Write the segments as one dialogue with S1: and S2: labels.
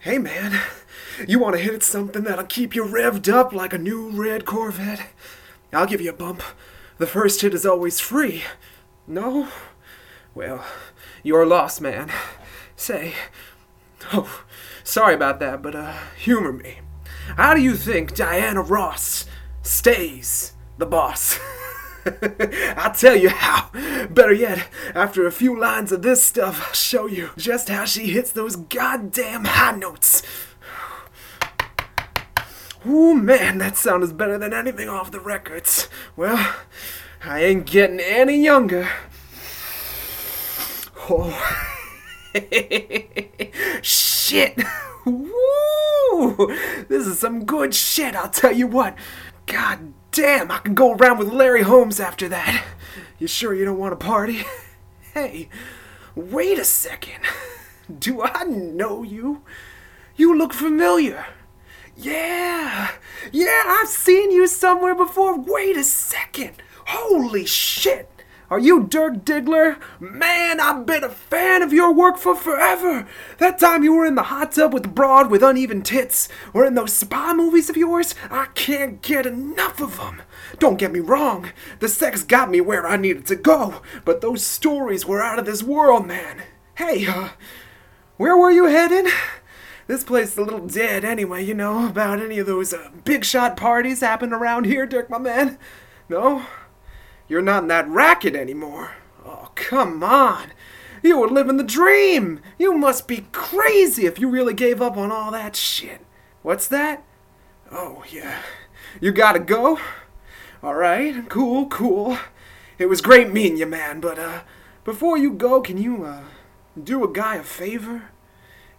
S1: Hey man, you want to hit at something that'll keep you revved up like a new red Corvette? I'll give you a bump. The first hit is always free. No? Well, you're lost, man. Say, oh, sorry about that, but uh, humor me. How do you think Diana Ross stays the boss? I'll tell you how. Better yet, after a few lines of this stuff, I'll show you just how she hits those goddamn high notes. Ooh, man, that sound is better than anything off the records. Well, I ain't getting any younger. Oh. shit! Woo! This is some good shit, I'll tell you what. God damn, I can go around with Larry Holmes after that. You sure you don't want to party? Hey, wait a second. Do I know you? You look familiar. Yeah, yeah, I've seen you somewhere before. Wait a second. Holy shit. Are you Dirk Diggler? Man, I've been a fan of your work for forever. That time you were in the hot tub with the broad with uneven tits, or in those spy movies of yours, I can't get enough of them. Don't get me wrong, the sex got me where I needed to go, but those stories were out of this world, man. Hey, uh, where were you headed? This place is a little dead anyway, you know, about any of those uh, big shot parties happening around here, Dirk, my man. No? You're not in that racket anymore. Oh, come on. You were living the dream. You must be crazy if you really gave up on all that shit. What's that? Oh, yeah. You gotta go? Alright, cool, cool. It was great meeting you, man, but, uh, before you go, can you, uh, do a guy a favor?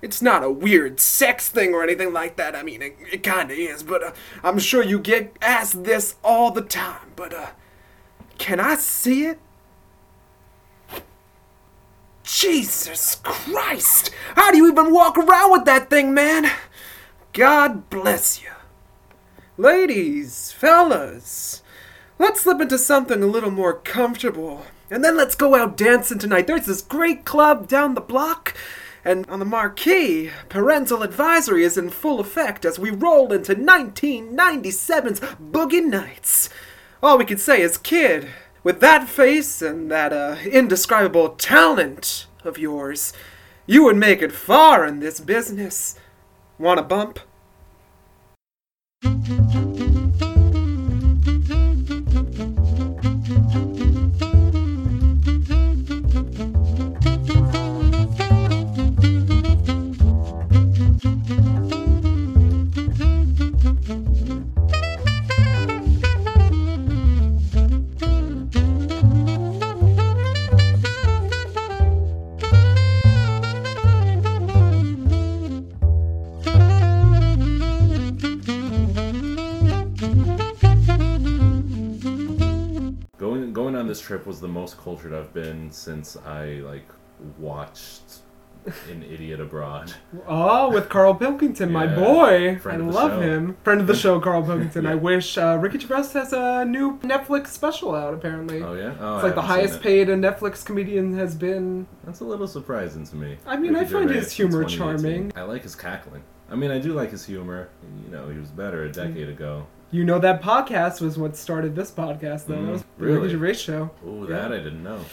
S1: It's not a weird sex thing or anything like that. I mean, it, it kinda is, but, uh, I'm sure you get asked this all the time, but, uh, can I see it? Jesus Christ! How do you even walk around with that thing, man? God bless you. Ladies, fellas, let's slip into something a little more comfortable. And then let's go out dancing tonight. There's this great club down the block. And on the marquee, parental advisory is in full effect as we roll into 1997's Boogie Nights. All we can say is, kid, with that face and that uh, indescribable talent of yours, you would make it far in this business. Want a bump?
S2: Going going on this trip was the most cultured I've been since I like watched an idiot abroad.
S1: Oh, with Carl Pilkington, my
S2: Yeah,
S1: boy. I
S2: friend of the
S1: love
S2: show.
S1: him. Friend of the show, Carl Pilkington. I wish uh, Ricky Gervais has a new Netflix special out. Apparently,
S2: Oh yeah, oh,
S1: it's
S2: I
S1: like the
S2: haven't seen
S1: highest
S2: it.
S1: paid a Netflix comedian has been.
S2: That's a little surprising to me.
S1: I mean, I find his
S2: since
S1: humor
S2: 2018.
S1: charming.
S2: I like his cackling. I mean, I do like his humor. You know, he was better a
S1: Mm-hmm.
S2: decade ago.
S1: You know that podcast was what started this podcast, though.
S2: Mm,
S1: That was the
S2: really?
S1: Ricky Gervais show.
S2: Oh,
S1: Yeah.
S2: that I didn't know.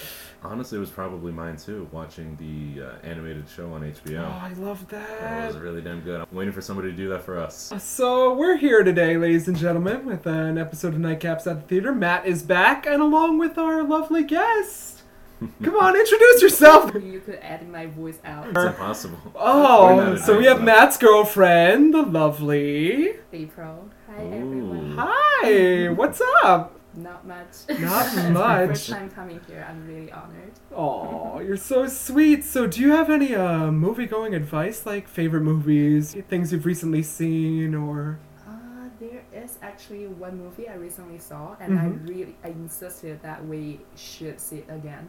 S2: Honestly, it was probably mine too. Watching the uh, animated show on HBO.
S1: Oh, I love
S2: That
S1: that.
S2: was really damn good. I'm waiting for somebody to do that for us.
S1: So we're here today, ladies and gentlemen, with an episode of Nightcaps at the Theater. Matt is back, and along with our lovely guest. Come on, introduce yourself.
S3: You could add my voice out.
S2: It's impossible. We're not
S1: Oh,
S2: in
S1: so we
S2: Iceland.
S1: have Matt's girlfriend, the lovely.
S3: April. Hi
S2: Ooh.
S3: everyone.
S1: Hi, what's up?
S3: Not much.
S1: Not
S3: It's my
S1: much.
S3: First time coming here. I'm really honored.
S1: Oh, you're so sweet. So, do you have any uh, movie-going advice, like favorite movies, things you've recently seen, or?
S3: Uh, there is actually one movie I recently saw, and
S1: Mm-hmm.
S3: I really I insisted that we should see it again.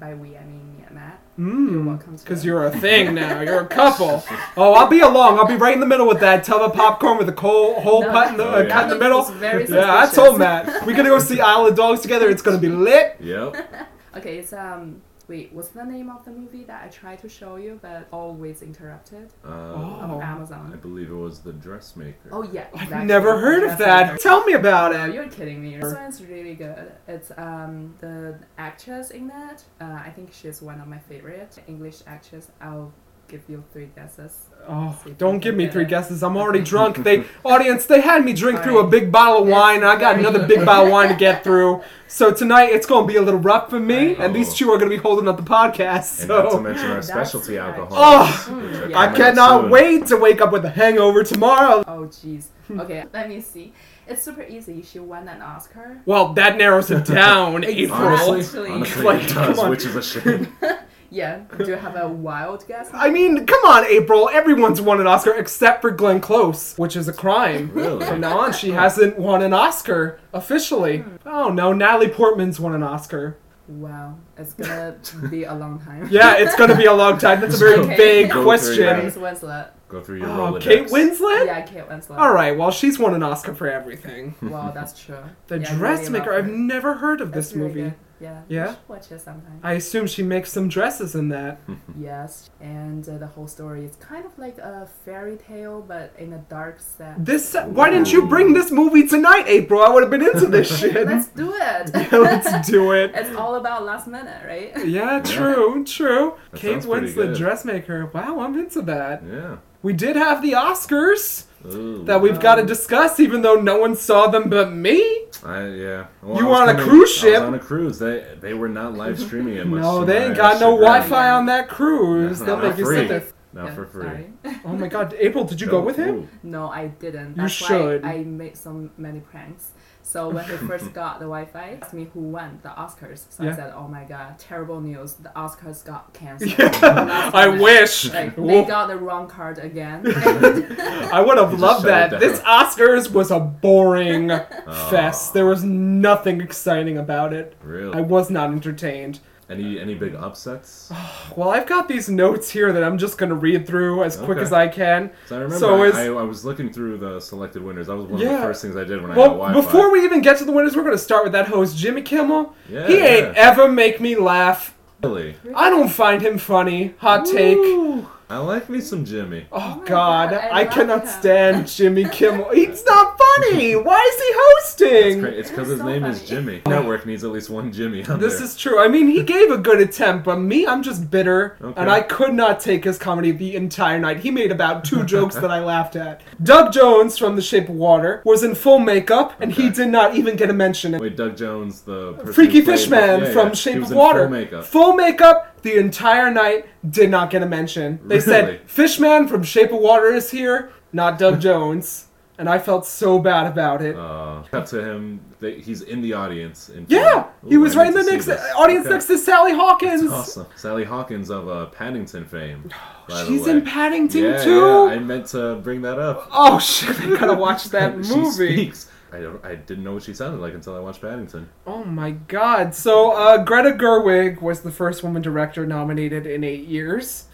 S3: By we, I mean me and Matt. You're welcome to.
S1: Because hmm, you're a thing now. You're a couple. Oh, I'll be along. I'll be right in the middle with that tub of popcorn with a cold, whole
S3: No.
S1: cut in the,
S2: Oh,
S1: uh, cut in the
S3: It
S1: middle.
S3: was very
S1: yeah, I
S3: suspicious.
S1: told Matt we're gonna go see Isle of Dogs together. It's gonna be lit.
S2: Yep.
S3: Okay, it's um Wait, what's the name of the movie that I tried to show you but always interrupted?
S2: Uh,
S1: Oh.
S3: On
S2: I
S3: Amazon.
S2: believe it was the dressmaker.
S3: Oh yeah.
S1: I've
S3: exactly.
S1: never heard of
S3: That's what
S1: that.
S3: I'm-
S1: Tell me about
S3: No,
S1: it.
S3: you're kidding me. This one's really good. It's um the actress in that. Uh, I think she's one of my favorite English actress. I'll give you three guesses.
S1: Oh,
S3: See if
S1: don't
S3: you
S1: give
S3: can
S1: me
S3: get
S1: three
S3: it.
S1: guesses. I'm already drunk. They audience, they had me drink
S3: All
S1: through a
S3: right.
S1: big bottle of
S3: That's
S1: wine. and I got
S3: very
S1: another
S3: good.
S1: big bottle of wine to get through. So tonight it's going to be a little rough for me, and these
S2: Oh.
S1: two are going to be holding up the podcast.
S2: and not to
S1: So
S2: mention our
S3: That's
S2: specialty
S3: right.
S2: alcohol.
S1: Oh,
S2: which are
S3: I
S1: I
S2: coming up
S1: cannot
S2: soon.
S1: wait to wake up with a hangover tomorrow.
S3: Oh jeez. Okay, let me see. It's super easy. She won an Oscar.
S1: Well, that narrows it down, April.
S2: Honestly,
S3: Actually.
S2: honestly
S1: Like,
S2: it
S1: come
S2: does,
S1: on.
S2: which is a shame.
S3: Yeah. Do you have a wild guess?
S1: I mean, come on, April. Everyone's won an Oscar except for Glenn Close, which is a crime.
S2: Really?
S1: From now on, she hasn't won an Oscar officially. Oh no, Natalie Portman's won an Oscar.
S3: Wow, it's gonna be a long time.
S1: Yeah, it's gonna be a long time. That's a very
S3: Okay.
S1: vague
S2: Go
S1: question.
S3: Grace Winslet.
S2: Go through your
S1: Oh,
S2: Rolodex.
S1: Kate Winslet?
S3: Yeah, Kate Winslet.
S1: All right, well, she's won an Oscar for everything.
S3: Wow, that's true.
S1: The
S3: Yeah, I really
S1: Dressmaker.
S3: love
S1: I've
S3: her.
S1: never heard of
S3: It's
S1: this
S3: really
S1: movie.
S3: good. Yeah. you
S1: Yeah?
S3: should Watch it sometime.
S1: I assume she makes some dresses in that.
S3: Yes, and uh, the whole story is kind of like a fairy tale, but in a dark set.
S1: This. Why didn't you bring this movie tonight, April? I would have been into this shit.
S3: Let's do it.
S1: Yeah, let's do it.
S3: it's all about last minute, right?
S1: Yeah,
S2: Yeah.
S1: true, true.
S2: That
S1: Kate
S2: sounds pretty
S1: Winslet,
S2: good.
S1: dressmaker. Wow, I'm into that.
S2: Yeah.
S1: We did have the Oscars
S2: Ooh.
S1: that we've got to
S3: Um,
S1: discuss, even though no one saw them but me.
S2: I, yeah. Well,
S1: You
S2: I was
S1: were on a
S2: coming-
S1: cruise
S2: I
S1: ship.
S2: was on a cruise. They they were not live streaming it much.
S1: No,
S2: to
S1: they
S2: my
S1: ain't got no
S2: chagrin.
S1: Wi-Fi on that cruise.
S2: No,
S1: They'll
S2: not
S1: make you
S2: free.
S1: sit there.
S2: Not
S3: Yeah,
S2: for free.
S3: sorry.
S1: Oh my God, April, did you go
S2: No,
S1: with him?
S2: ooh.
S3: No, I didn't.
S1: You
S3: That's
S1: should.
S3: why I made so many pranks. So when he first got the Wi-Fi, he asked me who won the Oscars. So
S1: Yeah.
S3: I said, "Oh my god, terrible news! The Oscars got canceled." Last
S1: I
S3: minute.
S1: wish.
S3: Like,
S1: Woo.
S3: they got the wrong card again.
S1: I would have
S2: You just
S1: loved that.
S2: shut it down.
S1: This Oscars was a boring
S2: Ah.
S1: fest. There was nothing exciting about it.
S2: Really?
S1: I was not entertained.
S2: Any any big upsets? 'Cause
S1: Well, I've got these notes here that I'm just gonna read through as quick
S2: Okay.
S1: as I can.
S2: I remember
S1: So
S2: I,
S1: is-
S2: I, I was looking through the selected winners. That was one of
S1: Yeah.
S2: the first things I did when I
S1: Well,
S2: got Wi-Fi.
S1: before we even get to the winners, we're going to start with that host, Jimmy Kimmel.
S2: Yeah,
S1: he ain't
S2: yeah.
S1: ever make me laugh.
S2: Really?
S1: I don't find him funny. Hot take. Oh,
S2: Ooh, I like me some Jimmy.
S1: God,
S3: Oh my God,
S1: I,
S3: I love
S1: cannot
S3: him.
S1: stand Jimmy Kimmel. He's not funny. Why is he
S2: It's
S1: hosting?
S2: cra- it's because his
S3: That's so
S2: name is
S3: funny.
S2: Jimmy. Network needs at least one Jimmy on
S1: This
S2: there.
S1: is true. I mean, he gave a good attempt, but me, I'm just bitter,
S2: Okay.
S1: and I could not take his comedy the entire night. He made about two jokes that I laughed at. Doug Jones from The Shape of Water was in full makeup, and he
S2: Okay.
S1: did not even get a mention.
S2: Wait, Doug Jones, the person who
S1: Freaky
S2: played-
S1: Fishman
S2: yeah,
S1: from
S2: yeah.
S1: Shape
S2: He was
S1: of
S2: in full
S1: Water.
S2: makeup.
S1: Full makeup the entire night did not get a mention. They
S2: Really?
S1: said Fishman from Shape of Water is here, not Doug Jones, and I felt so bad about it.
S2: Uh, cut to him. They, he's in the audience. In
S1: yeah,
S2: film.
S1: he
S2: Ooh,
S1: was
S2: I
S1: right in
S2: need
S1: the
S2: to see
S1: next
S2: this.
S1: audience
S2: Okay.
S1: next to Sally Hawkins.
S2: That's awesome. Sally Hawkins of uh, Paddington fame. by the
S1: Oh, She's
S2: way.
S1: in Paddington
S2: yeah,
S1: too.
S2: Yeah, I meant to bring that up.
S1: Oh shit! I gotta watch that
S2: she
S1: movie.
S2: Speaks. I, don't, I didn't know what she sounded like until I watched Paddington.
S1: Oh my god! So uh, Greta Gerwig was the first woman director nominated in eight years,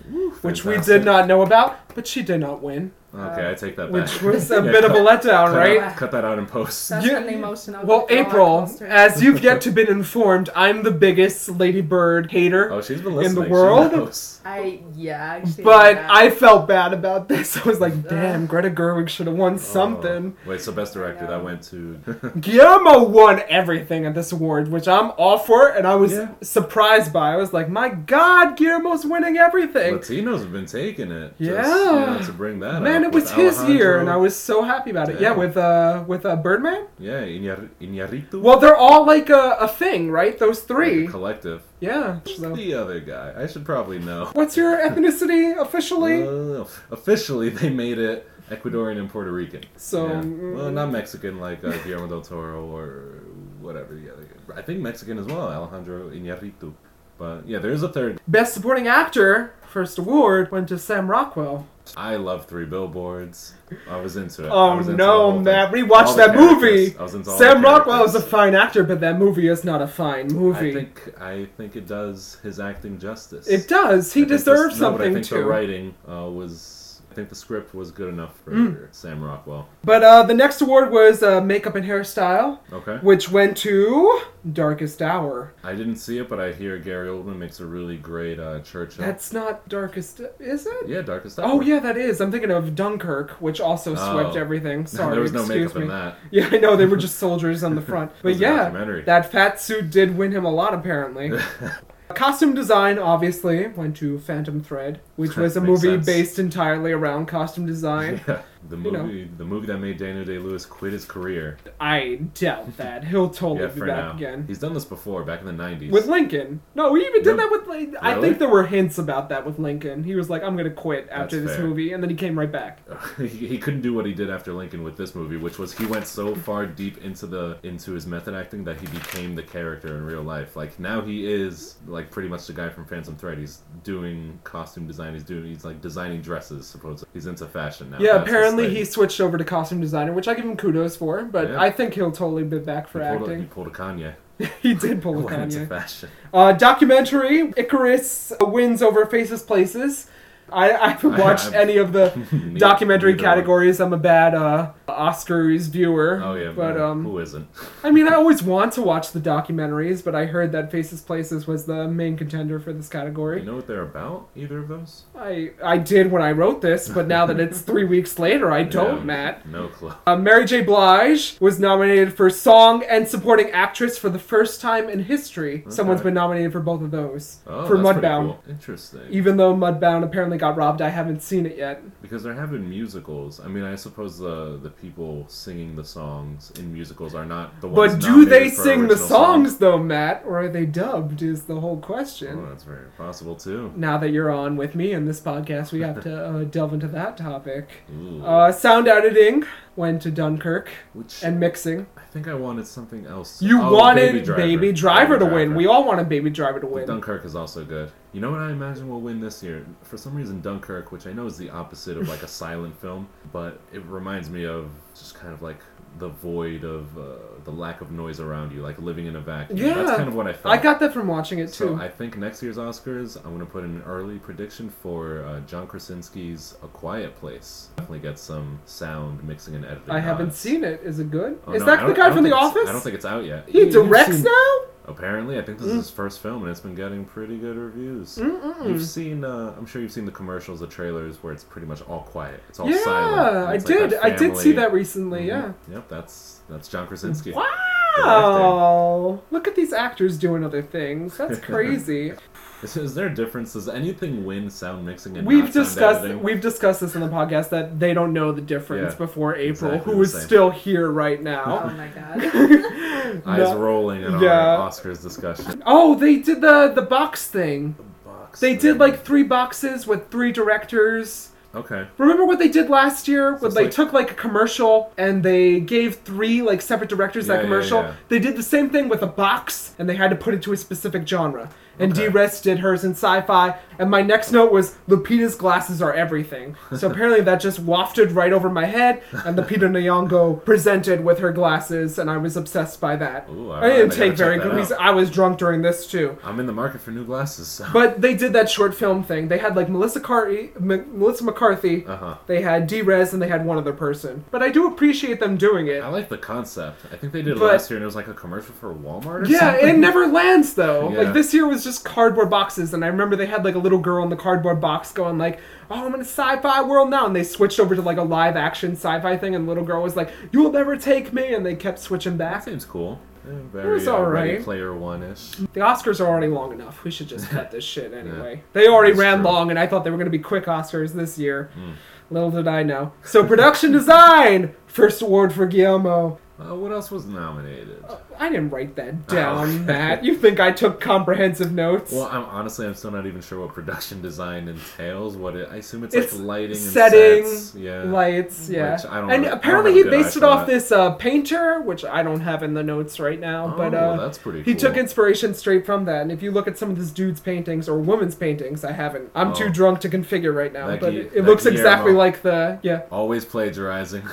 S1: which we
S2: fantastic.
S1: did not know about, but she did not win,
S2: Okay, I take that back.
S1: Uh, which was a
S2: Yeah,
S1: bit of a
S2: cut-
S1: letdown,
S2: cut
S1: right?
S2: That, cut that out in post.
S3: Such
S1: You-
S3: an emotional.
S1: Well,
S3: roller
S1: April,
S3: coaster.
S1: as you've yet to been informed, I'm the biggest Lady Bird hater.
S2: Oh, she's been listening. She
S1: world?
S2: knows.
S3: I yeah. Actually,
S1: But
S3: yeah.
S1: I felt bad about this. I was like, damn, Greta Gerwig should have won something.
S2: Oh. Wait, so best director that went to.
S1: Guillermo won everything at this award, which I'm all for, and I was
S2: Yeah.
S1: surprised by. I was like, my God, Guillermo's winning everything.
S2: Latinos have been taking it. Just,
S1: Yeah.
S2: you know, to bring that
S1: Man,
S2: up
S1: it was
S2: with
S1: his year,
S2: Alejandro.
S1: and I was so happy about it. Yeah,
S2: Yeah.
S1: with uh, with uh, Birdman.
S2: Yeah, Iñar- Iñárritu.
S1: Well, they're all like a, a thing, right? Those three.
S2: Like a collective.
S1: Yeah. so-
S2: The other guy. I should probably know.
S1: What's your ethnicity officially?
S2: Uh, officially, they made it Ecuadorian and Puerto Rican.
S1: So,
S2: Yeah.
S1: mm.
S2: Well, not Mexican like uh, Guillermo del Toro or whatever the other guy. I think Mexican as well, Alejandro Iñárritu. But yeah, there's a third.
S1: Best Supporting Actor first award went to Sam Rockwell.
S2: I love Three Billboards. I was into it. I
S1: Oh
S2: was into the
S1: no,
S2: whole
S1: Matt!
S2: thing.
S1: Rewatch
S2: All the
S1: that movie.
S2: characters. I was into all the
S1: Sam Rockwell is a
S2: characters.
S1: fine actor, but that movie is not a fine movie.
S2: I think I think it does his acting justice.
S1: It does. He
S2: I think this-
S1: deserves
S2: no, but
S1: something
S2: I think
S1: too.
S2: the writing uh, was I think the script was good enough for
S1: Mm.
S2: Sam Rockwell.
S1: But uh, the next award was uh, makeup and hairstyle,
S2: Okay.
S1: which went to Darkest Hour.
S2: I didn't see it, but I hear Gary Oldman makes a really great uh, Churchill.
S1: That's not Darkest, is it?
S2: yeah, Darkest Hour.
S1: Oh yeah, that is. I'm thinking of Dunkirk, which also swept
S2: Oh.
S1: everything. Sorry,
S2: there was no
S1: excuse
S2: makeup
S1: me.
S2: in that.
S1: Yeah, I know they were just soldiers on the front. But
S2: was a
S1: yeah,
S2: documentary.
S1: that fat suit did win him a lot apparently. Costume design obviously went to Phantom Thread, which was a
S2: Makes
S1: movie
S2: sense.
S1: based entirely around costume design.
S2: Yeah, the
S1: You know.
S2: movie, the movie that made Daniel Day Lewis quit his career.
S1: I doubt that he'll totally
S2: yeah,
S1: be
S2: for
S1: back
S2: now.
S1: again.
S2: He's done this before, back in the '90s.
S1: With Lincoln. No, he even did
S2: No.
S1: that with like, I
S2: Really?
S1: think there were hints about that with Lincoln. He was like, I'm gonna quit after
S2: That's
S1: this
S2: fair.
S1: movie and then he came right back.
S2: he, he couldn't do what he did after Lincoln with this movie, which was he went so far deep into the into his method acting that he became the character in real life. Like now he is like pretty much the guy from Phantom Thread. He's doing costume design. He's doing he's like designing dresses. Supposedly he's into fashion now.
S1: Yeah,
S2: That's his
S1: apparently
S2: thing.
S1: he switched over to costume designer, which I give him kudos for, but
S2: Yeah.
S1: I think he'll totally be back for
S2: He pulled a- he
S1: acting.
S2: pulled a Kanye.
S1: he did pull a
S2: Went into
S1: Kanye.
S2: fashion.
S1: Uh, documentary Icarus uh, wins over Faces Places. I, I haven't
S2: I-
S1: watched
S2: I-
S1: any of the
S2: Neither-
S1: documentary
S2: neither one.
S1: categories. I'm a bad uh, Oscars viewer.
S2: Oh yeah,
S1: but um,
S2: who isn't?
S1: I mean, I always want to watch the documentaries, but I heard that Faces Places was the main contender for this
S2: You
S1: category.
S2: know what they're about? Either of those?
S1: I I did when I wrote this, but now that it's three weeks later, I don't,
S2: Yeah,
S1: Matt.
S2: No clue.
S1: Uh, Mary J. Blige was nominated for Song and Supporting Actress for the first time in history. Someone's
S2: Okay.
S1: been nominated for both of those.
S2: Oh,
S1: for
S2: that's pretty
S1: Mudbound.
S2: cool. Interesting.
S1: Even though Mudbound apparently got robbed, I haven't seen it yet.
S2: Because there have been musicals. I mean, I suppose the the people singing the songs in musicals are not the ones.
S1: But do they
S2: nominated for
S1: sing the
S2: original song.
S1: songs, though, Matt? Or are they dubbed, is the whole question.
S2: Oh, that's very possible too.
S1: Now that you're on with me in this podcast, we have to uh, delve into that topic.
S2: Ooh.
S1: Uh, sound editing went to Dunkirk
S2: Which
S1: and mixing.
S2: I think I wanted something else.
S1: You
S2: Oh,
S1: wanted Baby Driver,
S2: Baby
S1: to win. We all wanted Baby Driver to
S2: But
S1: win.
S2: Dunkirk is also good. You know what I imagine will win this year? For some reason, Dunkirk, which I know is the opposite of like a silent film, but it reminds me of just kind of like the void of uh, the lack of noise around you, like living in a vacuum.
S1: Yeah.
S2: that's kind of what I felt.
S1: I got that from watching it too.
S2: So I think next year's Oscars, I'm gonna put in an early prediction for uh, John Krasinski's A Quiet Place. Definitely get some sound mixing and editing.
S1: I haven't
S2: nods.
S1: seen it. Is it good?
S2: Oh,
S1: is
S2: no, I
S1: that the
S2: don't- I
S1: guy
S2: don't
S1: from The
S2: think it's-
S1: Office? Mm.
S2: I don't think it's out yet.
S1: he
S3: You've
S1: directs
S3: seen-
S1: now.
S2: Apparently, I think this is his first film, and it's been getting pretty good reviews.
S1: Mm.
S2: You've seen, uh, I'm sure you've seen the commercials, the trailers, where it's pretty much all quiet. It's all
S1: yeah,
S2: silent. and
S1: I
S2: it's like
S1: did.
S2: that
S1: I did see
S2: family-
S1: that recently. Yeah.
S2: Mhm. Yep, that's that's John Krasinski.
S1: Wow! Look at these actors doing other things. That's crazy.
S2: Is, is there a difference? Does anything win sound mixing and
S1: we've
S2: not sound
S1: discussed
S2: editing?
S1: we've discussed this in the podcast that they don't know the difference
S2: Yeah,
S1: before April,
S2: exactly
S1: who
S2: the
S1: is
S2: same.
S1: still here right
S3: Oh
S1: now.
S3: my god.
S2: eyes
S1: No.
S2: rolling in
S1: Yeah.
S2: our Oscars discussion.
S1: Oh, they did the the box thing.
S2: Box
S1: They did
S2: thing.
S1: like three boxes with three directors.
S2: okay.
S1: Remember what they did last year? When
S2: it's
S1: they
S2: like-
S1: took like a commercial and they gave three like separate directors
S2: Yeah,
S1: that
S2: yeah,
S1: commercial.
S2: yeah.
S1: They did the same thing with a box and they had to put it to a specific genre. And
S2: Okay.
S1: D-Res did hers in sci-fi. And my next note was Lupita's glasses are everything. So apparently that just wafted right over my head. And Lupita Nyong'o presented with her glasses, and I was obsessed by that.
S2: Ooh,
S1: I
S2: alright,
S1: didn't
S2: I gotta
S1: take
S2: check
S1: very
S2: that
S1: good.
S2: out.
S1: reason- I was drunk during this too.
S2: I'm in the market for new glasses. So.
S1: But they did that short film thing. They had like Melissa, Car- M- Melissa McCarthy.
S2: Uh huh.
S1: They had D-Res and they had one other person. But I do appreciate them doing it.
S2: I like the concept. I think they did it
S1: But-
S2: last year, and it was like a commercial for Walmart. Or
S1: Yeah,
S2: something.
S1: it never lands though.
S2: Yeah.
S1: Like this year was just cardboard boxes, and I remember they had like a little girl in the cardboard box going like, "Oh, I'm in a sci-fi world now," and they switched over to like a live-action sci-fi thing, and the little girl was like, "You'll never take me," and they kept switching
S2: that
S1: back.
S2: seems cool. Yeah, very
S1: was
S2: uh,
S1: alright.
S2: Ready Player One ish.
S1: The Oscars are already long enough. We should just cut this shit anyway. They already
S2: That's
S1: ran
S2: true. Hmm.
S1: long, and I thought they were going to be quick Oscars this year. Little did I know. So production design, first award for Guillermo.
S2: Uh, what else was nominated?
S1: I didn't write that
S2: Oh.
S1: down, Matt. You think I took comprehensive notes?
S2: Well, I'm honestly, I'm still not even sure what production design entails. What it, I assume it's,
S1: It's
S2: like lighting,
S1: setting,
S2: and sets. Yeah.
S1: Lights, yeah.
S2: uh, Which I
S1: and
S2: don't know- I don't
S1: apparently he
S2: have a good
S1: based
S2: eye
S1: it
S2: for
S1: off
S2: that.
S1: this uh, painter, which I don't have in the notes right now,
S2: Oh,
S1: but uh,
S2: that's pretty.
S1: he
S2: cool.
S1: took inspiration straight from that. And if you look at some of this dude's paintings or woman's paintings, I haven't. I'm too
S2: Oh.
S1: drunk to configure right now,
S2: That
S1: but
S2: Gui-
S1: it, it
S2: that
S1: looks exactly
S2: Guillermo.
S1: like the yeah.
S2: Always plagiarizing.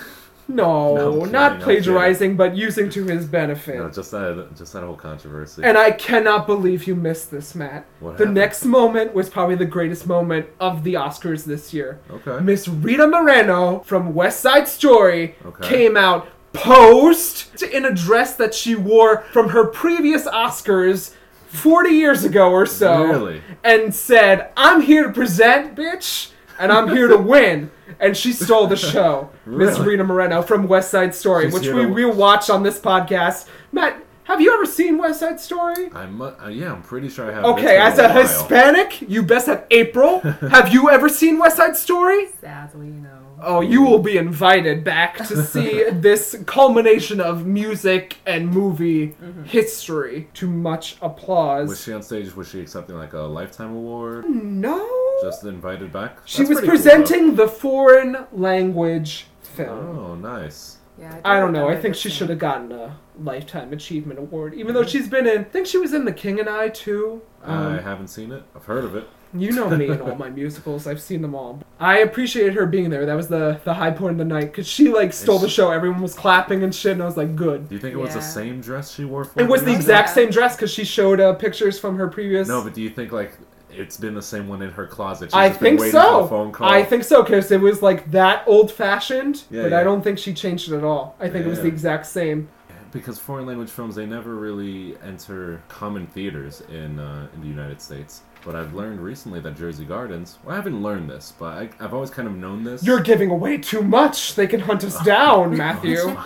S1: No,
S2: No, I'm kidding, I'm
S1: not
S2: kidding.
S1: plagiarizing, but using to his benefit.
S2: No, just that just that whole controversy.
S1: and I cannot believe you missed this, Matt.
S2: What
S1: the
S2: happened?
S1: next moment was probably the greatest moment of the Oscars this year.
S2: okay.
S1: Miss Rita Moreno from West Side Story
S2: Okay.
S1: came out posed in a dress that she wore from her previous Oscars 40 years ago or so
S2: Really?
S1: and said, I'm here to present, bitch, and I'm here to win. And she stole the show, Miss
S2: Really?
S1: Rita Moreno from West Side Story,
S2: She's
S1: which
S2: here
S1: we
S2: to-
S1: will watch on this podcast. Matt, have you ever seen West Side Story?
S2: I mu- uh, yeah, I'm pretty sure I have. It's
S1: Okay,
S2: been
S1: as a
S2: while.
S1: Hispanic, you best have April. have you ever seen West Side Story?
S3: Sadly, no.
S1: Oh, you will be invited back to see this culmination of music and movie history. To much applause.
S2: Mm-hmm. Was she on stage? Was she accepting like a lifetime award?
S1: no.
S2: Just invited back?
S1: she
S2: That's
S1: was
S2: pretty cool,
S1: presenting the foreign language film.
S2: though. oh, nice.
S3: Yeah,
S1: I don't know. I
S3: remember
S1: think
S3: this
S1: she
S3: name.
S1: should have gotten a lifetime achievement award, even though she's been in. I think she was in The King and I too.
S2: Mm-hmm. I
S1: Um,
S2: haven't seen it. I've heard of it.
S1: you know me and all my musicals. I've seen them all. I appreciated her being there. That was the the high point of the night because she like stole the
S2: she-
S1: show. Everyone was clapping and shit, and I was like, good.
S2: Do you think it was the
S3: Yeah.
S2: same dress she wore? For
S1: It was the
S3: Yeah.
S1: exact same dress because she showed uh, pictures from her previous.
S2: No, but do you think like it's been the same one in her closet? She's
S1: I
S2: just been
S1: think
S2: waiting for
S1: so.
S2: the phone call.
S1: I think so because it was like that old fashioned,
S2: Yeah,
S1: but I
S2: yeah.
S1: don't think she changed it at all. I think it was
S2: Yeah.
S1: the exact same.
S2: because foreign language films they never really enter common theaters in uh, in the United States. But I've learned recently that Jersey Gardens. Well, I haven't learned this, but I, I've always kind of known this.
S1: You're giving away too much. They can hunt us down, Matthew.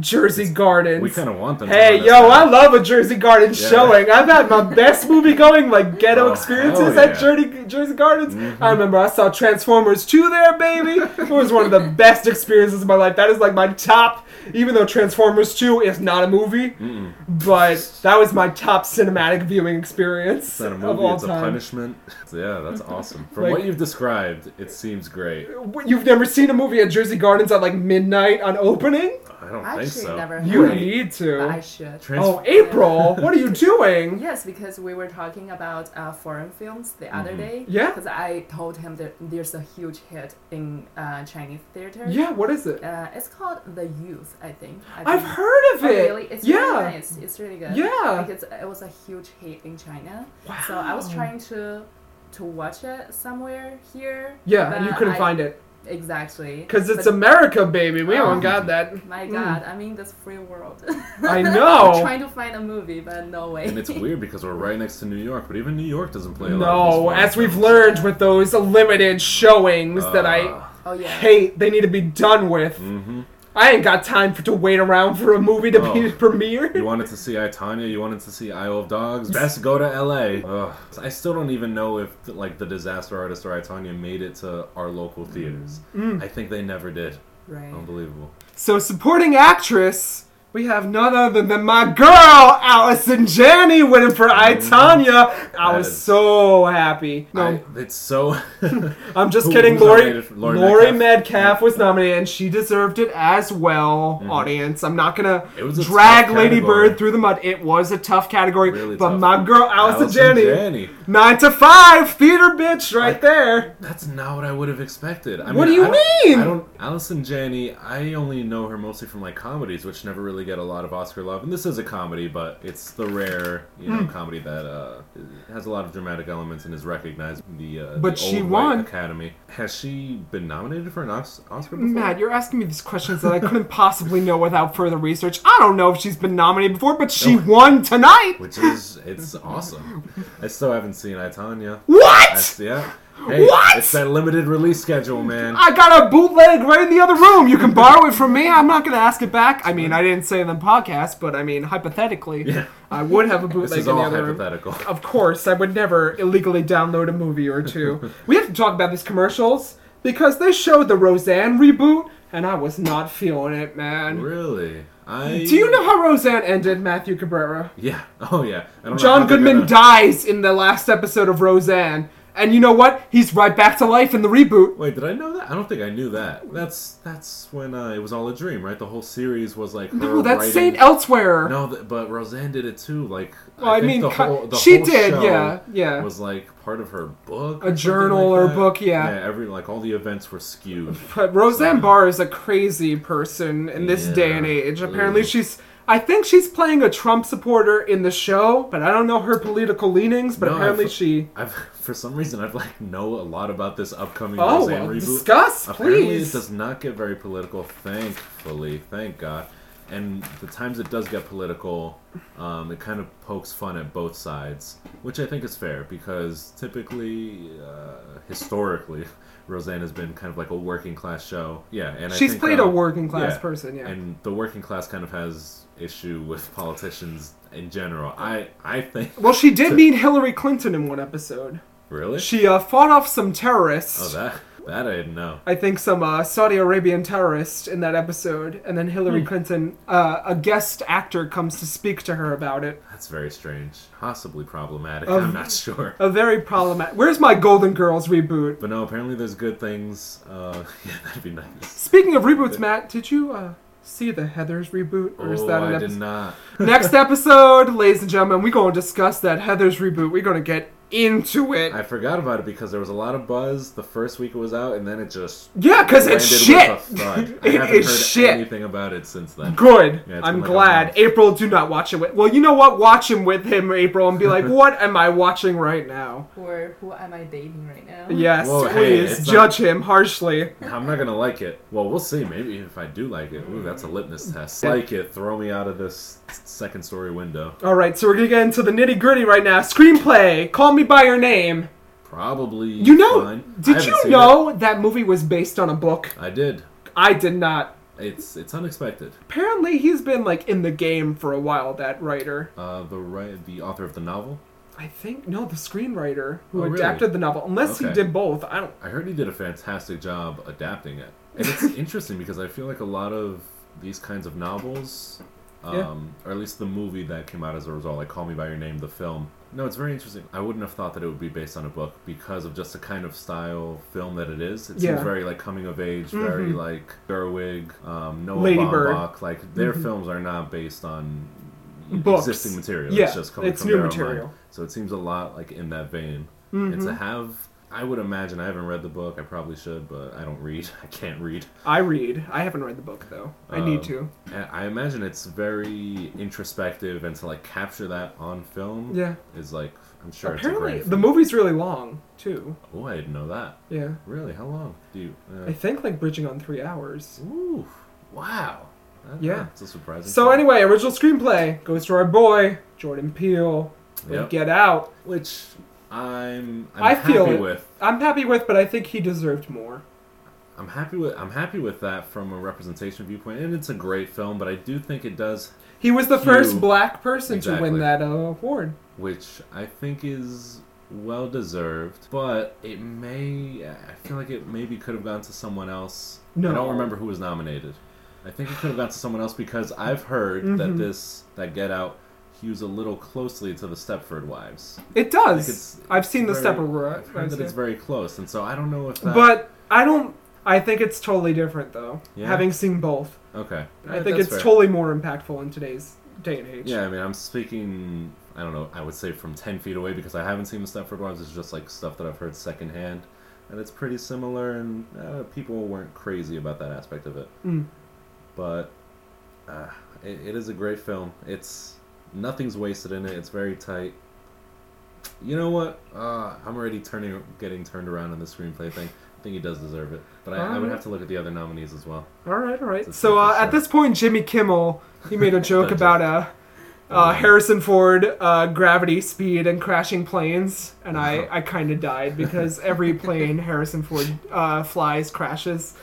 S1: Jersey Gardens.
S2: we kind of want them. to
S1: Hey,
S2: let us
S1: yo,
S2: know.
S1: I love a Jersey Gardens
S2: Yeah.
S1: showing. I've had my best movie going, like ghetto
S2: Oh,
S1: experiences at
S2: hell yeah. Mm-hmm.
S1: Jersey, Jersey Gardens. I remember I saw Transformers 2 there, baby. It was one of the best experiences of my life. That is like my top, even though Transformers 2 is not a movie, but that was my top cinematic viewing experience
S2: It's not a
S1: of
S2: movie,
S1: all
S2: it's a
S1: time.
S2: punishment. So, yeah, that's awesome. From
S1: Like-
S2: what you've described, it seems great.
S1: What, You've never seen a movie at Jersey Gardens at like midnight on opening?
S2: I don't
S3: I
S2: think
S3: actually
S2: so.
S3: never
S1: You
S3: heard.
S1: need
S3: But I
S1: to.
S3: should.
S2: Trans-
S1: Oh, April, what are you doing?
S3: Yes, because we were talking about uh, foreign films the other day.
S1: Mm-hmm. Yeah.
S3: Because I told him that there's a huge hit in uh, Chinese theater.
S1: Yeah, what is it?
S3: Uh, it's called The Youth, I think. I
S1: I've
S3: think.
S1: heard of
S3: Oh,
S1: it.
S3: really? It's
S1: yeah.
S3: really nice. It's really good.
S1: Yeah.
S3: Like it's, it was a huge hit in China. So I was
S1: Wow.
S3: trying to to watch it somewhere here.
S1: Yeah, and you
S3: but
S1: couldn't
S3: I-
S1: find it
S3: Exactly.
S1: because it's Mm.
S3: But
S1: America, baby. We
S3: Oh.
S1: haven't got that.
S3: My God, I mean, this free world.
S1: I know.
S3: trying to find a movie, but no way.
S2: and it's weird because we're right next to New York, but even New York doesn't play a lot.
S1: No,
S2: of these
S1: as we've
S2: foreign
S1: learned with those limited showings that
S2: Uh,
S1: I
S3: Oh yeah.
S1: hate, they need to be done with.
S2: films. Mhm.
S1: I ain't got time for to wait around for a movie to be
S2: Oh. You
S1: premiered.
S2: wanted to see I Tanya. You wanted to see Isle of Dogs. Best go to L.A. Ugh. I still don't even know if like the Disaster Artist or I Tanya made it to our local
S1: Mm.
S2: theaters. I think they never did.
S3: Right.
S2: Unbelievable.
S1: So, supporting actress, we have none other than my girl Allison Janney winning for
S3: Mm.
S1: I Tanya. I
S2: That
S1: was
S2: is-
S1: so happy. No,
S2: I- it's so.
S1: I'm just
S2: Who-
S1: kidding.
S2: who was
S1: Lori,
S2: nominated for-
S1: Lori,
S2: Laurie
S1: Medcalf.
S2: Metcalf?
S1: was nominated, and she deserved it as well. Audience, I'm not gonna
S2: Mm-hmm. It was a
S1: drag
S2: tough
S1: Lady
S2: category.
S1: Bird through the mud. It was a tough category,
S2: Really
S1: but
S2: tough.
S1: my girl Allison,
S2: Allison
S1: Janney,
S2: Janney.
S1: nine to five, theater bitch, right
S2: Like-
S1: there.
S2: That's not what I would have expected. I
S1: What do you
S2: I don't-
S1: mean?
S2: I don't. Allison Janney. I only know her mostly from like comedies, which never really get a lot of Oscar love. And this is a comedy, but it's the rare, you
S1: Hmm.
S2: know, comedy that uh, has a lot of dramatic elements and is recognized. in The uh,
S1: But
S2: the
S1: she
S2: old white
S1: won.
S2: Academy. Has she been nominated for an Os- Oscar? Before?
S1: Matt, you're asking me these questions that I couldn't possibly know without further research. I don't know if she's been nominated before, but she won tonight.
S2: Which is it's awesome. I still haven't seen I Tanya. I,
S1: What?
S2: yeah. Hey,
S1: What?
S2: It's that limited release schedule, man.
S1: I got a bootleg right in the other room. You can borrow it from me. I'm not going to ask it back. I mean, I didn't say in the podcast, but I mean, hypothetically, I would have a bootleg
S2: this is
S1: in the
S2: all
S1: other room.
S2: hypothetical.
S1: Of course, I would never illegally download a movie or two. we have to talk about these commercials because they showed the Roseanne reboot, and I was not feeling it, man.
S2: Really? I.
S1: Do you know how Roseanne ended, Matthew Cabrera?
S2: Yeah. Oh yeah. I don't know
S1: John
S2: how they're
S1: Goodman
S2: gonna-
S1: dies in the last episode of Roseanne, And you know what? He's right back to life in the reboot.
S2: Wait, did I know that? I don't think I knew that. That's that's when uh, it was all a dream, right? The whole series was like her
S1: No, that's
S2: writing-
S1: Saint Elsewhere.
S2: No, th- but Roseanne did it too. Like,
S1: Well, I
S2: think
S1: mean,
S2: the
S1: ki-
S2: whole, the
S1: she
S2: whole
S1: did,
S2: show
S1: yeah, yeah.
S2: Was like part of her book,
S1: A
S2: or something
S1: journal
S2: like
S1: or
S2: that.
S1: book, yeah.
S2: Yeah, every like all the events were skewed.
S1: But Roseanne Barr is a crazy person in this
S2: Yeah.
S1: day and age. Apparently,
S2: Ooh.
S1: she's. I think she's playing a Trump supporter in the show, but I don't know her political leanings. But
S2: No, I
S1: apparently,
S2: fo-
S1: she.
S2: I've for some reason I've like know a lot about this upcoming
S1: Oh,
S2: Roseanne
S1: well,
S2: reboot.
S1: discuss,
S2: Apparently,
S1: please.
S2: it does not get very political. Thankfully, thank God. And the times it does get political, um, it kind of pokes fun at both sides, which I think is fair because typically, uh, historically, Roseanne has been kind of like a working class show. Yeah, and I
S1: She's
S2: think,
S1: played
S2: uh,
S1: a working class
S2: yeah.
S1: person, yeah.
S2: and the working class kind of has issue with politicians in general. I I think
S1: well, she did
S2: So-
S1: meet Hillary Clinton in one episode.
S2: really.
S1: She uh, fought off some terrorists.
S2: Oh, that that I didn't know.
S1: I think some uh, Saudi Arabian terrorist in that episode, and then Hillary
S2: Hmm.
S1: Clinton, uh, a guest actor, comes to speak to her about it.
S2: That's very strange. Possibly problematic.
S1: Um,
S2: I'm not sure.
S1: A very problematic. Where's my Golden Girls reboot?
S2: But no, apparently there's good things. Uh, yeah, that'd be nice.
S1: Speaking of reboots, Matt, did you uh, see the Heather's reboot, or is
S2: oh,
S1: that an
S2: I did
S1: episode?
S2: not.
S1: Next episode, ladies and gentlemen, we're gonna discuss that Heather's reboot. We're gonna get into it.
S2: I forgot about it because there was a lot of buzz the first week it was out, and then it just
S1: Yeah, 'cause it's
S2: landed with
S1: shit.
S2: a thud. I
S1: It
S2: haven't
S1: is
S2: heard
S1: shit.
S2: anything about it since then.
S1: Good.
S2: Yeah, it's
S1: I'm
S2: been like a
S1: glad.
S2: month.
S1: April, do not watch it with. Well, you know what? Watch him with him, April, and be like, what am I watching right now?
S3: Or who am I dating right now?
S1: Yes,
S2: Whoa, hey,
S1: please
S2: it's
S1: judge him harshly.
S2: I'm not gonna like it. Well, we'll see. Maybe if I do like it, ooh, that's a litmus test. Like it, throw me out of this second story window.
S1: All right, so we're gonna get into the nitty gritty right now. Screenplay, Call Me by Your Name.
S2: Probably.
S1: You know,
S2: fine. I
S1: did
S2: haven't
S1: you
S2: seen it.
S1: know that movie was based on a book?
S2: I did.
S1: I did not.
S2: It's it's unexpected.
S1: Apparently, he's been like in the game for a while. That writer,
S2: Uh, the right, the author of the novel.
S1: I think, no, the screenwriter who
S2: Oh, really?
S1: adapted the novel. Unless he
S2: Okay.
S1: did both, I don't.
S2: I heard he did a fantastic job adapting it, and it's interesting because I feel like a lot of these kinds of novels, um, or at least the movie that came out as a result, like Call Me by Your Name, the film. No, it's very interesting. I wouldn't have thought that it would be based on a book because of just the kind of style film that it is. It
S1: Yeah. Mm-hmm.
S2: seems very like coming of age, very like Gerwig, um, Noah
S1: Lady Bird. Mm-hmm.
S2: Baumbach. Like their films are not based on
S1: Books.
S2: existing material.
S1: Yeah,
S2: it's just coming
S1: it's
S2: from
S1: new
S2: their own
S1: material. Mm-hmm.
S2: mind. So it seems a lot like in that vein. And to have, I would imagine, I haven't read the book. I probably should, but I don't read. I can't read.
S1: I read. I haven't read the book though. I need
S2: Um,
S1: to.
S2: And I imagine it's very introspective, and to like capture that on film,
S1: Yeah.
S2: is like I'm mm, sure
S1: Apparently,
S2: it's a
S1: the
S2: great.
S1: movie's really long too.
S2: feat. oh, I didn't know that.
S1: Yeah,
S2: Really, how long do you? Uh,
S1: I think like bridging on three hours.
S2: ooh, wow. That-
S1: Yeah.
S2: it's a surprising.
S1: So
S2: film.
S1: anyway, original screenplay goes to our boy Jordan Peele. with
S2: Yep.
S1: Get Out.
S2: which I'm, I'm
S1: I
S2: happy
S1: feel it.
S2: with.
S1: I'm happy with, but I think he deserved more.
S2: I'm happy with I'm happy with that from a representation viewpoint, and it's a great film. But I do think it does,
S1: He was the
S2: You-
S1: first black person to win
S2: Exactly.
S1: that uh, award.
S2: which I think is well deserved. But it may I feel like it maybe could have gone to someone else. I
S1: No.
S2: don't remember who was nominated. I think it could have gone to someone else because I've heard
S1: Mm-hmm.
S2: that this that Get Out hews a little closely to the Stepford Wives.
S1: It
S2: Like
S1: does.
S2: it's,
S1: I've seen the
S2: very-
S1: stepper work.
S2: I've heard that it's very close, and so I don't know if that.
S1: But I don't. I think it's totally different though.
S2: Yeah?
S1: Having seen both,
S2: okay,
S1: I think
S2: That's
S1: it's
S2: fair.
S1: totally more impactful in today's day and age.
S2: Yeah, I mean, I'm speaking. I don't know. I would say from ten feet away because I haven't seen the Stepford Wives. It's just like stuff that I've heard secondhand, and it's pretty similar. And uh, people weren't crazy about that aspect of it.
S1: Mm.
S2: But uh, it, it is a great film. It's nothing's wasted in it. It's very tight. You know what? Uh, I'm already turning, getting turned around on the screenplay thing. I think he does deserve it, but I, I would
S1: Alright.
S2: have to look at the other nominees as well.
S1: All right, all right.
S2: That's
S1: So uh,
S2: for
S1: at
S2: sure.
S1: this point, Jimmy Kimmel he made a joke
S2: That's
S1: about uh, uh, Harrison Ford uh, gravity, speed, and crashing planes, and I I kind of died because every plane Harrison Ford uh, flies crashes,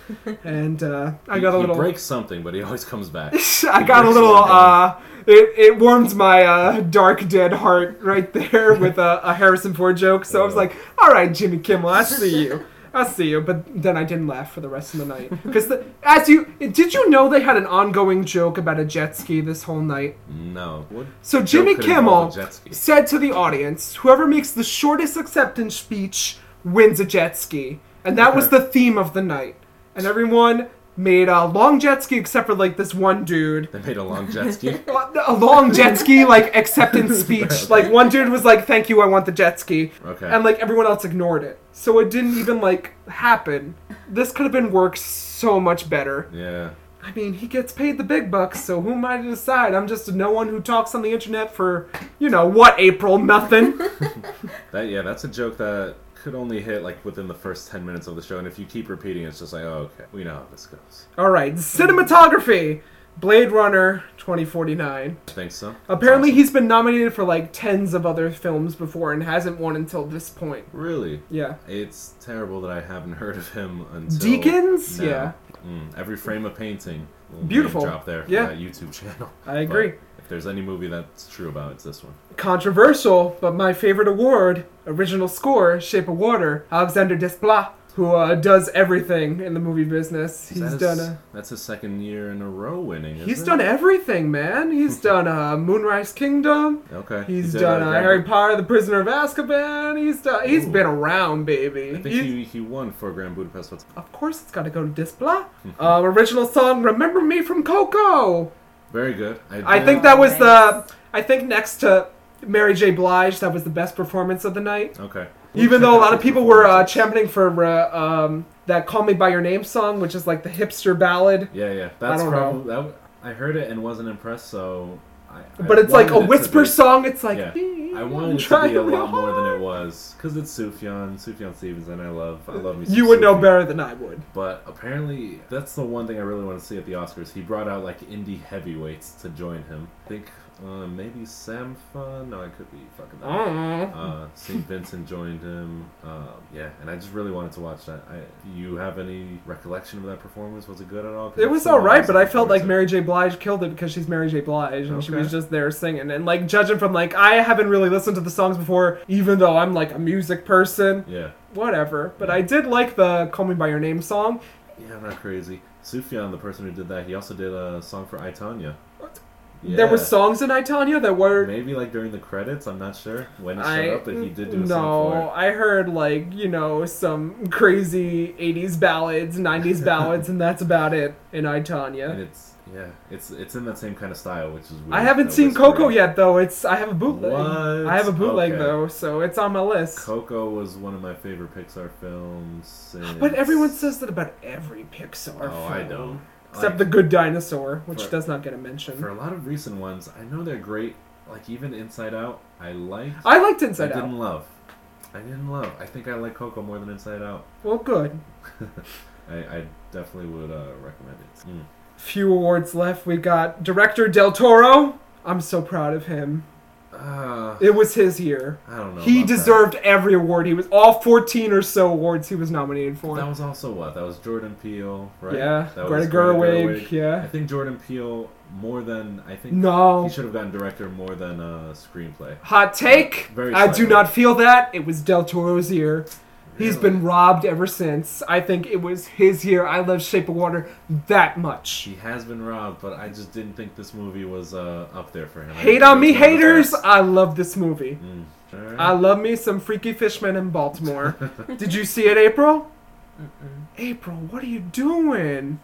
S1: and uh, I
S2: He-
S1: got a
S2: he
S1: little.
S2: breaks something, but he always comes back.
S1: I
S2: he
S1: got a
S2: breaks
S1: little.
S2: something.
S1: Uh, it, it warmed my uh, dark, dead heart right there with a, a Harrison Ford joke. So I was
S2: Yeah.
S1: like, "All right, Jimmy Kimmel, I see you. I'll see you. But then I didn't laugh for the rest of the night because as you did you know they had an ongoing joke about a jet ski this whole night.
S2: No. What?
S1: So
S2: joke
S1: Jimmy
S2: could involve
S1: Kimmel
S2: a jet ski?
S1: said to the audience, "Whoever makes the shortest acceptance speech wins a jet ski," and that was the theme of the night. And everyone made a long jet ski except for like this one dude.
S2: They made a long jet ski.
S1: A long jet ski like acceptance speech. Like one dude was like, "Thank you, I want the jet ski,"
S2: Okay.
S1: and like everyone else ignored it. So it didn't even like happen. This could have been worked so much better.
S2: yeah.
S1: I mean, he gets paid the big bucks, so who am I to decide? I'm just no one who talks on the internet for, you know, what, April? Nothing.
S2: That yeah, that's a joke that could only hit like within the first ten minutes of the show, and if you keep repeating, it's just like, oh, okay, we know how this goes.
S1: All right, cinematography Blade Runner 2049.
S2: I think so.
S1: Apparently,
S2: Awesome.
S1: he's been nominated for like tens of other films before and hasn't won until this point.
S2: really.
S1: Yeah.
S2: It's terrible that I haven't heard of him until
S1: Deacons?
S2: now.
S1: Yeah.
S2: Mm, every frame of painting. Little name
S1: Beautiful.
S2: Drop there. For
S1: Yeah.
S2: That YouTube channel.
S1: I agree.
S2: But if there's any movie that's true about, it's this one.
S1: Controversial, but my favorite award, original score, Shape of Water, Alexander Desplat, who uh, does everything in the movie business.
S2: Is
S1: He's
S2: that
S1: done
S2: his-
S1: a.
S2: That's his second year in a row winning. isn't
S1: He's
S2: it?
S1: done everything, man. He's done uh, Moonrise Kingdom.
S2: Okay.
S1: He's
S2: He did,
S1: done uh,
S2: Gravity-
S1: Harry Potter, The Prisoner of Azkaban. He's done. He's
S2: Ooh.
S1: been around, baby.
S2: I think
S1: He's-
S2: he, he won for Grand Budapest Hotel.
S1: of course, it's got to go to Displa.
S2: Mm-hmm.
S1: um, original song, "Remember Me" from Coco.
S2: Very good.
S1: I
S2: did-
S1: think that was the.
S3: Nice.
S1: I think next to Mary J. Blige, that was the best performance of the night.
S2: Okay.
S1: Even though a lot of people were uh,
S2: Performances.
S1: championing for uh, um, that "Call Me by Your Name" song, which is like the hipster ballad.
S2: Yeah, yeah. That's
S1: don't
S2: probably. That, w- I heard it and wasn't impressed, so. I, I
S1: But it's like a
S2: wanted it to
S1: whisper
S2: be-
S1: song. It's like
S2: Yeah.
S1: "Baby,
S2: I
S1: I'm
S2: wanted it to
S1: trying
S2: be a
S1: real
S2: lot more than it
S1: hard."
S2: was because it's Sufjan, Sufjan Stevens, and I love, I love me. some
S1: You would know
S2: Sufjan.
S1: better than I would.
S2: But apparently, that's the one thing I really want to see at the Oscars. He brought out like indie heavyweights to join him. I think uh, maybe Sampha. No, I could be fucking. that up. Uh, St. Vincent joined him. Um, yeah, and I just really wanted to watch that. I, you have any recollection of that performance? Was it good at all? 'Cause
S1: It
S2: it's
S1: was
S2: something
S1: all right,
S2: was
S1: but I
S2: looking
S1: felt
S2: forward
S1: like
S2: to.
S1: Mary J. Blige killed it because she's Mary J. Blige, and she
S2: Okay.
S1: was just there singing. And like judging from like I haven't really listened to the songs before, even though I'm like a music person,
S2: Yeah,
S1: whatever. But I did like the "Call Me by Your Name" song.
S2: yeah, I'm not crazy. Sufjan, the person who did that, he also did a song for Itanya.
S1: What?
S2: Yeah.
S1: There were songs in Itania that were.
S2: maybe like during the credits. I'm not sure when it showed
S1: I
S2: up, but he did do a song for it.
S1: no, I heard like you know some crazy '80s ballads, '90s ballads, and that's about it in
S2: And
S1: Itania.
S2: it's yeah, it's it's in that same kind of style, which is weird.
S1: I haven't
S2: that
S1: seen
S2: whispery.
S1: Coco yet though. It's I have a bootleg.
S2: What?
S1: I have a bootleg
S2: Okay.
S1: though, so it's on my list.
S2: Coco was one of my favorite Pixar films. Since...
S1: But everyone says that about every Pixar
S2: Oh,
S1: film.
S2: I don't.
S1: Except
S2: Like,
S1: The Good Dinosaur, which
S2: For-
S1: does not get a mention.
S2: for a lot of recent ones, I know they're great. Like even Inside Out, I liked.
S1: I liked
S2: I
S1: Inside Out.
S2: didn't love. I didn't love. I think I like Coco more than Inside Out.
S1: Well, good.
S2: I, I definitely would uh, recommend it. Mm.
S1: Few awards left. We got director Del Toro. I'm so proud of him.
S2: Uh,
S1: It was his year.
S2: I don't know.
S1: He
S2: about that.
S1: deserved every award. He was all 14 or so awards he was nominated for.
S2: That was also what? That was Jordan Peele, right?
S1: Yeah,
S2: that
S1: Greta
S2: was
S1: Gerwig.
S2: I
S1: Yeah.
S2: think Jordan Peele more than I think
S1: No.
S2: he should have gotten director more than uh, screenplay.
S1: Hot take.
S2: Very
S1: I do
S2: slightly.
S1: not feel that. It was Del Toro's year. He's
S2: Really?
S1: been robbed ever since. I think it was his year. I love Shape of Water that much.
S2: He has been robbed, but I just didn't think this movie was uh, up there for him. I
S1: Hate
S2: didn't
S1: on me,
S2: think it was one of
S1: haters!
S2: the best.
S1: I love this movie.
S2: Mm. Alright.
S1: I love me some Freaky Fishman in Baltimore. Did you see it, April? April, what are you doing?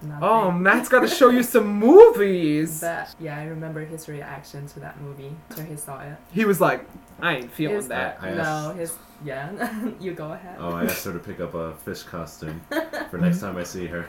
S3: Nothing.
S1: Oh, Matt's got to show you some movies.
S3: But yeah, I remember his reaction to that movie after he saw it.
S1: He was like, I ain't feeling
S3: His-
S1: that.
S2: I
S3: no,
S2: asked-
S3: his yeah. you go ahead.
S2: Oh, I asked her to pick up a fish costume for next time I see her.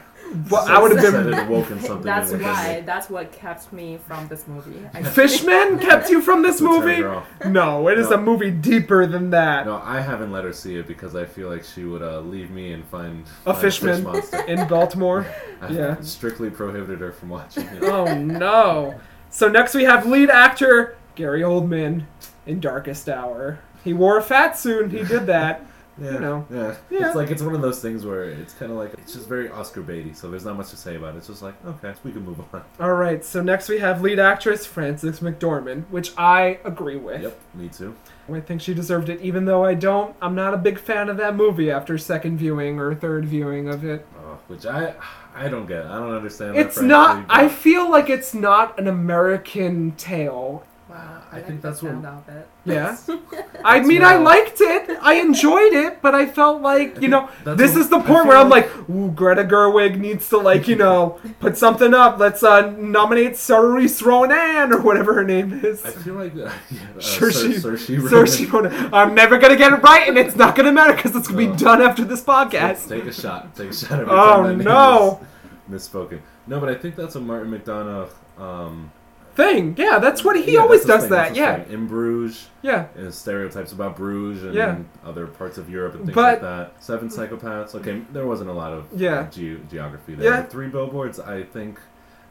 S1: Well,
S2: So
S1: I would have
S2: said
S1: been.
S2: it woken something
S3: That's
S2: in within
S3: why.
S2: me
S3: That's what kept me from this movie. I
S1: Fishman kept you from this
S2: to turn
S1: movie?
S2: her off.
S1: No, it is
S2: No.
S1: a movie deeper than that.
S2: No, I haven't let her see it because I feel like she would uh, leave me and find
S1: A
S2: find
S1: fishman.
S2: fish monster.
S1: In Baltimore.
S2: I've
S1: Yeah.
S2: strictly prohibited her from watching it.
S1: Oh no. So next we have lead actor Gary Oldman in Darkest Hour. He wore a fat suit. He did that.
S2: Yeah.
S1: You know.
S2: Yeah.
S1: Yeah.
S2: It's like it's one of those things where it's kind of like it's just very Oscar baity, so there's not much to say about it. It's just like okay, we can move on.
S1: All right, so next we have lead actress Frances McDormand, which I agree with.
S2: Yep, me too.
S1: I think she deserved it, even though I don't. I'm not a big fan of that movie after second viewing or third viewing of it.
S2: Oh, which I I don't get. I don't understand. that
S1: It's
S2: frankly,
S1: not.
S2: but
S1: I feel like it's not an American tale.
S3: Wow,
S2: I
S3: I,
S2: think
S3: think
S2: that's
S3: the
S2: what-
S3: sound of it.
S1: Yeah. I mean, I
S2: wild.
S1: liked it. I enjoyed it, but I felt like, you know,
S2: That's
S1: this
S2: what-
S1: is the
S2: I
S1: point
S2: feel
S1: where I'm like, ooh, Greta Gerwig needs to, like, you know, put something up. Let's uh, nominate Cerise Ronan or whatever her name is.
S2: I feel like yeah, uh,
S1: Sure,
S2: Sir,
S1: she-
S2: Sir, she
S1: Cerise Ronan. I'm never going to get it right, and it's not going to matter because it's going to
S2: Oh.
S1: be done after this podcast.
S2: Take a shot. Take a shot every time
S1: Oh,
S2: that name
S1: no.
S2: is misspoken. No, but I think that's what Martin McDonough. Um,
S1: Thing. Yeah, that's what he
S2: yeah,
S1: always does
S2: that's his thing,
S1: that.
S2: that's
S1: Yeah.
S2: his thing. in Bruges.
S1: Yeah.
S2: and stereotypes about Bruges and
S1: Yeah.
S2: other parts of Europe and things like
S1: But-
S2: that. Seven Psychopaths. Okay, there wasn't a lot of
S1: Yeah.
S2: ge- geography there.
S1: Yeah.
S2: But three Billboards. I think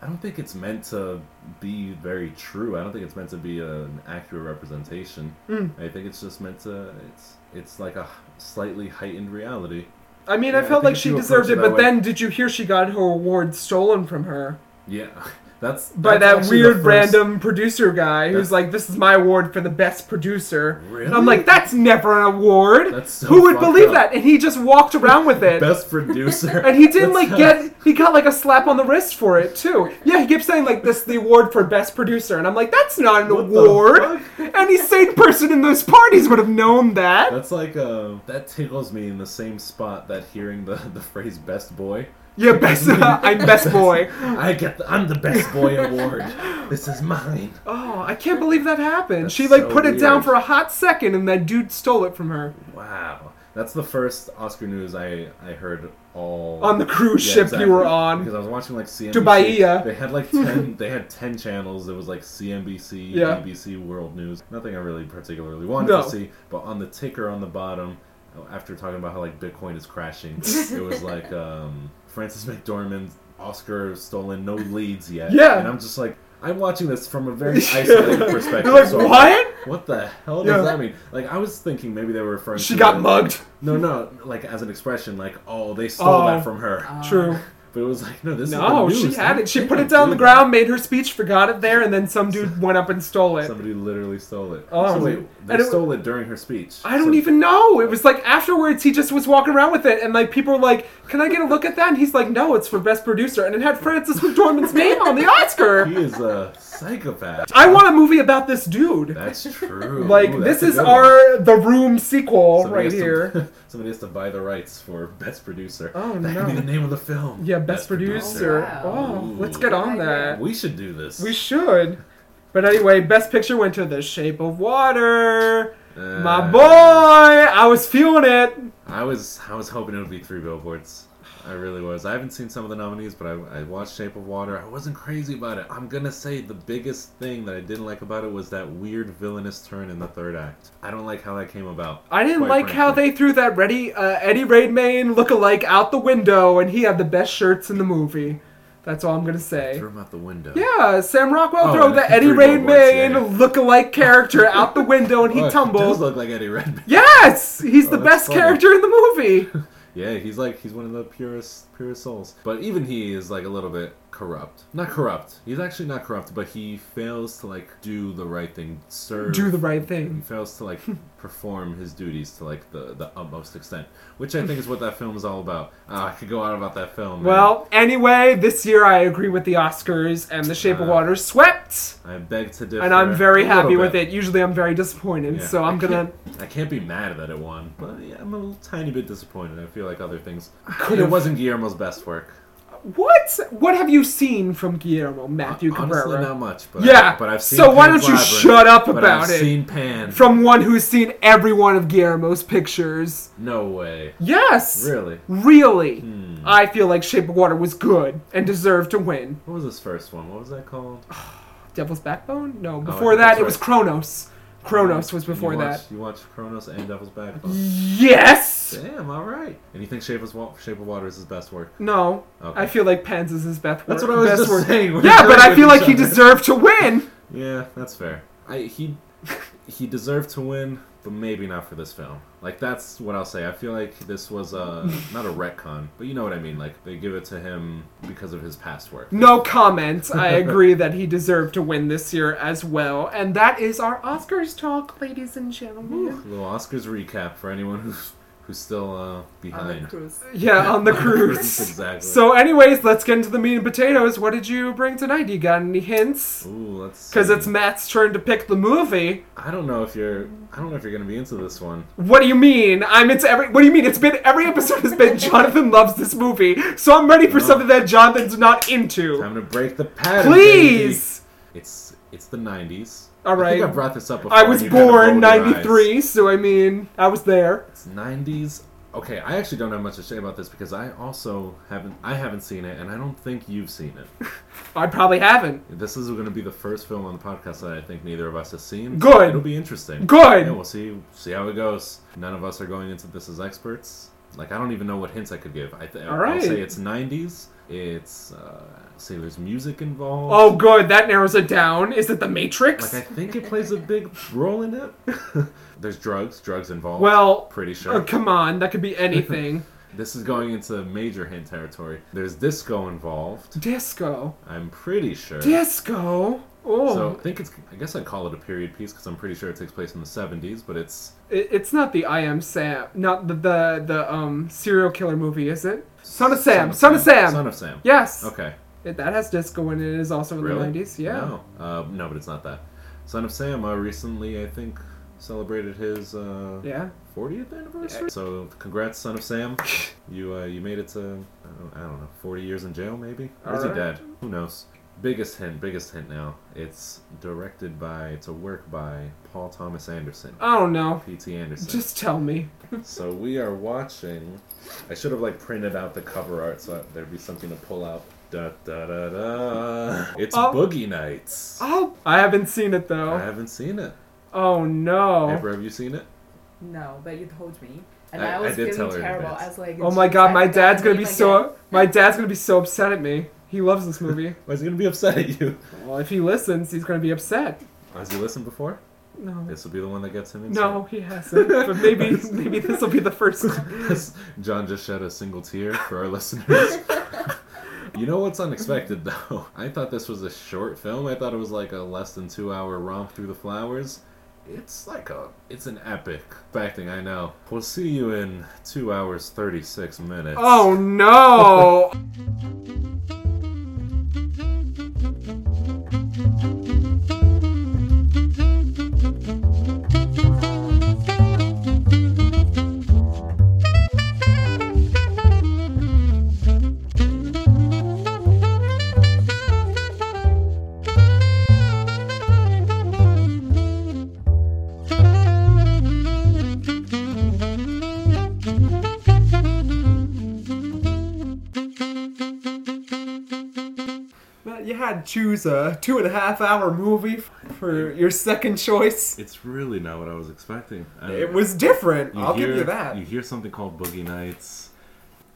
S2: I don't think it's meant to be very true. I don't think it's meant to be an accurate representation.
S1: Mm.
S2: I think it's just meant to. It's it's like a slightly heightened reality.
S1: I mean,
S2: Yeah, I
S1: I felt
S2: think
S1: like
S2: if
S1: she
S2: you
S1: deserved
S2: approach it
S1: it,
S2: that
S1: but
S2: way-
S1: then did you hear she got her award stolen from her?
S2: Yeah, that's
S1: by
S2: that's
S1: that
S2: actually the
S1: weird
S2: first-
S1: random producer guy who's
S2: That's-
S1: like, "This is my award for the best producer."
S2: Really?
S1: And I'm like, "That's never an award.
S2: That's so
S1: Who would
S2: fucked
S1: believe
S2: up.
S1: that?" And he just walked around with it.
S2: best producer.
S1: And he didn't like
S2: That's not-
S1: get. He got like a slap on the wrist for it too. Yeah, he kept saying like this is the award for best producer, and I'm like, that's not an
S2: What the
S1: award. Any sane person in those parties would have known that.
S2: That's like uh, that tickles me in the same spot that hearing the the phrase "best boy."
S1: yeah, best. uh, I'm best boy.
S2: I get the, I'm the best boy award. This is mine.
S1: Oh, I can't believe that happened.
S2: That's
S1: she like
S2: so
S1: put it down
S2: weird.
S1: for a hot second, and that dude stole it from her
S2: Wow. That's the first Oscar news I, I heard all
S1: on the cruise
S2: Yeah,
S1: ship
S2: exactly.
S1: you were on.
S2: because I was watching like CNBC.
S1: To Bahia.
S2: They had like ten. they had ten channels. It was like CNBC,
S1: Yeah.
S2: ABC, World News. Nothing I really particularly wanted
S1: No.
S2: to see, but on the ticker on the bottom, after talking about how like Bitcoin is crashing, it was like um, Francis McDormand, Oscar stolen, no leads yet.
S1: Yeah.
S2: and I'm just like. I'm watching this from a very isolated perspective.
S1: You're like,
S2: so I'm
S1: what?
S2: What the hell
S1: Yeah.
S2: does that mean? Like, I was thinking maybe they were referring
S1: She
S2: to
S1: got
S2: it-
S1: mugged.
S2: No, no, like as an expression, like, oh, they stole
S1: Oh.
S2: that from her.
S3: Um,
S1: True.
S2: But it was like, no, this
S1: No,
S2: is the
S1: she
S2: news.
S1: had
S2: They-
S1: it. She
S2: they
S1: put
S2: don't
S1: it down on
S2: do
S1: the
S2: that.
S1: ground, made her speech, forgot it there, and then some dude went up and stole it.
S2: Somebody literally stole it.
S1: Oh.
S2: so wait, they
S1: And it-
S2: stole it during her speech.
S1: I don't
S2: So-
S1: even know. It was like afterwards, he just was walking around with it, and like people were like, "Can I get a look at that?" And he's like, "No, it's for best producer," and it had Francis McDormand's name on the Oscar.
S2: He is a psychopath.
S1: I want a movie about this dude.
S2: That's true.
S1: Like
S2: Ooh,
S1: this
S2: that's
S1: is
S2: a good
S1: our The Room sequel
S2: one. Somebody
S1: right
S2: has to-
S1: here.
S2: somebody has to buy the rights for best producer.
S1: Oh,
S2: that could
S1: no.
S2: be the name of the film.
S1: Yeah, best producer.
S3: Wow.
S1: Oh, let's
S2: Ooh.
S1: get on that.
S2: We should do this.
S1: We should. But anyway, best picture went to The Shape of Water.
S2: Uh,
S1: My boy, I was feeling it.
S2: I was I was hoping it would be three billboards. I really was. I haven't seen some of the nominees, but I, I watched Shape of Water. I wasn't crazy about it. I'm gonna say the biggest thing that I didn't like about it was that weird villainous turn in the third act. I don't like how that came about.
S1: I didn't
S2: quite
S1: like how
S2: frankly.
S1: they threw that ready uh, Eddie Redmayne lookalike out the window, and he had the best shirts in the movie. That's all I'm gonna say.
S2: threw him out the window.
S1: Yeah, Sam Rockwell
S2: Oh,
S1: throw
S2: and
S1: the
S2: the
S1: Eddie
S2: three billboards,
S1: Redmayne
S2: yeah.
S1: lookalike character out the window, and
S2: Oh,
S1: he
S2: does
S1: tumbles.
S2: look like Eddie Redmayne.
S1: Yes, he's
S2: Oh,
S1: the
S2: that's
S1: best
S2: funny.
S1: character in the movie.
S2: Yeah, he's like he's one of the purest purest souls. But even he is like a little bit corrupt. Not corrupt. He's actually not corrupt, but he fails to like do the right thing. Serve
S1: Do the right
S2: he
S1: thing.
S2: fails to like perform his duties to like the, the utmost extent, which I think is what that film is all about. Ah, I could go on about that film. man.
S1: Well, anyway, this year I agree with the Oscars, and The Shape of
S2: Uh,
S1: Water swept.
S2: I beg to differ.
S1: and I'm very
S2: a little
S1: happy with
S2: bit.
S1: it. Usually, I'm very disappointed,
S2: Yeah,
S1: so
S2: I
S1: I'm gonna.
S2: can't- I can't be mad that it won, but yeah, I'm a little tiny bit disappointed. I feel like other things.
S1: Could've-
S2: It wasn't Guillermo's best work.
S1: What? What have you seen from Guillermo Matthew
S2: Honestly,
S1: Cabrera?
S2: not much. But
S1: Yeah,
S2: but I've seen.
S1: so why
S2: Pan's
S1: don't you
S2: Labyrinth,
S1: shut up
S2: but
S1: about
S2: I've
S1: it?
S2: Seen Pan.
S1: From one who's seen every one of Guillermo's pictures.
S2: no way.
S1: Yes.
S2: Really?
S1: Really?
S2: Hmm.
S1: I feel like Shape of Water was good and deserved to win.
S2: What was his first one? What was that called?
S1: Devil's Backbone? No.
S2: Oh, I
S1: Before
S2: think
S1: that,
S2: that's
S1: it was
S2: right.
S1: Kronos. Kronos was before
S2: you
S1: that.
S2: watched- You watched Kronos and Devil's Backbone.
S1: Yes.
S2: Damn, all right. And you think Shape of, Wa- Shape of Water is his best work?
S1: No.
S2: Okay.
S1: I feel like Pens is his best
S2: That's
S1: work-
S2: what I was
S1: best
S2: just
S1: work.
S2: saying. We're
S1: Yeah,
S2: agreeing
S1: but I
S2: with
S1: feel like
S2: each
S1: he
S2: other.
S1: deserved to win.
S2: Yeah, that's fair. I he he deserved to win, but maybe not for this film. Like that's what I'll say. I feel like this was a not a retcon, but you know what I mean. Like they give it to him because of his past work.
S1: No comment. I agree that he deserved to win this year as well. And that is our Oscars talk, ladies and gentlemen.
S2: A little Oscars recap for anyone who's who's still uh,
S3: on the
S2: behind.
S3: cruise.
S1: Yeah, on the cruise.
S2: exactly.
S1: so, anyways, let's get into the meat and potatoes. What did you bring tonight? You got any hints?
S2: Ooh, let's.
S1: Because
S2: see.
S1: it's Matt's turn to pick the movie.
S2: I don't know if you're. I don't know if you're gonna be into this one.
S1: What do you mean? I'm into every. What do you mean? It's been every episode has been Jonathan loves this movie, so I'm ready for
S2: No.
S1: something that Jonathan's not into.
S2: Time to break the pattern. baby.
S1: Please.
S2: It's it's the '90s.
S1: All
S2: I think
S1: right.
S2: I brought this up before.
S1: I was
S2: and you kinda
S1: born
S2: rolled your eyes.
S1: '93, so I mean, I was there.
S2: It's '90s. Okay, I actually don't have much to say about this because I also haven't. I haven't seen it, and I don't think you've seen it.
S1: I probably haven't.
S2: This is going to be the first film on the podcast that I think neither of us has seen. so
S1: Good.
S2: It'll be interesting.
S1: Good.
S2: Yeah, we'll see see how it goes. None of us are going into this as experts. Like I don't even know what hints I could give. I th-
S1: All
S2: I'll
S1: right.
S2: say it's '90s. It's uh, say there's music involved.
S1: Oh, good. That narrows it down. Is it The Matrix?
S2: Like I think it plays a big role in it. There's drugs, drugs involved.
S1: Well,
S2: pretty sure.
S1: oh, come on. That could be anything.
S2: This is going into major hint territory. There's disco involved.
S1: Disco.
S2: I'm pretty sure.
S1: Disco. Oh,
S2: So I think it's. I guess I'd call it a period piece because I'm pretty sure it takes place in the 70s. But it's
S1: It- it's not the I Am Sam, not the the, the um serial killer movie, is it? Son of Sam. Son of Sam.
S2: Son of Sam.
S1: Yes.
S2: Okay.
S1: It, that has disco in it. It is also in
S2: Really?
S1: the 90s. Yeah.
S2: No. Uh, no, but it's not that. Son of Sam uh, recently, I think, celebrated his uh,
S1: Yeah.
S2: 40th anniversary. So congrats, Son of Sam. you uh, you made it to I don't, I don't know 40 years in jail, maybe. Or is he
S1: Alright.
S2: dead? Who knows? Biggest hint, biggest hint now. It's directed by, it's a work by Paul Thomas Anderson.
S1: I don't know.
S2: P.T. Anderson.
S1: Just tell me.
S2: So we are watching. I should have like printed out the cover art so that there'd be something to pull out. Da da da da. It's
S1: Oh.
S2: Boogie Nights.
S1: Oh, I haven't seen it though.
S2: I haven't seen it.
S1: Oh no.
S2: Amber, have you seen it?
S3: No, but you told me, and
S2: I-
S3: I,
S2: I
S3: was
S2: did tell
S3: feeling
S2: her in
S3: terrible.
S2: advance.
S3: I was like,
S1: oh my
S3: "Jeez,
S1: god,
S3: I
S1: my
S3: forgot
S1: dad's
S3: the
S1: gonna be
S3: name
S1: so
S3: again."
S1: my dad's gonna be so upset at me. He loves this movie.
S2: Why is he gonna be upset at you?
S1: well, if he listens, he's gonna be upset.
S2: Has he listened before?
S1: No.
S2: This will be the one that gets him into
S1: No, he hasn't. But maybe maybe this will be the first one.
S2: it. John just shed a single tear for our listeners. you know what's unexpected though? I thought this was a short film. I thought it was like a less than two hour romp through the flowers. It's like a it's an epic acting, I know. We'll see you in two hours thirty six minutes.
S1: Oh no. Matt, you had to choose a two and a half hour movie for your second choice.
S2: It's really not what I was expecting. I-
S1: It was different.
S2: You
S1: I'll
S2: hear,
S1: give you that.
S2: You hear something called Boogie Nights.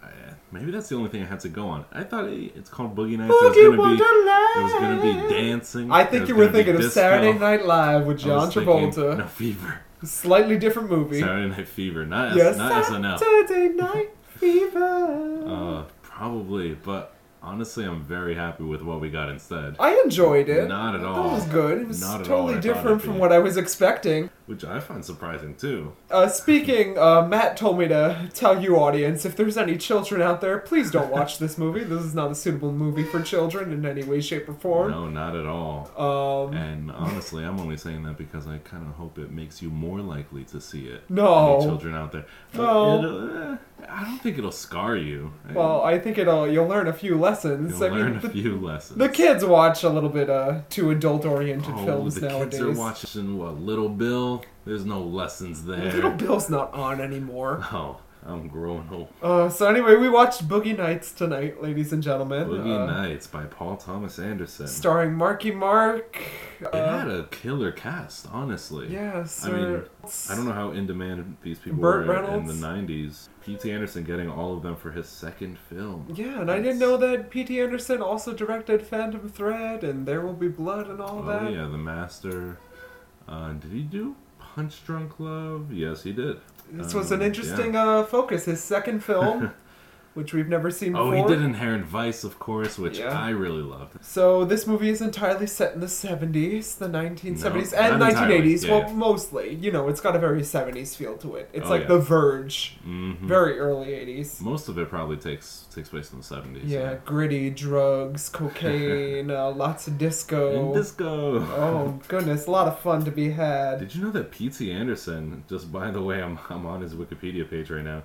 S2: I- Maybe that's the only thing I had to go on. I thought it- it's called Boogie Nights. It was
S1: Boogie
S2: gonna be-
S1: Wonderland.
S2: It was gonna be dancing.
S1: I think you
S2: There
S1: were
S2: was gonna be
S1: thinking of
S2: disco.
S1: Saturday Night Live with
S2: I
S1: John
S2: was thinking-
S1: Travolta.
S2: no, Fever.
S1: Slightly different movie.
S2: Saturday Night Fever. Not,
S1: yes,
S2: S- not SNL.
S1: Saturday Night Fever.
S2: Uh, probably, but honestly, I'm very happy with what we got instead.
S1: I enjoyed it.
S2: Not at
S1: That
S2: all.
S1: was good. It was
S2: Not at all
S1: totally
S2: what I thought
S1: different
S2: it'd
S1: from
S2: be.
S1: what I was expecting.
S2: Which I find surprising too.
S1: Uh, speaking, uh, Matt told me to tell you, audience, if there's any children out there, please don't watch this movie. This is not a suitable movie for children in any way, shape, or form.
S2: No, not at all.
S1: Um,
S2: And honestly, I'm only saying that because I kind of hope it makes you more likely to see it.
S1: No.
S2: Any children out there. But
S1: Oh. No.
S2: it'll, eh, I don't think it'll scar you.
S1: well, I think it'll you'll learn a few
S2: You'll
S1: lessons. I
S2: learn
S1: mean,
S2: a
S1: the,
S2: few lessons.
S1: the kids watch a little bit uh, too adult-oriented
S2: oh,
S1: films
S2: the
S1: nowadays.
S2: kids are watching what Little Bill. There's no lessons there.
S1: Little Bill's not on anymore.
S2: Oh, I'm growing old.
S1: Uh, so anyway, we watched Boogie Nights tonight, ladies and gentlemen.
S2: Boogie
S1: uh,
S2: Nights by Paul Thomas Anderson.
S1: Starring Marky Mark.
S2: it
S1: Uh,
S2: had a killer cast, honestly.
S1: yeah, sir.
S2: mean, I don't know how in demand these people
S1: Burt
S2: were
S1: Reynolds.
S2: in the '90s. P.T. Anderson getting all of them for his second film.
S1: Yeah, and I didn't
S2: That's-
S1: know that P.T. Anderson also directed Phantom Thread and There Will Be Blood and all
S2: Oh
S1: that.
S2: yeah, The Master. Uh, did he do Punch Drunk Love? Yes, he did.
S1: This was
S2: Um,
S1: an interesting uh, focus. His second film, which we've never seen
S2: Oh,
S1: before.
S2: he did Inherent Vice, of course, which
S1: Yeah.
S2: I really loved.
S1: So this movie is entirely set in the 70s, the 1970s,
S2: No,
S1: and
S2: not entirely.
S1: 1980s.
S2: Yeah,
S1: well,
S2: yeah.
S1: mostly. You know, it's got a very 70s feel to it. It's
S2: Oh,
S1: like
S2: yeah.
S1: The Verge,
S2: hmm
S1: very early 80s.
S2: Most of it probably takes takes place in the seventies.
S1: Yeah, gritty, drugs, cocaine, uh, lots of disco.
S2: In disco. Uh,
S1: oh goodness, a lot of fun to be had.
S2: Did you know that Pete C. Anderson, just by the way, I'm, I'm on his Wikipedia page right now,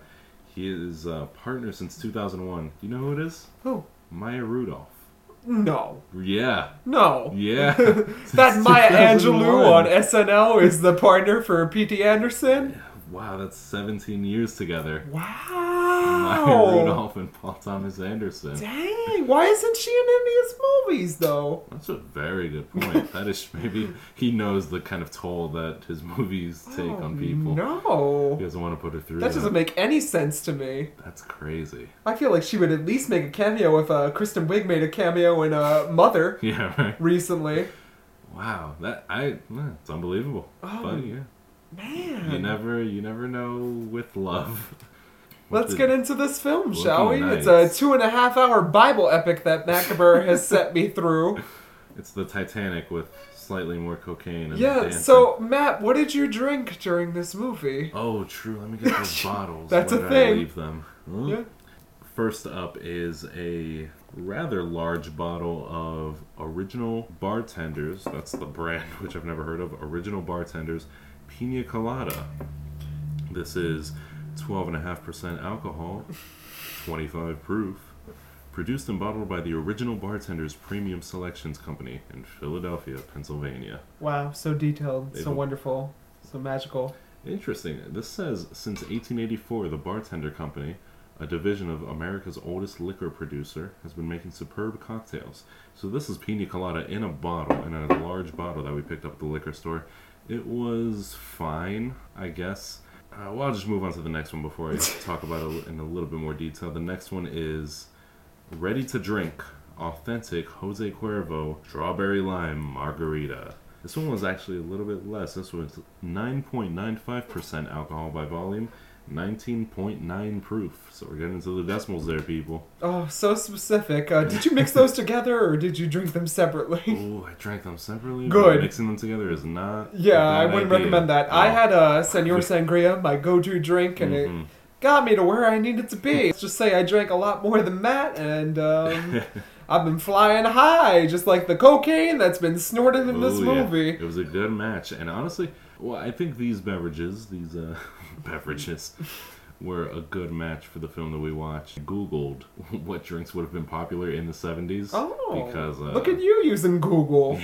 S2: he is a partner since 2001. Do you know who it is?
S1: Who?
S2: Maya Rudolph.
S1: Oh, No,
S2: Yeah.
S1: no.
S2: Yeah.
S1: That
S2: Since
S1: Maya
S2: 2001.
S1: Angelou on SNL is the partner for P.T. Anderson.
S2: Wow, that's 17 years together. Maya
S1: Wow.
S2: Rudolph and Paul Thomas Anderson.
S1: Dang, why isn't she in any of his movies though?
S2: That's a very good point. That is maybe he knows the kind of toll that his movies take
S1: Oh,
S2: on people. He
S1: No.
S2: doesn't want to put it through.
S1: That doesn't make any sense to me.
S2: That's crazy.
S1: I feel like she would at least make a cameo if uh, Kristen Wiig made a cameo in uh, Mother
S2: Yeah, right.
S1: recently.
S2: Wow, that I yeah, it's unbelievable.
S1: Oh,
S2: but yeah,
S1: Man.
S2: you never you never know with love.
S1: Let's get into this film,
S2: Looking
S1: shall we? It's a
S2: nice.
S1: two and a half hour Bible epic that Macabre has set me through.
S2: It's the Titanic with slightly more cocaine. And
S1: Yeah,
S2: dancing.
S1: so Matt, what did you drink during this movie?
S2: Oh, true. Let me get those bottles.
S1: That's
S2: Where
S1: a
S2: did I
S1: thing.
S2: leave them. Huh?
S1: Yeah.
S2: First up is a rather large bottle of Original Bartenders. That's the brand, which I've never heard of. Original Bartenders Pina Colada. This is 12.5% alcohol, 25 proof. Produced and bottled by the Original Bartenders Premium Selections Company in Philadelphia, Pennsylvania.
S1: Wow, so detailed,
S2: They
S1: so
S2: don't-
S1: wonderful, so magical.
S2: Interesting. This says since 1884, the Bartender Company, a division of America's oldest liquor producer, has been making superb cocktails. So this is pina colada in a bottle, in a large bottle that we picked up at the liquor store. It was fine, I guess. Uh, well, I'll just move on to the next one before I talk about it in a little bit more detail. The next one is ready to drink, authentic Jose Cuervo strawberry lime margarita. This one was actually a little bit less. This was 9.95% alcohol by volume, 19.9 proof. So we're getting into the decimals there, people.
S1: Oh, so specific. Uh, did you mix those together or did you drink them separately?
S2: Ooh, I drank them separately. but
S1: Good.
S2: Mixing them together is not.
S1: yeah, I wouldn't recommend that.
S2: Oh.
S1: I had a Senor Sangria, my go to drink,
S2: Mm-hmm.
S1: and it got me to where I needed to be. Let's just say I drank a lot more than Matt, and um, I've been flying high, just like the cocaine that's been snorted in this
S2: Ooh, yeah.
S1: movie.
S2: It was a good match, and honestly, well, I think these beverages, these uh, beverages, were a good match for the film that we watched. Googled what drinks would have been popular in the seventies.
S1: Oh,
S2: because uh,
S1: look at you using Google.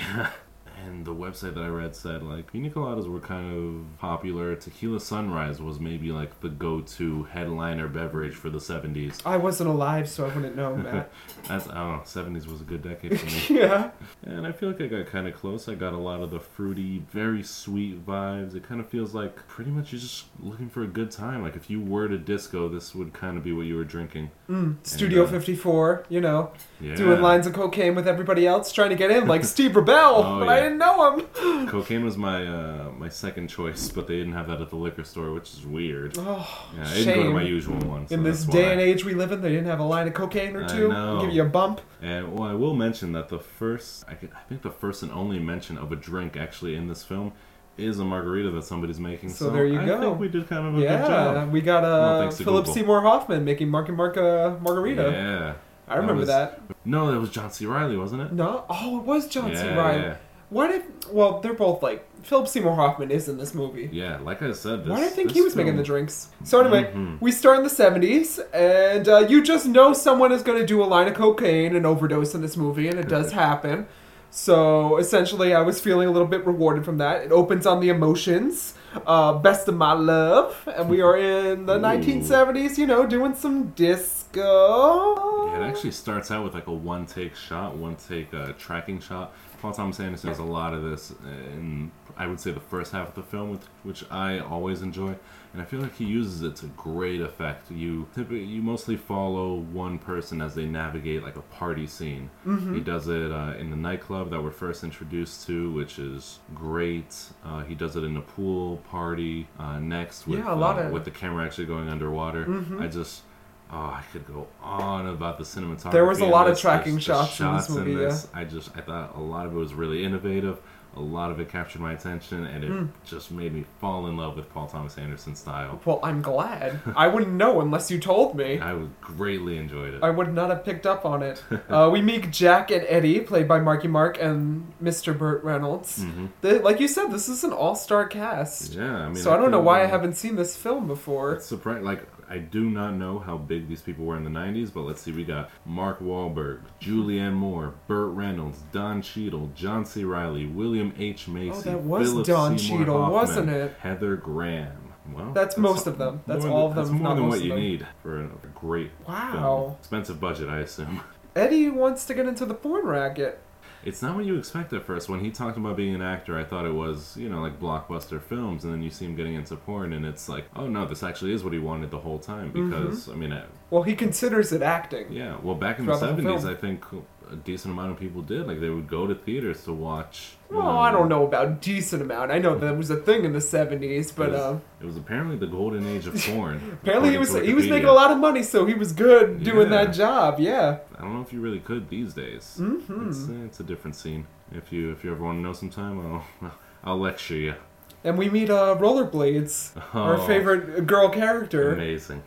S2: And the website that I read said like pina coladas were kind of popular. Tequila sunrise was maybe like the go-to headliner beverage for the seventies.
S1: I wasn't alive, so I wouldn't know, Matt.
S2: That's I don't know. Seventies was a good decade for me.
S1: yeah.
S2: And I feel like I got kind of close. I got a lot of the fruity, very sweet vibes. It kind of feels like pretty much you're just looking for a good time. Like if you were to disco, this would kind of be what you were drinking.
S1: Mm, Studio
S2: uh,
S1: 54, you know,
S2: Yeah.
S1: doing lines of cocaine with everybody else trying to get in, like Steve Rebell,
S2: Oh,
S1: but I
S2: yeah.
S1: didn't know him.
S2: Cocaine was my uh, my second choice, but they didn't have that at the liquor store, which is weird.
S1: Oh,
S2: Yeah, I didn't go to
S1: shame.
S2: my usual one. so
S1: in this
S2: that's
S1: day
S2: why.
S1: and age we live in, they didn't have a line of cocaine or
S2: I
S1: two.
S2: know.
S1: Give you a bump.
S2: And well, I will mention that the first, I, could, I think the first and only mention of a drink actually in this film is a margarita that somebody's making.
S1: So there you
S2: I
S1: go.
S2: think we did kind of a good
S1: Yeah,
S2: job.
S1: we got
S2: Well,
S1: uh,
S2: thanks to
S1: Philip
S2: Google.
S1: Seymour Hoffman making Mark and Mark uh, Margarita.
S2: Yeah.
S1: I remember
S2: was-
S1: that,
S2: No, that was John C. Riley, wasn't it?
S1: No, oh, it was John C.
S2: Yeah,
S1: Ryan.
S2: yeah.
S1: Why did? Well, they're both like Philip Seymour Hoffman is in this movie.
S2: Yeah, like I said, this.
S1: Why do I think
S2: this
S1: he was
S2: film-
S1: making the drinks? So anyway,
S2: Mhm.
S1: we start in the seventies, and uh, you just know someone is going to do a line of cocaine and overdose in this movie, and it does happen. So essentially, I was feeling a little bit rewarded from that. It opens on the emotions, uh, best of my love, and we are in the
S2: Ooh.
S1: nineteen seventies. You know, doing some disco.
S2: Yeah, it actually starts out with like a one take shot, one take uh, tracking shot. Paul Thomas Anderson does a lot of this in, I would say, the first half of the film, with, which I always enjoy, and I feel like he uses it to great effect. You typically, you mostly follow one person as they navigate like a party scene.
S1: Mm-hmm.
S2: He does it uh, in the nightclub that we're first introduced to, which is great. Uh, he does it in a pool party uh, next with
S1: Yeah, a lot
S2: uh,
S1: of-
S2: with the camera actually going underwater.
S1: Mm-hmm.
S2: I just oh, I could go on about the cinematography.
S1: There was a
S2: in
S1: lot of
S2: this.
S1: tracking
S2: There's- there's
S1: shots in this movie,
S2: I just I thought a lot of it was really innovative. A lot of it captured my attention, and it
S1: Hmm.
S2: just made me fall in love with Paul Thomas Anderson's style.
S1: Well, I'm glad. I wouldn't know unless you told me.
S2: I greatly enjoyed it.
S1: I would not have picked up on it. Uh, we meet Jack and Eddie, played by Marky Mark and Mr. Burt Reynolds. They- like you said, this is an all-star cast.
S2: Mm-hmm. yeah, I mean,
S1: so I don't know why I
S2: feel-
S1: haven't seen this film before.
S2: It's surprising. Like I do not know how big these people were in the '90s, but let's see. We got Mark Wahlberg, Julianne Moore, Burt Reynolds, Don Cheadle, John C. Riley, William H. Macy.
S1: Oh, that was
S2: Philip
S1: Don
S2: Seymour
S1: Cheadle,
S2: Hoffman,
S1: wasn't it?
S2: Heather Graham. Well,
S1: That's most of them. That's
S2: more
S1: all
S2: than,
S1: of them,
S2: That's
S1: if
S2: more
S1: not
S2: than
S1: most
S2: what
S1: of
S2: you
S1: them.
S2: need for a great
S1: Wow.
S2: film. Expensive budget, I assume.
S1: Eddie wants to get into the porn racket.
S2: It's not what you expect at first. When he talked about being an actor, I thought it was, you know, like blockbuster films, and then you see him getting into porn, and it's like, oh no, this actually is what he wanted the whole time.
S1: Mm-hmm.
S2: Because, I mean, I,
S1: Well, he considers it acting.
S2: Yeah, well, back in the
S1: Throughout the
S2: seventies, I
S1: film.
S2: think a decent amount of people did. Like they would go to theaters to watch. you
S1: Well, I don't know about decent amount. I know that was a thing in the seventies,
S2: It
S1: but
S2: was,
S1: uh,
S2: it was apparently the golden age of porn.
S1: apparently he was
S2: according to
S1: he was making
S2: Wikipedia.
S1: a lot of money, so he was good doing
S2: Yeah.
S1: that job. Yeah.
S2: I don't know if you really could these days. Mm-hmm. It's, uh, it's a different scene. If you if you ever want to know sometime, I'll I'll lecture you.
S1: And we meet uh, Rollerblades, our
S2: Oh.
S1: favorite girl character.
S2: Amazing.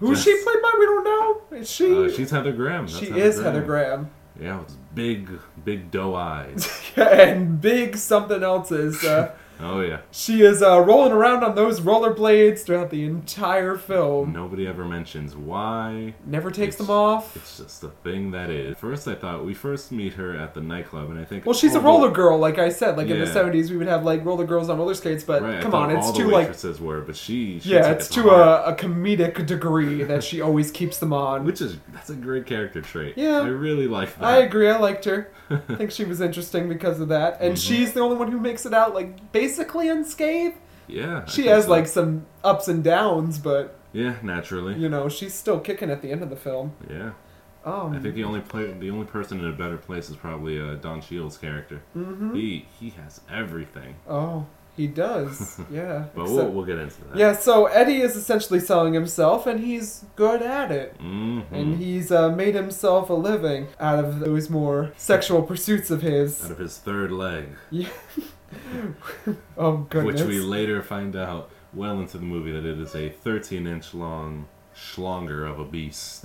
S1: Who's she played by? We don't know. Is she?
S2: Uh, she's Heather Graham. That's
S1: she is Heather Graham.
S2: Yeah, with big big doe eyes.
S1: and big something else is. Uh,
S2: oh yeah.
S1: she is uh, rolling around on those rollerblades throughout the entire film.
S2: Nobody ever mentions why.
S1: Never takes
S2: It's-
S1: them off.
S2: It's just the thing that is. First, I thought we first meet her at the nightclub, and I think
S1: Well, she's a
S2: all the-
S1: roller girl, like I said. Like in the
S2: Yeah.
S1: 70s, we would have like roller girls on roller skates, but
S2: Right, I
S1: come
S2: thought
S1: on, it's
S2: all
S1: too
S2: the
S1: like.
S2: waitresses were, but she, she
S1: Yeah,
S2: took
S1: it's
S2: it to
S1: to a,
S2: heart.
S1: a comedic degree that she always keeps them on.
S2: which is that's a great character trait.
S1: uh, Yeah.
S2: I really like that.
S1: I agree. I liked her. I think she was interesting because of that. And
S2: Mm-hmm.
S1: she's the only one who makes it out like basically unscathed.
S2: Yeah, I
S1: She
S2: think
S1: has
S2: so.
S1: like some ups and downs, but
S2: yeah, naturally.
S1: you know she's still kicking at the end of the film.
S2: Yeah,
S1: Um,
S2: I think the only play, the only person in a better place is probably uh, Don Cheadle's character. Mm-hmm. He he has everything,
S1: oh, he does. Yeah.
S2: but we'll,
S1: except-
S2: we'll get into that.
S1: yeah. So Eddie is essentially selling himself, and he's good at it.
S2: Mm-hmm.
S1: And he's uh, made himself a living out of those more sexual pursuits of
S2: Out
S1: his.
S2: of his third leg,
S1: Yeah. oh goodness.
S2: which we later find out well into the movie that it is a 13 inch long schlonger of a beast.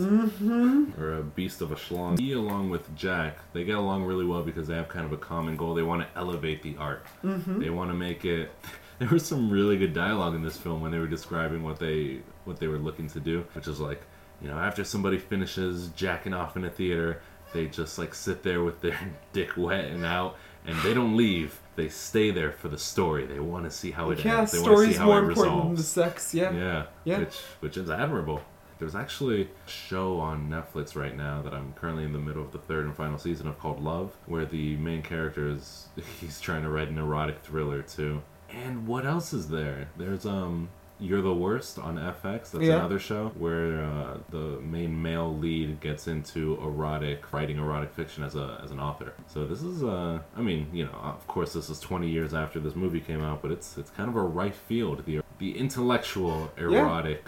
S2: Or a beast of a schlong. He, along with Jack, they get along really well because they have kind of a common goal. They want to elevate the art, they want to make it. There was some really good dialogue in this film when they were describing what they what they were looking to do, which is like, you know, after somebody finishes jacking off in a theater, they just like sit there with their dick wet and out, and they don't leave. They stay there for the story. They want to see how it
S1: yeah,
S2: ends. They want to see
S1: story's
S2: how
S1: more
S2: it
S1: important than the
S2: resolves.
S1: sex.
S2: Yeah,
S1: Yeah.
S2: Which which is admirable. There's actually a show on Netflix right now that I'm currently in the middle of the third and final season of called Love, where the main character is he's trying to write an erotic thriller too. And what else is there? There's um you're the worst on FX. That's
S1: Yeah.
S2: another show where uh, the main male lead gets into erotic writing erotic fiction as a as an author. So this is uh I mean, you know, of course this is 20 years after this movie came out, but it's it's kind of a right field the the intellectual erotic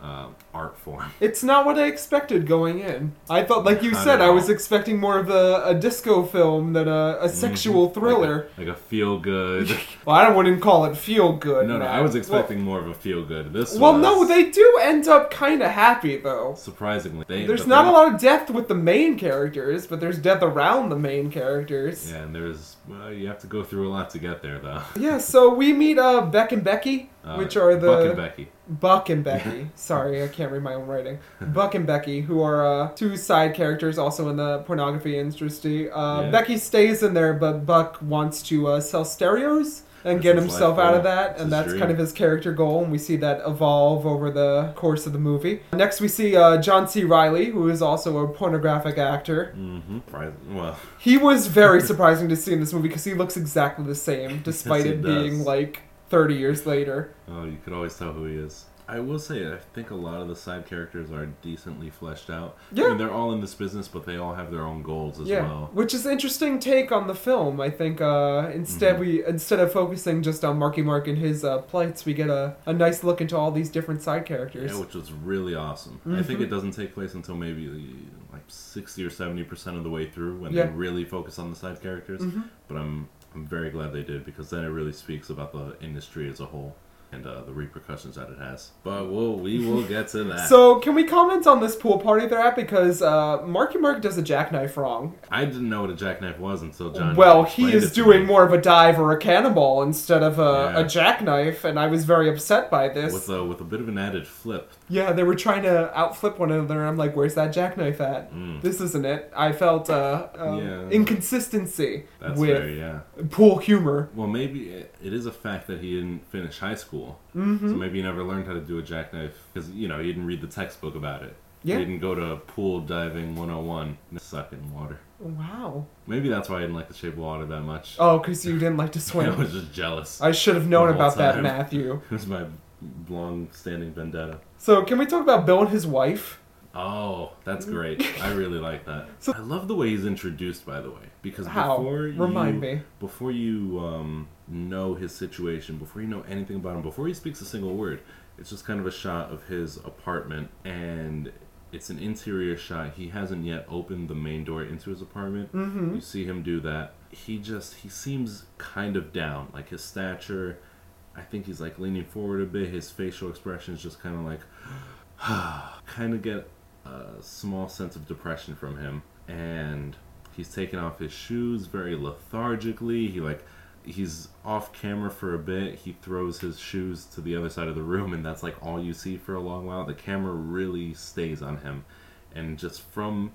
S2: uh, art form.
S1: It's not what I expected going in. I thought, like you
S2: Not
S1: said,
S2: at
S1: I
S2: all. Mm-hmm.
S1: was expecting more of a, a disco film than a, a sexual thriller.
S2: Like a, feel good.
S1: Well, I wouldn't call it feel good.
S2: no, no,
S1: Matt.
S2: I was expecting more of a feel good. This
S1: Well, well,
S2: was,
S1: no, they do end up kind of happy though.
S2: surprisingly they,
S1: There's
S2: the
S1: not a
S2: thing-
S1: lot of death with the main characters, but there's death around the main characters.
S2: Yeah, and there's well, you have to go through a lot to get there though.
S1: Yeah, so we meet uh, Beck and Becky,
S2: Uh,
S1: which are the
S2: Buck and Becky.
S1: Buck and Becky. Sorry, I can't read my own writing. Buck and Becky, who are uh, two side characters also in the pornography industry. Uh,
S2: Yeah.
S1: Becky stays in there, but Buck wants to uh, sell stereos. and
S2: That's
S1: get
S2: his
S1: himself
S2: life
S1: out of
S2: goal.
S1: that,
S2: It's
S1: and
S2: his
S1: that's
S2: dream.
S1: kind of his character goal, and we see that evolve over the course of the movie. Next, we see uh, John C. Riley, who is also a pornographic actor.
S2: Mm-hmm. Well,
S1: He was very surprising to see in this movie because he looks exactly the same, despite
S2: he
S1: it being
S2: does.
S1: like 30 years later.
S2: oh, you could always tell who he is. I will say, I think a lot of the side characters are decently fleshed out. I
S1: Yeah.
S2: mean, they're all in this business, but they all have their own goals as
S1: yeah,
S2: well.
S1: which is an interesting take on the film. I think uh, instead
S2: Mm-hmm.
S1: we instead of focusing just on Marky Mark and his uh, plights, we get a, a nice look into all these different side characters.
S2: Yeah, which was really awesome. I think
S1: Mm-hmm.
S2: it doesn't take place until maybe like sixty or seventy percent of the way through when they
S1: Yeah. Mm-hmm.
S2: really focus on the side characters. But I'm I'm very glad they did because then it really speaks about the industry as a whole and uh, the repercussions that it has. But we'll we will get to that.
S1: Mm-hmm. So can we comment on this pool party they're at because uh, Marky Mark does a jackknife wrong.
S2: I didn't know what a jackknife was until John.
S1: well, he
S2: explained it
S1: is
S2: to me.
S1: doing more of a dive or a cannonball instead of a,
S2: Yeah.
S1: a jackknife, and I was very upset by this.
S2: with a with a bit of an added flip.
S1: Yeah, they were trying to outflip one another, and I'm like, "Where's that jackknife at?
S2: Mm,
S1: This isn't it." I felt uh, um,
S2: Yeah.
S1: inconsistency
S2: That's
S1: with
S2: very yeah.
S1: pool humor.
S2: Well, maybe it, it is a fact that he didn't finish high school,
S1: Mm-hmm.
S2: so maybe he never learned how to do a jackknife because you know he didn't read the textbook about it.
S1: Yeah.
S2: He didn't go to pool diving 101, suck in water.
S1: Wow.
S2: Maybe that's why I didn't like the shape of water that much.
S1: Oh, because you didn't like to
S2: I
S1: swim.
S2: was just jealous.
S1: I should have known
S2: The whole
S1: about that,
S2: time.
S1: Matthew.
S2: It was my long-standing vendetta.
S1: So, can we talk about Bill and his wife?
S2: Oh, that's great. I really like that.
S1: Mm. So-
S2: I love the way he's introduced, by the way, because
S1: How?
S2: before
S1: Remind
S2: you,
S1: me.
S2: before you um, know his situation, before you know anything about him, before he speaks a single word, it's just kind of a shot of his apartment, and it's an interior shot. He hasn't yet opened the main door into his apartment. You see him do that. He just he seems kind of down, like his stature. I think he's like leaning forward a bit. His facial expression is just kind of like, kind of get a small sense of depression from him and he's taking off his shoes very lethargically he like he's off camera for a bit he throws his shoes to the other side of the room and that's like all you see for a long while the camera really stays on him and just from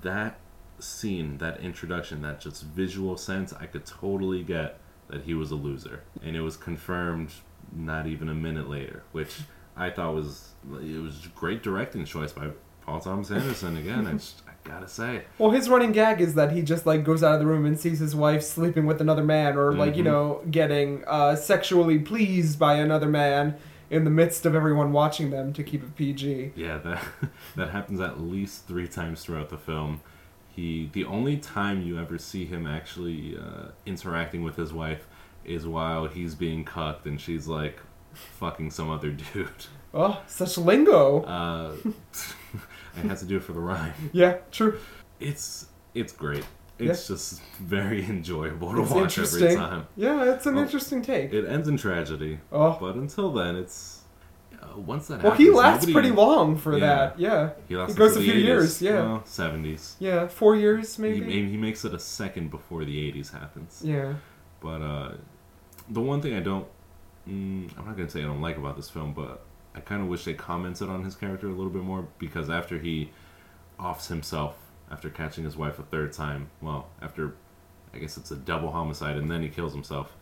S2: that scene that introduction that just visual sense i could totally get that he was a loser and it was confirmed not even a minute later which i thought was it was a great directing choice by paul thomas anderson again i just i gotta say
S1: Well, his running gag is that he just like goes out of the room and sees his wife sleeping with another man, or like you
S2: Mm-hmm.
S1: know getting uh, sexually pleased by another man in the midst of everyone watching them to keep it PG.
S2: Yeah, that that happens at least three times throughout the film. He the only time you ever see him actually uh, interacting with his wife is while he's being cucked and she's like fucking some other dude.
S1: Oh, such lingo.
S2: Uh, I had to do it for the rhyme.
S1: yeah, true.
S2: It's it's great. It's just very enjoyable to
S1: It's
S2: watch every
S1: interesting.
S2: time.
S1: Yeah, it's an
S2: Well,
S1: interesting take.
S2: Oh. It ends in tragedy,
S1: oh,
S2: but until then, it's uh, once that
S1: well,
S2: happens,
S1: he lasts
S2: nobody-
S1: pretty long for
S2: Yeah.
S1: that. Yeah,
S2: He lasts
S1: It goes
S2: until
S1: a
S2: the
S1: few
S2: 80s,
S1: years, yeah.
S2: well, seventies.
S1: yeah, four years
S2: He,
S1: maybe.
S2: maybe he makes it a second before the 80s happens.
S1: Yeah,
S2: But uh, the one thing I don't, mm, I'm not gonna say I don't like about this film, but I kind of wish they commented on his character a little bit more because after he offs himself after catching his wife a third time, well, after I guess it's a double homicide and then he kills himself.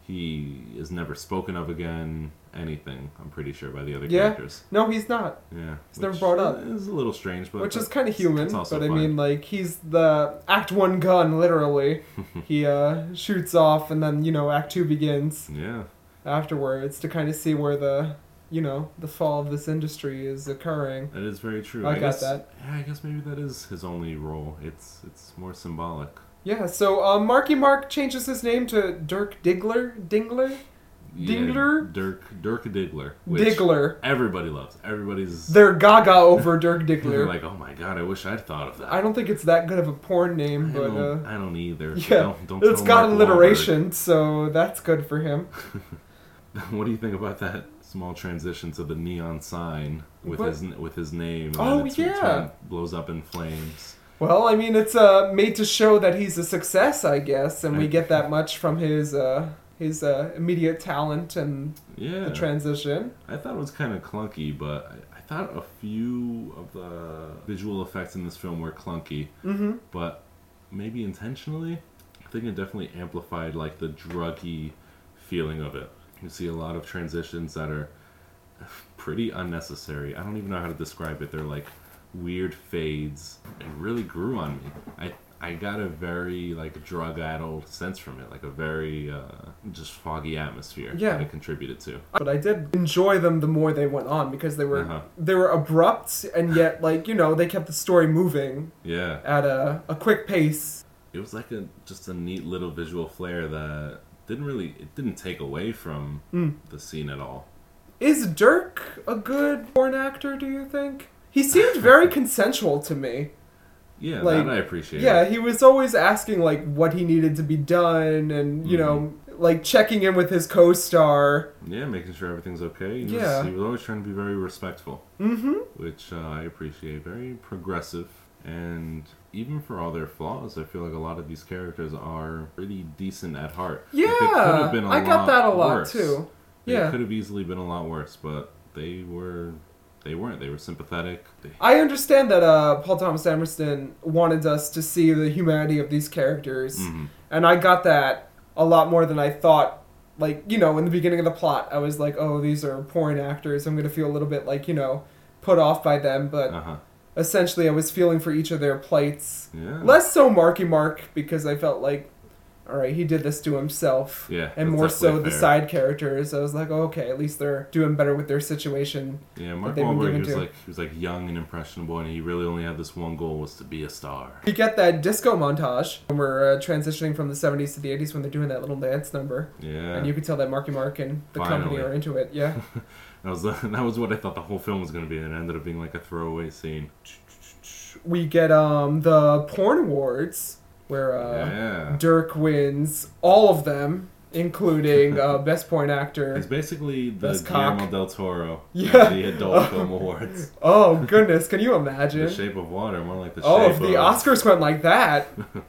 S2: He is never spoken of again. Anything I'm pretty sure by the other
S1: Yeah.
S2: characters.
S1: no, he's not.
S2: Yeah,
S1: It's never brought up.
S2: It's a little strange, but
S1: Which is
S2: that's-
S1: kind of human,
S2: it's
S1: but
S2: also
S1: I
S2: fine.
S1: mean, like, he's the Act 1 gun, literally. he uh, shoots off, and then, you know, Act 2 begins
S2: yeah,
S1: afterwards to kind of see where the, you know, the fall of this industry is occurring.
S2: That is very true.
S1: I got
S2: guess,
S1: that.
S2: Yeah, I guess maybe that is his only role. It's it's more symbolic.
S1: Yeah, so uh, Marky Mark changes his name to Dirk Diggler? Dingler? Dingler?
S2: Yeah, Dirk Dirk Diggler. Which
S1: Diggler.
S2: Everybody loves. Everybody's
S1: They're gaga over Dirk
S2: they're
S1: Diggler.
S2: like, oh my god, I wish I'd thought of that.
S1: I don't think it's that good of a porn name,
S2: I
S1: but
S2: don't,
S1: uh,
S2: I don't either.
S1: yeah,
S2: don't, don't
S1: it's
S2: tell
S1: got
S2: Mark Wahlberg.
S1: alliteration, so that's good for him.
S2: what do you think about that small transition to the neon sign with
S1: What?
S2: his with his name? and
S1: Oh,
S2: then it's- it's
S1: yeah.
S2: when it blows up in flames.
S1: Well, I mean, it's uh, made to show that he's a success, I guess, and we
S2: Right.
S1: get that much from his uh, his uh, immediate talent and
S2: Yeah,
S1: the transition.
S2: I thought it was kind of clunky, but I, I thought a few of the visual effects in this film were clunky,
S1: Mm-hmm.
S2: but maybe intentionally. I think it definitely amplified like the druggy feeling of it. You see a lot of transitions that are pretty unnecessary. I don't even know how to describe it. They're like weird fades. It really grew on me. I I got a very like drug-addled sense from it, like a very uh, just foggy atmosphere
S1: Yeah.
S2: that it contributed to.
S1: But I did enjoy them the more they went on because they were
S2: Uh-huh.
S1: they were abrupt and yet like you know they kept the story moving
S2: Yeah,
S1: at a, a quick pace.
S2: it was like a just a neat little visual flair that didn't really it didn't take away from
S1: Mm.
S2: the scene at all.
S1: Is Dirk a good porn actor? Do you think he seemed very consensual to me?
S2: Yeah,
S1: Like,
S2: that I appreciate.
S1: Yeah, he was always asking like what he needed to be done and you know
S2: Mm-hmm.
S1: like checking in with his co-star.
S2: Yeah, making sure everything's okay. He
S1: Yeah.
S2: Was, he was always trying to be very respectful, mm-hmm. which uh, I appreciate. Very progressive. And even for all their flaws, I feel like a lot of these characters are pretty decent at heart. Like,
S1: Yeah,
S2: they could have been a
S1: I got
S2: lot
S1: that a lot
S2: worse.
S1: too.
S2: They
S1: Yeah.
S2: could have easily been a lot worse, but they were. They weren't. They were sympathetic. They,
S1: I understand that uh, Paul Thomas Emerson wanted us to see the humanity of these characters,
S2: Mhm.
S1: and I got that a lot more than I thought. Like you know, in the beginning of the plot, I was like, "Oh, these are porn actors. I'm gonna feel a little bit like you know, put off by them." But
S2: uh huh.
S1: essentially, I was feeling for each of their plights.
S2: Yeah.
S1: Less so Marky Mark because I felt like, all right, he did this to himself.
S2: Yeah,
S1: And
S2: that's
S1: more so
S2: definitely
S1: the
S2: fair.
S1: side characters. I was like, oh, okay, at least they're doing better with their situation.
S2: Yeah, Mark
S1: they've been
S2: Wahlberg.
S1: given
S2: He was
S1: to.
S2: like he was like young and impressionable, and he really only had this one goal was to be a star.
S1: We get that disco montage when we're uh, transitioning from the 70s to the 80s when they're doing that little dance number.
S2: Yeah.
S1: And you can tell that Marky Mark and the company
S2: Finally.
S1: are into it. Yeah.
S2: That was that was what I thought the whole film was going to be, and it ended up being like a throwaway scene.
S1: we get um, the porn awards where uh,
S2: yeah,
S1: Dirk wins all of them, including uh, Best Porn Actor.
S2: it's basically the
S1: That's cock.
S2: Guillermo del Toro,
S1: Yeah.
S2: yeah. the adult film awards.
S1: Oh goodness, can you imagine?
S2: The Shape of Water, more like the
S1: oh,
S2: Shape
S1: if the
S2: of
S1: Oscars went like that,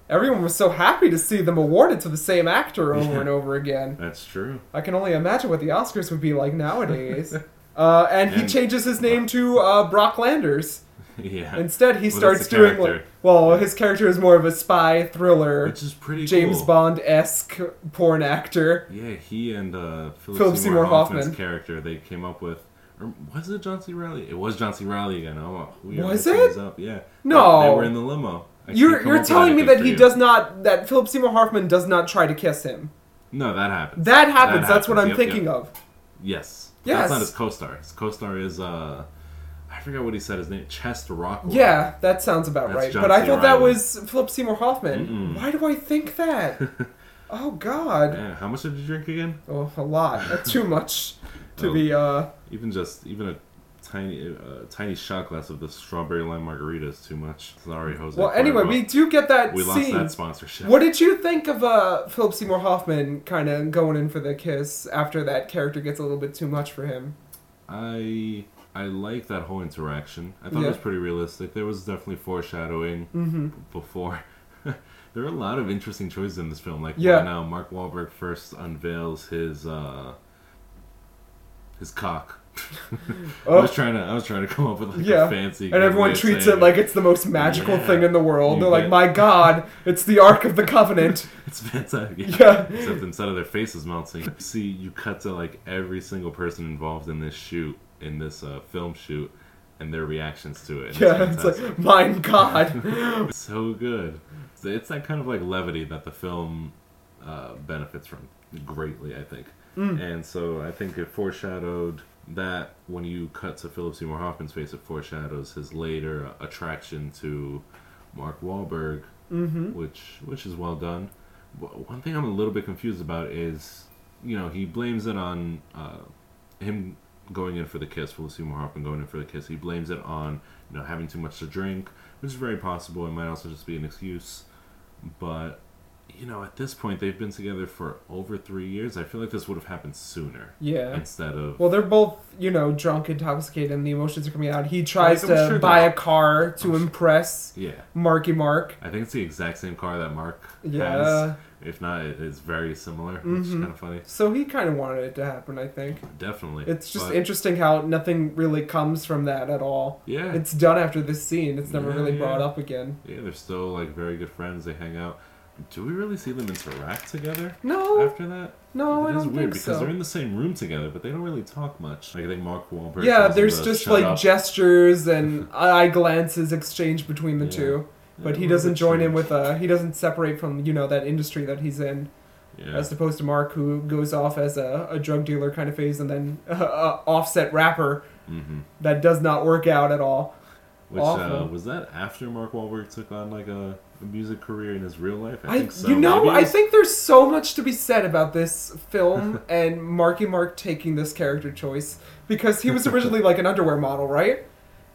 S1: everyone was so happy to see them awarded to the same actor over
S2: Yeah.
S1: and over again.
S2: That's true.
S1: I can only imagine what the Oscars would be like nowadays. Uh, and he
S2: And-
S1: changes his name to uh, Brock Landers.
S2: Yeah,
S1: Instead, he
S2: Well, that's
S1: starts
S2: a
S1: doing like
S2: character.
S1: well, his character is more of a spy thriller,
S2: which is pretty
S1: James
S2: cool.
S1: Bond esque porn actor.
S2: Yeah, he and uh, Philip,
S1: Philip Seymour
S2: Seymour, Hoffman's
S1: Hoffman.
S2: character they came up with. Or was it John C. Riley? It was John C. Riley again. Oh, we are
S1: Was
S2: mixing
S1: it?
S2: these Up. Yeah.
S1: No.
S2: They were in the limo. I
S1: You're
S2: can't come
S1: you're
S2: up with
S1: telling me
S2: anything
S1: that
S2: for
S1: he
S2: you.
S1: does not that Philip Seymour Hoffman does not try to kiss him.
S2: No, that happened.
S1: That happens. That's
S2: happens,
S1: what I'm
S2: yep,
S1: thinking
S2: yep.
S1: of.
S2: Yes.
S1: Yes.
S2: That's not his co-star. His co-star is uh, I forgot what he said. His name Chest Rockwell.
S1: Yeah, that sounds about
S2: That's
S1: right.
S2: John
S1: but I
S2: C.
S1: thought that
S2: Reilly.
S1: was Philip Seymour Hoffman.
S2: Mm-mm.
S1: Why do I think that? oh God,
S2: Man, how much did you drink again?
S1: oh a lot, Uh, too much to
S2: Oh.
S1: be. Uh,
S2: Even just even a tiny uh, tiny shot glass of the strawberry lime margarita is too much. Sorry, Jose.
S1: well, anyway,
S2: Cuervo.
S1: we do get that
S2: we lost
S1: scene.
S2: that sponsorship.
S1: what did you think of uh, Philip Seymour Hoffman kind of going in for the kiss after that character gets a little bit too much for him?
S2: I I like that whole interaction. I thought
S1: Yeah.
S2: it was pretty realistic. There was definitely foreshadowing
S1: Mm-hmm.
S2: b- before. there are a lot of interesting choices in this film. Like
S1: Yeah.
S2: right now, Mark Wahlberg first unveils his uh his cock. I
S1: Oh.
S2: was trying to I was trying to come up with like
S1: Yeah.
S2: a fancy
S1: And
S2: good way
S1: everyone
S2: of
S1: treats
S2: saying
S1: it like it's the most magical
S2: Yeah.
S1: thing in the world.
S2: You
S1: They're like,
S2: bet.
S1: "My God, it's the Ark of the Covenant."
S2: It's fantastic. Yeah.
S1: Yeah.
S2: Except instead of their faces melting, see, you cut to like every single person involved in this shoot, in this uh, film shoot, and their reactions to it. and
S1: yeah, it's
S2: fantastic.
S1: like, "Mein God."
S2: It's so good. It's, it's that kind of like levity that the film uh, benefits from greatly, I think.
S1: Mm.
S2: And so I think it foreshadowed that when you cut to Philip Seymour Hoffman's face, it foreshadows his later attraction to Mark Wahlberg,
S1: Mm-hmm.
S2: which which is well done. W- One thing I'm a little bit confused about is, you know, he blames it on uh, him going in for the kiss, Philip Seymour Hoffman going in for the kiss. He blames it on you know having too much to drink, which is very possible. It might also just be an excuse, but you know, at this point, they've been together for over three years. I feel like this would have happened sooner
S1: Yeah.
S2: instead of.
S1: Well, they're both, you know, drunk, intoxicated, and the emotions are coming out. He tries
S2: Like, I'm
S1: to
S2: sure
S1: buy
S2: they-
S1: a car to
S2: I'm sure.
S1: impress
S2: yeah,
S1: Marky Mark.
S2: I think it's the exact same car that Mark
S1: Yeah.
S2: has. If not, it is very similar, which is
S1: Mhm.
S2: kind of funny.
S1: So he kind of wanted it to happen, I think.
S2: Definitely,
S1: It's just
S2: But,
S1: interesting how nothing really comes from that at all.
S2: yeah,
S1: It's done after this scene. It's never
S2: Yeah,
S1: really
S2: yeah.
S1: brought up again.
S2: yeah. They're still like very good friends. They hang out. Do we really see them interact together
S1: No,
S2: after that?
S1: Oh, no,
S2: it
S1: I
S2: is
S1: don't
S2: weird
S1: think
S2: because they're
S1: so.
S2: in the same room together, but they don't really talk much. Like I think Mark Wahlberg.
S1: Yeah,
S2: tells him
S1: there's
S2: to
S1: just
S2: shut
S1: like
S2: up.
S1: gestures and eye glances exchanged between the
S2: Yeah.
S1: two, but
S2: Yeah,
S1: he
S2: what a
S1: doesn't join in
S2: change.
S1: with uh he doesn't separate from you know that industry that he's in.
S2: Yeah.
S1: as opposed to Mark, who goes off as a, a drug dealer kind of phase and then uh, uh, offset rapper
S2: mm-hmm.
S1: that does not work out at all.
S2: Which
S1: Awful.
S2: uh, was that after Mark Wahlberg took on like a, a music career in his real life? I,
S1: I,
S2: think so.
S1: you know,
S2: Maybe it
S1: I
S2: was-
S1: think there's so much to be said about this film and Marky Mark taking this character choice because he was originally like an underwear model, right?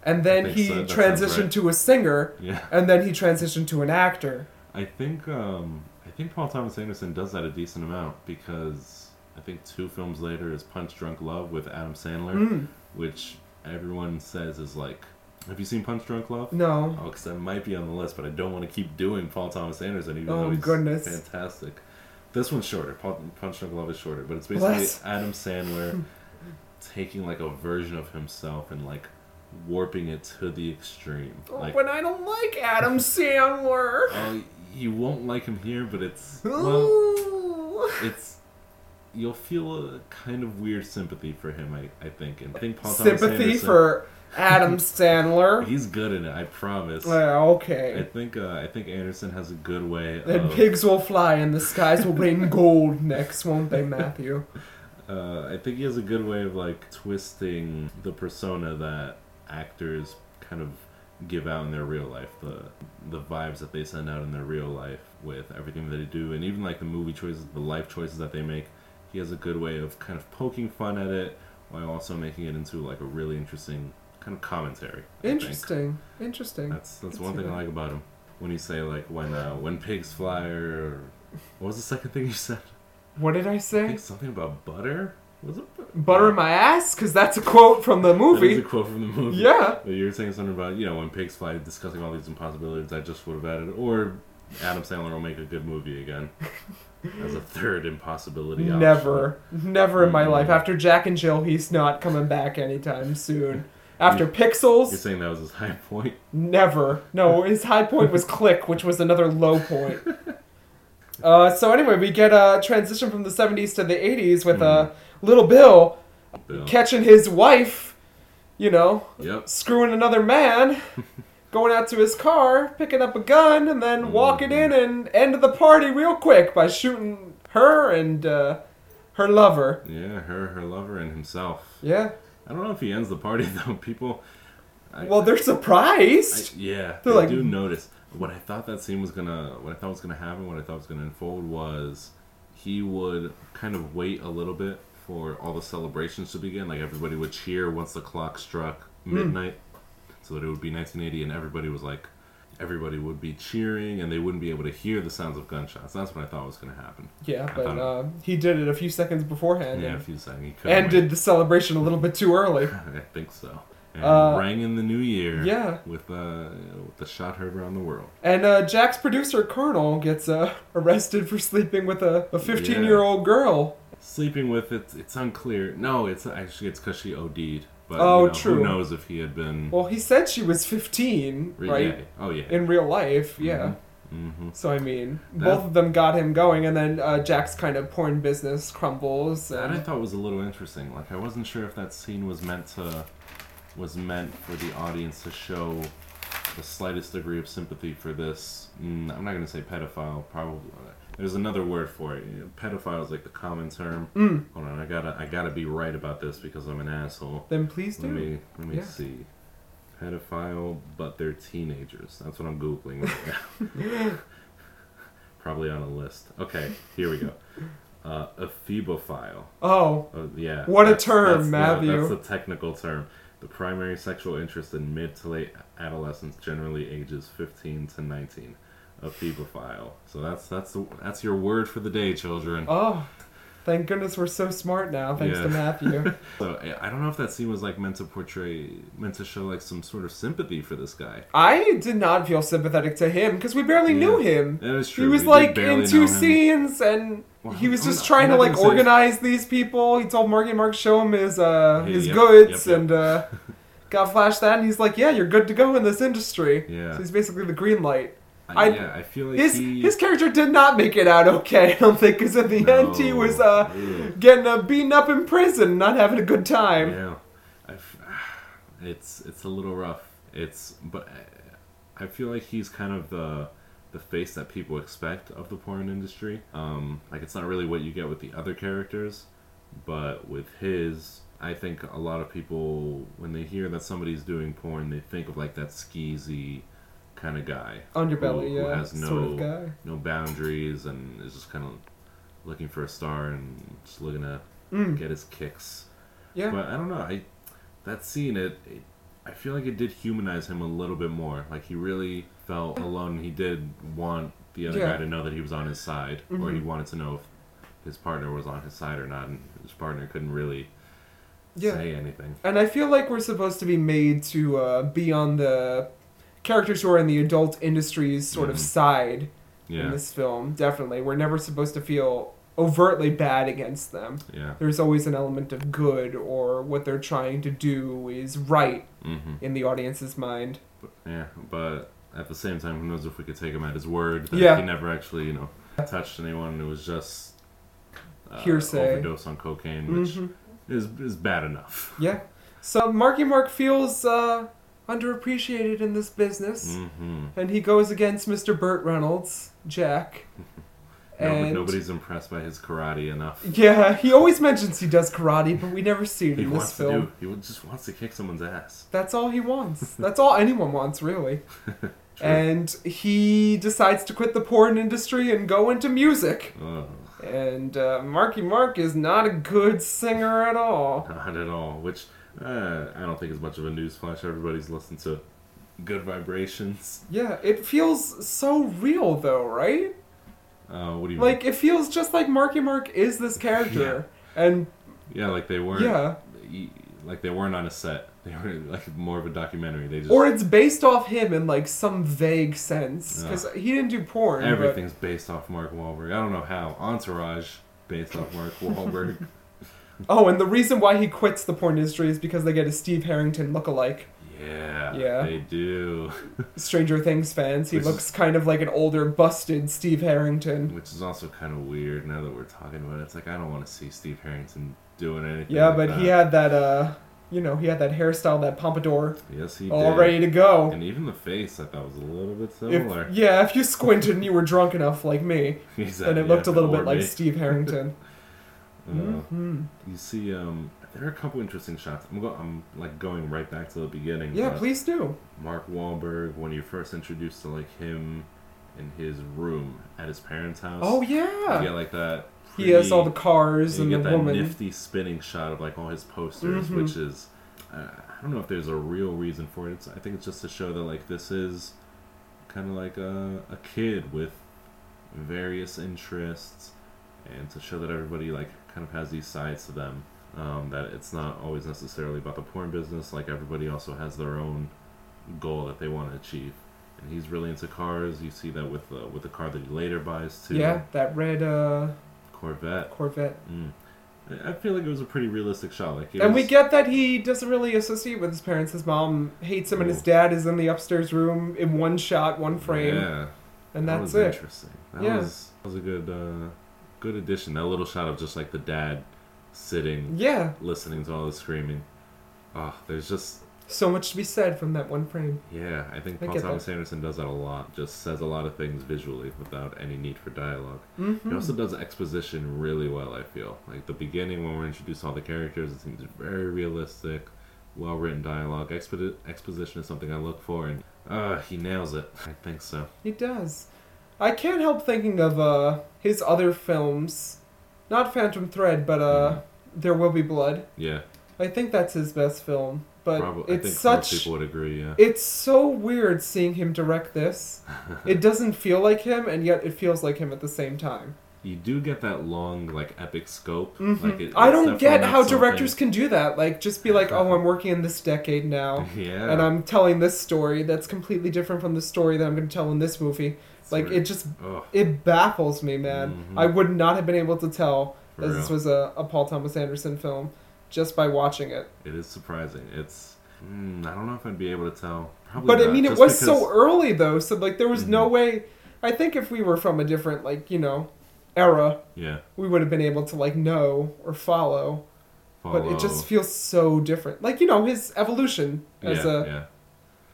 S1: And then
S2: think
S1: he
S2: so, that sounds
S1: transitioned
S2: right.
S1: to a singer,
S2: Yeah,
S1: and then he transitioned to an actor.
S2: I think um, I think Paul Thomas Anderson does that a decent amount because I think two films later is Punch Drunk Love with Adam Sandler,
S1: Mm,
S2: which everyone says is like, have you seen Punch Drunk Love?
S1: no,
S2: Oh, because I might be on the list, but I don't want to keep doing Paul Thomas Anderson, even
S1: Oh,
S2: though he's
S1: goodness.
S2: fantastic. This one's shorter. Paul, Punch Drunk Love is shorter, but it's basically
S1: Bless. Hmm.
S2: Adam Sandler taking like a version of himself and like warping it to the extreme. Like,
S1: but I don't like Adam Sandler.
S2: oh, you won't like him here, but it's well,
S1: Ooh.
S2: it's you'll feel a kind of weird sympathy for him. I, I think, and I think Paul Thomas
S1: sympathy
S2: Anderson,
S1: for Adam Sandler.
S2: he's good in it. I promise.
S1: Yeah,
S2: I
S1: okay.
S2: think uh, I think Anderson has a good way.
S1: Then
S2: of,
S1: pigs will fly and the skies will rain gold next, won't they, Matthew?
S2: Uh, I think he has a good way of like twisting the persona that actors kind of give out in their real life, the the vibes that they send out in their real life with everything that they do, and even like the movie choices, the life choices that they make. He has a good way of kind of poking fun at it while also making it into like a really interesting kind of commentary. I think. Uh,
S1: Interesting. Interesting.
S2: That's that's
S1: Could
S2: one
S1: see
S2: thing I
S1: that.
S2: like about him. When you say like when uh, when pigs fly or what was the second thing you said?
S1: What did I
S2: I
S1: say?
S2: think something about butter. Was it bu-
S1: Butter in my ass? Because that's a quote from the
S2: That
S1: movie.
S2: is a quote from the movie.
S1: Yeah.
S2: But you were saying something about, you know, when pigs fly, discussing all these impossibilities, I just would have added, or Adam Sandler will make a good movie again. as a third impossibility option.
S1: Never. Never in my
S2: Mm.
S1: life. After Jack and Jill, he's not coming back anytime soon. After
S2: You're
S1: Pixels,
S2: saying that was his high point?
S1: never. No, his high point was Click, which was another low point. Uh, so anyway, we get a transition from the 70s to the 80s with
S2: Mm.
S1: uh, Little Bill
S2: Bill.
S1: catching his wife, you know,
S2: Yep.
S1: screwing another man, going out to his car, picking up a gun, and
S2: Mm-hmm.
S1: then walking in and end the party real quick by shooting her and uh, her lover.
S2: Yeah, her, her lover, and himself.
S1: Yeah.
S2: I don't know if he ends the party, though. People. I,
S1: Well, they're
S2: I,
S1: surprised.
S2: yeah, they
S1: They're like-
S2: do notice. What I thought that scene was gonna, what I thought was gonna happen, what I thought was gonna unfold was he would kind of wait a little bit for all the celebrations to begin. Like everybody would cheer once the clock struck
S1: Hmm.
S2: midnight, so that it would be 1980, and everybody was like, everybody would be cheering, and they wouldn't be able to hear the sounds of gunshots. That's what I thought was gonna happen.
S1: yeah,
S2: I
S1: but
S2: thought-
S1: uh, he did it a few seconds beforehand
S2: yeah,
S1: and
S2: if you sang, he couldn't
S1: ended the celebration a little bit too early.
S2: wait. I think so. And
S1: Uh,
S2: rang in the new year.
S1: yeah.
S2: With, uh, with the shot heard around the world.
S1: And uh, Jack's producer, Colonel, gets uh, arrested for sleeping with a 15 year old girl.
S2: sleeping with it it's unclear no it's actually it's because she od'd but
S1: Oh,
S2: you know,
S1: true.
S2: who knows if he had been
S1: Well, he said she was 15,
S2: re-
S1: right?
S2: yeah. oh yeah
S1: in real life, yeah.
S2: hmm
S1: So I mean,
S2: That-
S1: both of them got him going, and then uh, Jack's kind of porn business crumbles.
S2: that i
S1: And
S2: thought was a little interesting like i wasn't sure if that scene was meant to was meant for the audience to show the slightest degree of sympathy for this mm, i'm not going to say pedophile probably there's another word for it. You know, Pedophile is like the common term.
S1: Mm.
S2: Hold on, I gotta, I gotta be right about this because I'm an asshole.
S1: then please do.
S2: Let me let me
S1: Yeah.
S2: see. Pedophile, but they're teenagers. That's what I'm googling right now. Probably on a list. Okay, here we go. Uh, ephebophile.
S1: Oh,
S2: Oh, yeah.
S1: What a
S2: that's-
S1: term,
S2: that's the-
S1: Matthew.
S2: that's the technical term. The primary sexual interest in mid to late adolescence, generally ages 15 to 19. Ephebophile. So that's that's the that's your word for the day, children.
S1: oh, thank goodness we're so smart now, thanks to
S2: Yeah.
S1: Matthew.
S2: So I- I don't know if that scene was like meant to portray, meant to show like some sort of sympathy for this guy.
S1: I did not feel sympathetic to him because we barely
S2: Yeah.
S1: knew him.
S2: That is true.
S1: He was
S2: We did
S1: like
S2: barely
S1: in two
S2: know him.
S1: scenes, and
S2: Well,
S1: he was
S2: I'm
S1: just
S2: not-
S1: trying
S2: I'm
S1: to
S2: not
S1: like
S2: gonna say-
S1: organize these people. He told Morgan Mark show him his uh
S2: Yeah,
S1: his
S2: yep,
S1: goods,
S2: yep, yep.
S1: and uh, got flashed that, and he's like, "Yeah, you're good to go in this industry."
S2: Yeah.
S1: So he's basically the green light.
S2: I,
S1: I-
S2: yeah, I feel like
S1: His
S2: he,
S1: his character did not make it out okay. I don't think because at the end he
S2: No.
S1: was uh,
S2: Ew.
S1: getting uh, beaten up in prison, not having a good time.
S2: Yeah, I f- it's it's a little rough. It's but I- I feel like he's kind of the the face that people expect of the porn industry. Um, like it's not really what you get with the other characters, but with his, I think a lot of people when they hear that somebody's doing porn, they think of like that skeezy kind of guy,
S1: Underbelly,
S2: who, who
S1: yeah,
S2: has no
S1: sort of guy.
S2: no boundaries and is just kind of looking for a star and just looking to
S1: Mm.
S2: get his kicks.
S1: Yeah.
S2: But I don't know. I that scene it, it I feel like it did humanize him a little bit more. Like he really felt alone. He did want the other
S1: Yeah. Mm-hmm.
S2: guy to know that he was on his side, or he wanted to know if his partner was on his side or not, and his partner couldn't really
S1: Yeah.
S2: say anything.
S1: And I feel like we're supposed to be made to uh, be on the characters who are in the adult industry's sort
S2: Mhm.
S1: of side in
S2: Yeah,
S1: this film. Definitely, we're never supposed to feel overtly bad against them.
S2: yeah.
S1: There's always an element of good or what they're trying to do is right
S2: hmm
S1: in the audience's mind.
S2: Yeah, but at the same time, who knows if we could take him at his word that
S1: Yeah.
S2: he never actually, you know, touched anyone. It was just uh,
S1: Hearsay.
S2: overdose on cocaine, which
S1: Mhm.
S2: is is bad enough.
S1: Yeah. So Marky Mark feels uh, underappreciated in this business,
S2: Mm-hmm.
S1: and he goes against Mr. Burt Reynolds, Jack.
S2: Nobody,
S1: and
S2: nobody's impressed by his karate enough.
S1: yeah, he always mentions he does karate, but we never see it
S2: He
S1: in
S2: wants
S1: this
S2: to
S1: film.
S2: do. He would- just wants to kick someone's ass.
S1: That's all he wants. That's all anyone wants, really. And he decides to quit the porn industry and go into music.
S2: Ugh,
S1: And uh, Marky Mark is not a good singer at all.
S2: not at all. Which uh, I don't think is much of a newsflash. Everybody's listened to "Good Vibrations."
S1: Yeah, it feels so real though, right?
S2: Uh, what do you
S1: Like it feels just like Marky Mark is this character, and
S2: mean? Yeah, like they weren't.
S1: yeah,
S2: e- Like they weren't on a set. They were like more of a documentary. They just
S1: or it's based off him in like some vague sense because he didn't do porn. but-
S2: everything's based off Mark Wahlberg. I don't know how Entourage based off Mark Wahlberg.
S1: Oh, and the reason why he quits the porn industry is because they get a Steve Harrington lookalike.
S2: yeah,
S1: Yeah.
S2: they do.
S1: Stranger Things fans, he
S2: Which is-
S1: looks kind of like an older, busted Steve Harrington.
S2: Which is also kind of weird now that we're talking about it. It's like I don't want to see Steve Harrington doing anything.
S1: Yeah,
S2: like
S1: but he
S2: that.
S1: had that, uh, you know, he had that hairstyle, that pompadour,
S2: Yes, he
S1: all
S2: did.
S1: ready to go.
S2: And even the face, I thought was a little bit similar.
S1: If, yeah, if you squinted and you were drunk enough like me,
S2: He said,
S1: then it
S2: yeah,
S1: looked a little
S2: or
S1: bit like
S2: me.
S1: Steve Harrington.
S2: Uh,
S1: hmm
S2: You see, um, there are a couple interesting shots. I'm go- I'm like going right back to the beginning.
S1: Yeah,
S2: but
S1: please do.
S2: Mark Wahlberg, when you're first introduced to like him in his room at his parents' house.
S1: Oh
S2: You
S1: yeah,
S2: get like that.
S1: he has all the
S2: pretty-
S1: cars
S2: and
S1: and
S2: you
S1: the
S2: get that
S1: woman.
S2: nifty spinning shot of like all his posters,
S1: Mhm.
S2: which is uh, I don't know if there's a real reason for it. It's, I think it's just to show that like this is kind of like a, a kid with various interests, and to show that everybody like kind of has these sides to them. Um, that it's not always necessarily about the porn business. Like everybody also has their own goal that they want to achieve. And he's really into cars. You see that with the, with the car that he later buys too.
S1: Yeah, that red uh,
S2: Corvette.
S1: Corvette.
S2: Mm. I I feel like it was a pretty realistic shot. Like, it
S1: And we
S2: was-
S1: get that he doesn't really associate with his parents. His mom hates him, and his
S2: Ooh.
S1: dad is in the upstairs room in one shot, one frame,
S2: Yeah,
S1: and
S2: that
S1: that's
S2: was
S1: it.
S2: Interesting. That
S1: Yeah.
S2: was that was a good uh, good addition. That little shot of just like the dad sitting,
S1: Yeah,
S2: listening to all the screaming. Oh, there's just
S1: so much to be said from that one frame.
S2: yeah. I think
S1: I
S2: Paul
S1: get
S2: Thomas Anderson does that a lot. Just says a lot of things visually without any need for dialogue. He
S1: hmm
S2: also does exposition really well, I feel. Like the beginning when we're introduced to all the characters, it seems very realistic, well written dialogue. Expedi- exposition is something I look for, and uh, he nails it. I think so.
S1: He does. I can't help thinking of uh, his other films, not Phantom Thread, but uh, There Will Be Blood.
S2: Yeah,
S1: I think that's his best film, but
S2: probably. I
S1: it's
S2: think
S1: such.
S2: most people would agree, yeah.
S1: It's so weird seeing him direct this. it doesn't feel like him, and yet it feels like him at the same time.
S2: You do get that long, like, epic scope.
S1: Mhm.
S2: Like, it-
S1: I don't
S2: it's definitely
S1: get
S2: not
S1: how
S2: something-
S1: directors can do that. Like, just be like, oh, I'm working in this decade now,
S2: Yeah.
S1: and I'm telling this story that's completely different from the story that I'm going to tell in this movie.
S2: It's
S1: Like,
S2: weird.
S1: it just
S2: Oh,
S1: it baffles me, man.
S2: Mhm.
S1: I would not have been able to tell
S2: for
S1: that
S2: real.
S1: this was a, a Paul Thomas Anderson film just by watching it.
S2: It is surprising. It's Mm, I don't know if I'd be able to tell. Probably
S1: But I
S2: not,
S1: mean, it
S2: just
S1: was so
S2: because- Mm-hmm.
S1: early though, so like there was no way. I think if we were from a different like you know era,
S2: Yeah.
S1: we would have been able to like know or follow. But it just feels so different. Like you know his evolution as
S2: yeah,
S1: a,
S2: yeah.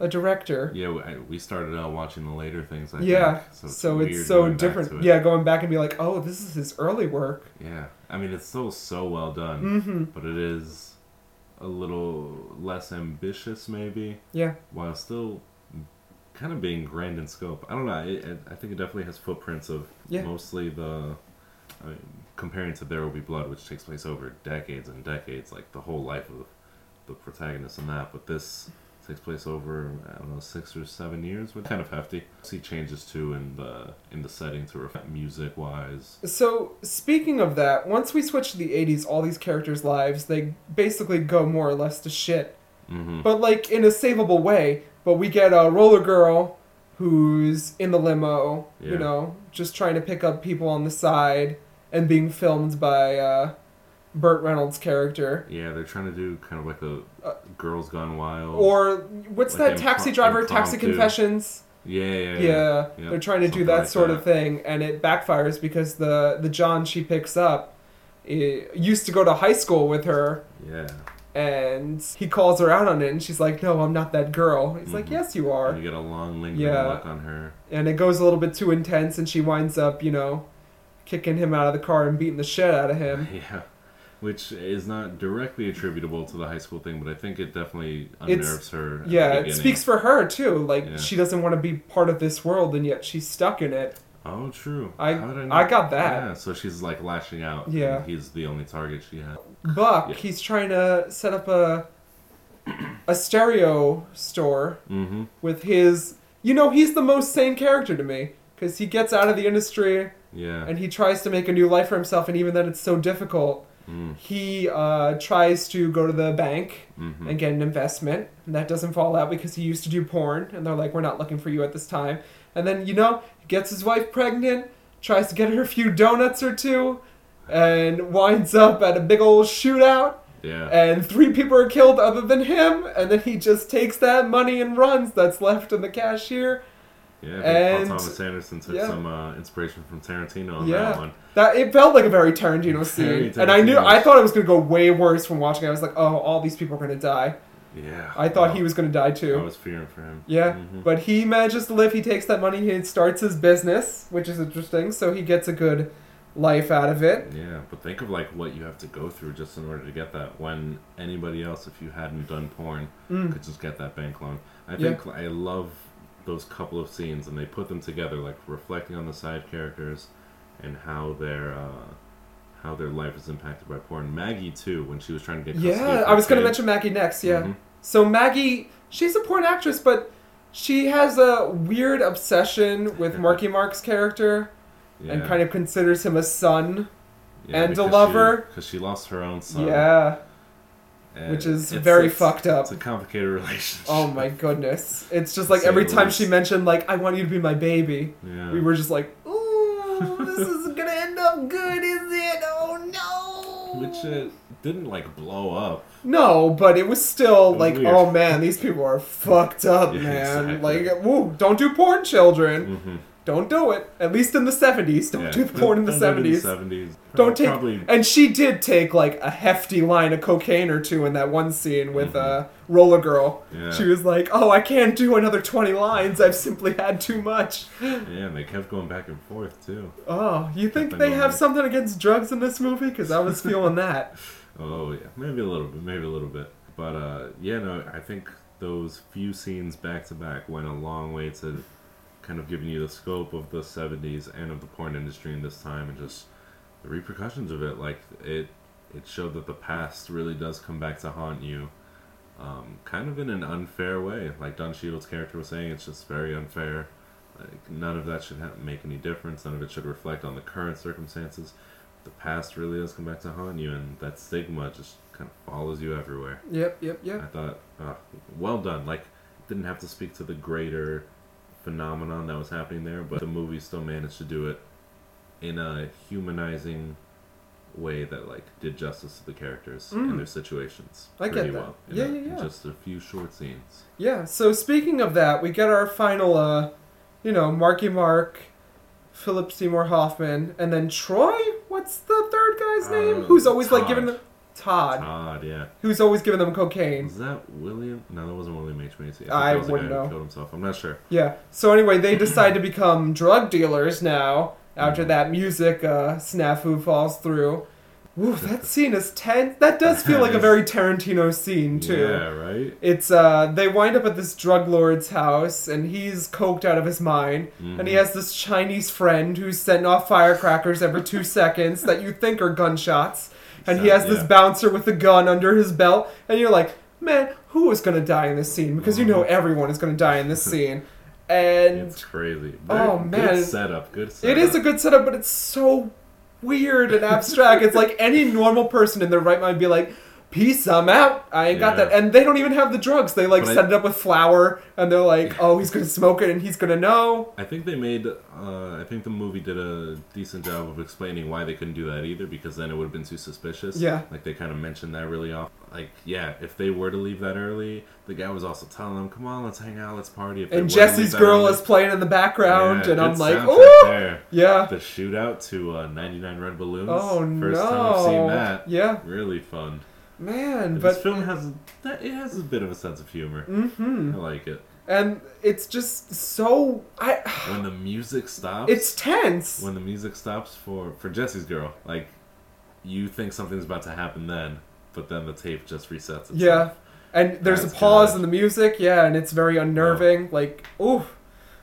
S1: a director.
S2: Yeah, we- I- we started out watching the later things. I
S1: Yeah,
S2: think,
S1: so,
S2: weird
S1: it's so
S2: going back to
S1: different.
S2: it.
S1: Yeah, going back and be like, oh, this is his early work. Mm-hmm.
S2: yeah. I mean, it's still so well done,
S1: Mm.
S2: but it is a little less ambitious, maybe,
S1: Yeah,
S2: while still kind of being grand in scope. I don't know. It, it, I think it definitely has footprints of
S1: Yeah.
S2: mostly the. I mean, comparing to There Will Be Blood, which takes place over decades and decades, like the whole life of the protagonist in that, but this takes place over I don't know six or seven years, which is kind of hefty. See changes too in the in the setting to reflect music wise.
S1: So speaking of that, once we switch to the '80s, all these characters' lives they basically go more or less to shit,
S2: Mm-hmm.
S1: but like in a savable way. But we get a roller girl who's in the limo,
S2: Yeah.
S1: you know, just trying to pick up people on the side and being filmed by uh, Burt Reynolds' character.
S2: Yeah, they're trying to do kind of like a Girls Gone Wild.
S1: Uh, Or what's
S2: Oh. Like
S1: that
S2: impro-
S1: taxi driver, taxi
S2: impromptu.
S1: confessions?
S2: yeah, yeah, yeah.
S1: Yeah, they're trying to do
S2: something
S1: that
S2: like
S1: sort of thing, and it backfires because the the John she picks up eh, used to go to high school with her,
S2: Yeah,
S1: and he calls her out on it, and she's like, "No, I'm not that girl." He's like,
S2: Mhm.
S1: "Yes, you
S2: and
S1: are,"
S2: you get a long lingering
S1: Yeah.
S2: look on her.
S1: and it goes a little bit too intense, and she winds up, you know, kicking him out of the car and beating the shit out of him.
S2: Yeah, which is not directly attributable to the high school thing, but I think it definitely
S1: It's-
S2: unnerves her. at the
S1: Yeah, it
S2: beginning.
S1: speaks for her too. Like
S2: Yeah.
S1: she doesn't want to be part of this world, and yet she's stuck in it.
S2: Oh, true.
S1: I-
S2: How did
S1: I
S2: not-
S1: got that.
S2: Yeah, so she's like lashing out. and
S1: Yeah.
S2: he's the only target she had.
S1: Buck,
S2: Yeah.
S1: he's trying to set up a a stereo store
S2: Mm-hmm.
S1: with his. You know, he's the most sane character to me because he gets out of the industry
S2: Yeah.
S1: and he tries to make a new life for himself, and even then, it's so difficult.
S2: Mm.
S1: He uh, tries to go to the bank
S2: Mhm.
S1: and get an investment, and that doesn't fall out because he used to do porn, and they're like, "We're not looking for you at this time." And then you know, he gets his wife pregnant, tries to get her a few donuts or two, and winds up at a big old shootout
S2: yeah.
S1: and three people are killed other than him and then he just takes that money and runs that's left in the cashier
S2: yeah. I think
S1: and-
S2: Paul Thomas Anderson took
S1: yeah.
S2: some uh, inspiration from Tarantino on that
S1: yeah
S2: one.
S1: that it felt like a very tarantino scene
S2: Very
S1: and i knew
S2: Tarantino.
S1: i thought it was going to go way worse from watching it. i was like oh all these people are going to die
S2: Yeah.
S1: i thought
S2: Oh,
S1: he was going to die
S2: I
S1: too
S2: was fearing for him.
S1: yeah
S2: Mhm.
S1: but he manages to live he takes that money he starts his business which is interesting so he gets a good life out of it
S2: Yeah, but think of like what you have to go through just in order to get that. When anybody else, if you hadn't done porn,
S1: Mm.
S2: could just get that bank loan. I
S1: Yeah.
S2: think I love those couple of scenes, and they put them together, like reflecting on the side characters and how their uh, how their life is impacted by porn. Maggie too, when she was trying to get custody
S1: yeah
S2: of
S1: i was
S2: her
S1: going to
S2: kid.
S1: mention maggie next yeah
S2: Mhm.
S1: So Maggie, she's a porn actress, but she has a weird obsession with Marky Mark's character and
S2: Yeah,
S1: kind of considers him a son.
S2: yeah,
S1: and a
S2: because she-
S1: lover.
S2: because she, lost her own son.
S1: yeah,
S2: and
S1: which is
S2: it's-
S1: very
S2: it's-
S1: fucked up.
S2: It's a complicated relationship.
S1: Oh my goodness. It's just like
S2: Say
S1: every
S2: the
S1: time
S2: least.
S1: she mentioned like I want you to be my baby,
S2: Yeah.
S1: we were just like, "Ooh, this is going to end up good, is it? Oh no."
S2: Which uh, didn't like blow up.
S1: No, but it was still
S2: It was
S1: like,
S2: weird.
S1: "Oh man, these people are fucked up,
S2: Yeah,
S1: man."
S2: exactly.
S1: Like, "Ooh, don't do porn, children."
S2: Mm-hmm.
S1: Don't do it. At least in the 70s. Don't
S2: Yeah.
S1: do porn in the
S2: Don't do it in
S1: 70s.
S2: 70s.
S1: Don't take.
S2: Probably,
S1: And she did take like a hefty line of cocaine or two in that one scene with uh, Roller Girl.
S2: Mm-hmm. Yeah.
S1: She was like, "Oh, I can't do another 20 lines. I've simply had too much."
S2: yeah, and they kept going back and forth too.
S1: Oh, you think
S2: Nothing
S1: they
S2: wrong
S1: have
S2: there.
S1: something against drugs in this movie? Because I was feeling that.
S2: Oh yeah, maybe a little bit, maybe a little bit. But uh, yeah, no, I think those few scenes back to back went a long way to kind of giving you the scope of the '70s and of the porn industry in this time, and just the repercussions of it. Like it, it showed that the past really does come back to haunt you. Um, kind of in an unfair way, like Don Shields' character was saying, it's just very unfair. Like none of that should ha- make any difference. None of it should reflect on the current circumstances. The past really does come back to haunt you, and that stigma just kind of follows you everywhere.
S1: Yep, yep, yep.
S2: I thought, uh, well done. Like, didn't have to speak to the greater phenomenon that was happening there, but the movie still managed to do it in a humanizing way that like did justice to the characters
S1: Mm.
S2: and their situations
S1: I get
S2: pretty
S1: that.
S2: well. in
S1: Yeah,
S2: a-
S1: yeah,
S2: in
S1: yeah.
S2: Just a few short scenes.
S1: Yeah, so speaking of that, we get our final, uh, you know, Marky Mark, Philip Seymour Hoffman, and then Troy? What's the third guy's name?
S2: Uh,
S1: Who's always, like, giving
S2: Todd.
S1: them. Todd.
S2: Todd, yeah.
S1: Who's always giving them cocaine.
S2: Was that William? No, that wasn't William H Macy. think
S1: I
S2: that was the guy
S1: wouldn't
S2: who
S1: know.
S2: Killed himself. I'm not sure.
S1: Yeah, so anyway, they decide to become drug dealers now
S2: Mm.
S1: after that music uh, snafu falls through. Ooh, that scene is tense. That does feel like a very Tarantino scene, too.
S2: Yeah, right.
S1: It's uh they wind up at this drug lord's house and he's coked out of his mind and
S2: Mm-hmm.
S1: he has this Chinese friend who's setting off firecrackers every 2 seconds that you think are gunshots and he
S2: So-
S1: has this
S2: yeah.
S1: bouncer with a gun under his belt and you're like, "Man, who is going to die in this scene?" Because you know everyone is going to die in this scene. And
S2: Mm-hmm. It's crazy.
S1: Oh,
S2: Very
S1: man.
S2: good setup. Good setup.
S1: it is a good setup, but it's so weird and abstract. it's like any normal person in their right mind would be like, "Peace, I'm out. I ain't got
S2: Yeah.
S1: that." And they don't even have the drugs. They like
S2: But I-
S1: set it up with flour, and they're like, "Oh, he's gonna smoke it, and he's gonna know."
S2: I think they made. Uh, I think the movie did a decent job of explaining why they couldn't do that either, because then it would have been too suspicious.
S1: Yeah.
S2: Like they kind of mentioned that really off. Like, yeah, if they were to leave that early, the guy was also telling them, "Come on, let's hang out, let's party." If they were
S1: And
S2: to leave
S1: Jesse's
S2: that
S1: girl
S2: early-
S1: is playing in the background,
S2: Yeah,
S1: and I'm
S2: good
S1: like,
S2: soundtrack
S1: "Oh,
S2: there.
S1: yeah."
S2: The shootout to uh, 99 Red Balloons.
S1: Oh
S2: First
S1: no!
S2: time I've seen that.
S1: Yeah,
S2: Really fun.
S1: man.
S2: And
S1: but
S2: this film has that it has a bit of a sense of humor.
S1: hmm
S2: I like it.
S1: and it's just so I.
S2: When the music stops,
S1: It's tense.
S2: when the music stops for for Jesse's girl, like you think something's about to happen then, but then the tape just resets itself.
S1: Yeah. And there's
S2: That's
S1: a pause
S2: good.
S1: in the music, yeah, and it's very unnerving. Like, ooh,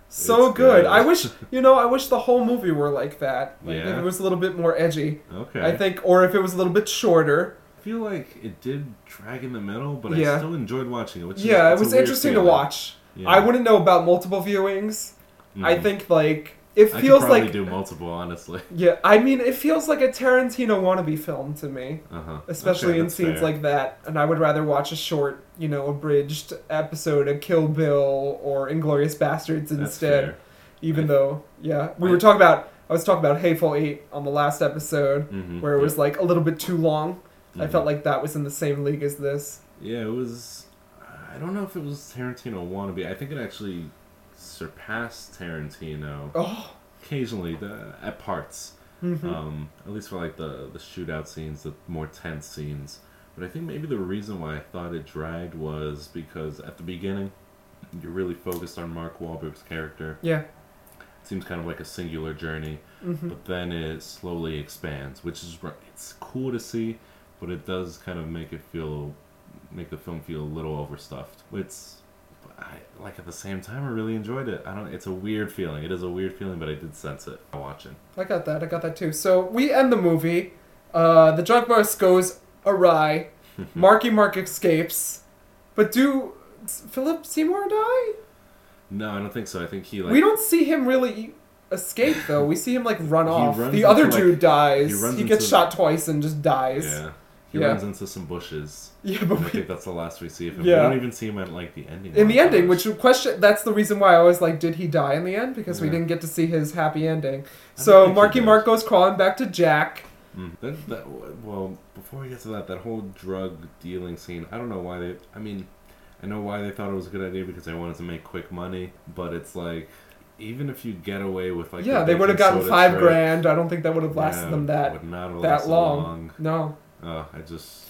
S1: so
S2: It's
S1: good.
S2: good.
S1: I wish, you know, I wish the whole movie were like that. Like, if
S2: Yeah.
S1: it was a little bit more edgy,
S2: Okay.
S1: I think, or if it was a little bit shorter.
S2: I feel like it did drag in the middle, but
S1: Yeah.
S2: I still enjoyed watching it. Which is-
S1: yeah, it
S2: it's a
S1: was
S2: weird
S1: interesting to
S2: feeling.
S1: watch.
S2: Yeah.
S1: I wouldn't know about multiple viewings. I
S2: Mhm.
S1: think, like, it
S2: I
S1: feels
S2: could probably
S1: like.
S2: do multiple, honestly.
S1: Yeah, I mean, it feels like a Tarantino wannabe film to me,
S2: Uh huh.
S1: especially in scenes like that. And I would rather watch a short, you know, abridged episode of Kill Bill or Inglorious Bastards instead. even
S2: I-
S1: though yeah we
S2: I-
S1: were talking about i was talking about hateful eight on the last episode
S2: Mm-hmm.
S1: where it was like a little bit too long i felt like that was in the same league as this
S2: Yeah, it was. I don't know if it was Tarantino wannabe. I think it actually surpassed Tarantino
S1: oh
S2: occasionally the, at parts.
S1: mhm.
S2: Um, at least for like the the shootout scenes, the more tense scenes. But I think maybe the reason why I thought it dragged was because at the beginning, you're really focused on Mark Wahlberg's character.
S1: yeah
S2: seems kind of like a singular journey,
S1: hmm
S2: but then it slowly expands, which is r- it's cool to see, but it does kind of make it feel make the film feel a little overstuffed. It's but I, like at the same time, I really enjoyed it. I don't. It's a weird feeling. It is a weird feeling, but I did sense it while watching.
S1: i got that i got that too so we end the movie uh the drug bust goes awry marky mark escapes but do philip seymour die
S2: No, I don't think so. I think he like
S1: we don't see him really e, escape though we see him like run
S2: He
S1: off
S2: runs
S1: the other
S2: into, like-
S1: dude dies
S2: he runs
S1: he, gets
S2: into-
S1: shot twice and just dies
S2: Yeah, he
S1: Yeah.
S2: runs into some bushes.
S1: yeah
S2: And I
S1: but we,
S2: think that's the last we see of him.
S1: Yeah.
S2: We don't even see him at like the ending.
S1: in the
S2: montage.
S1: ending, which question that's the reason why I was like, did he die in the end? Because we
S2: Yeah.
S1: didn't get to see his happy ending.
S2: I
S1: So
S2: think he
S1: Marky
S2: does.
S1: Mark goes crawling back to Jack.
S2: Mm. That, that, well, before we get to that, that whole drug dealing scene, I don't know why they. I mean, I know why they thought it was a good idea because they wanted to make quick money, but it's like, even if you get away with like.
S1: yeah,
S2: the
S1: they would have
S2: baking
S1: gotten
S2: soda
S1: five
S2: trick,
S1: grand. I don't think that would have lasted
S2: yeah,
S1: them that
S2: would not have
S1: that
S2: lasted
S1: long.
S2: long.
S1: No,
S2: Uh, I just.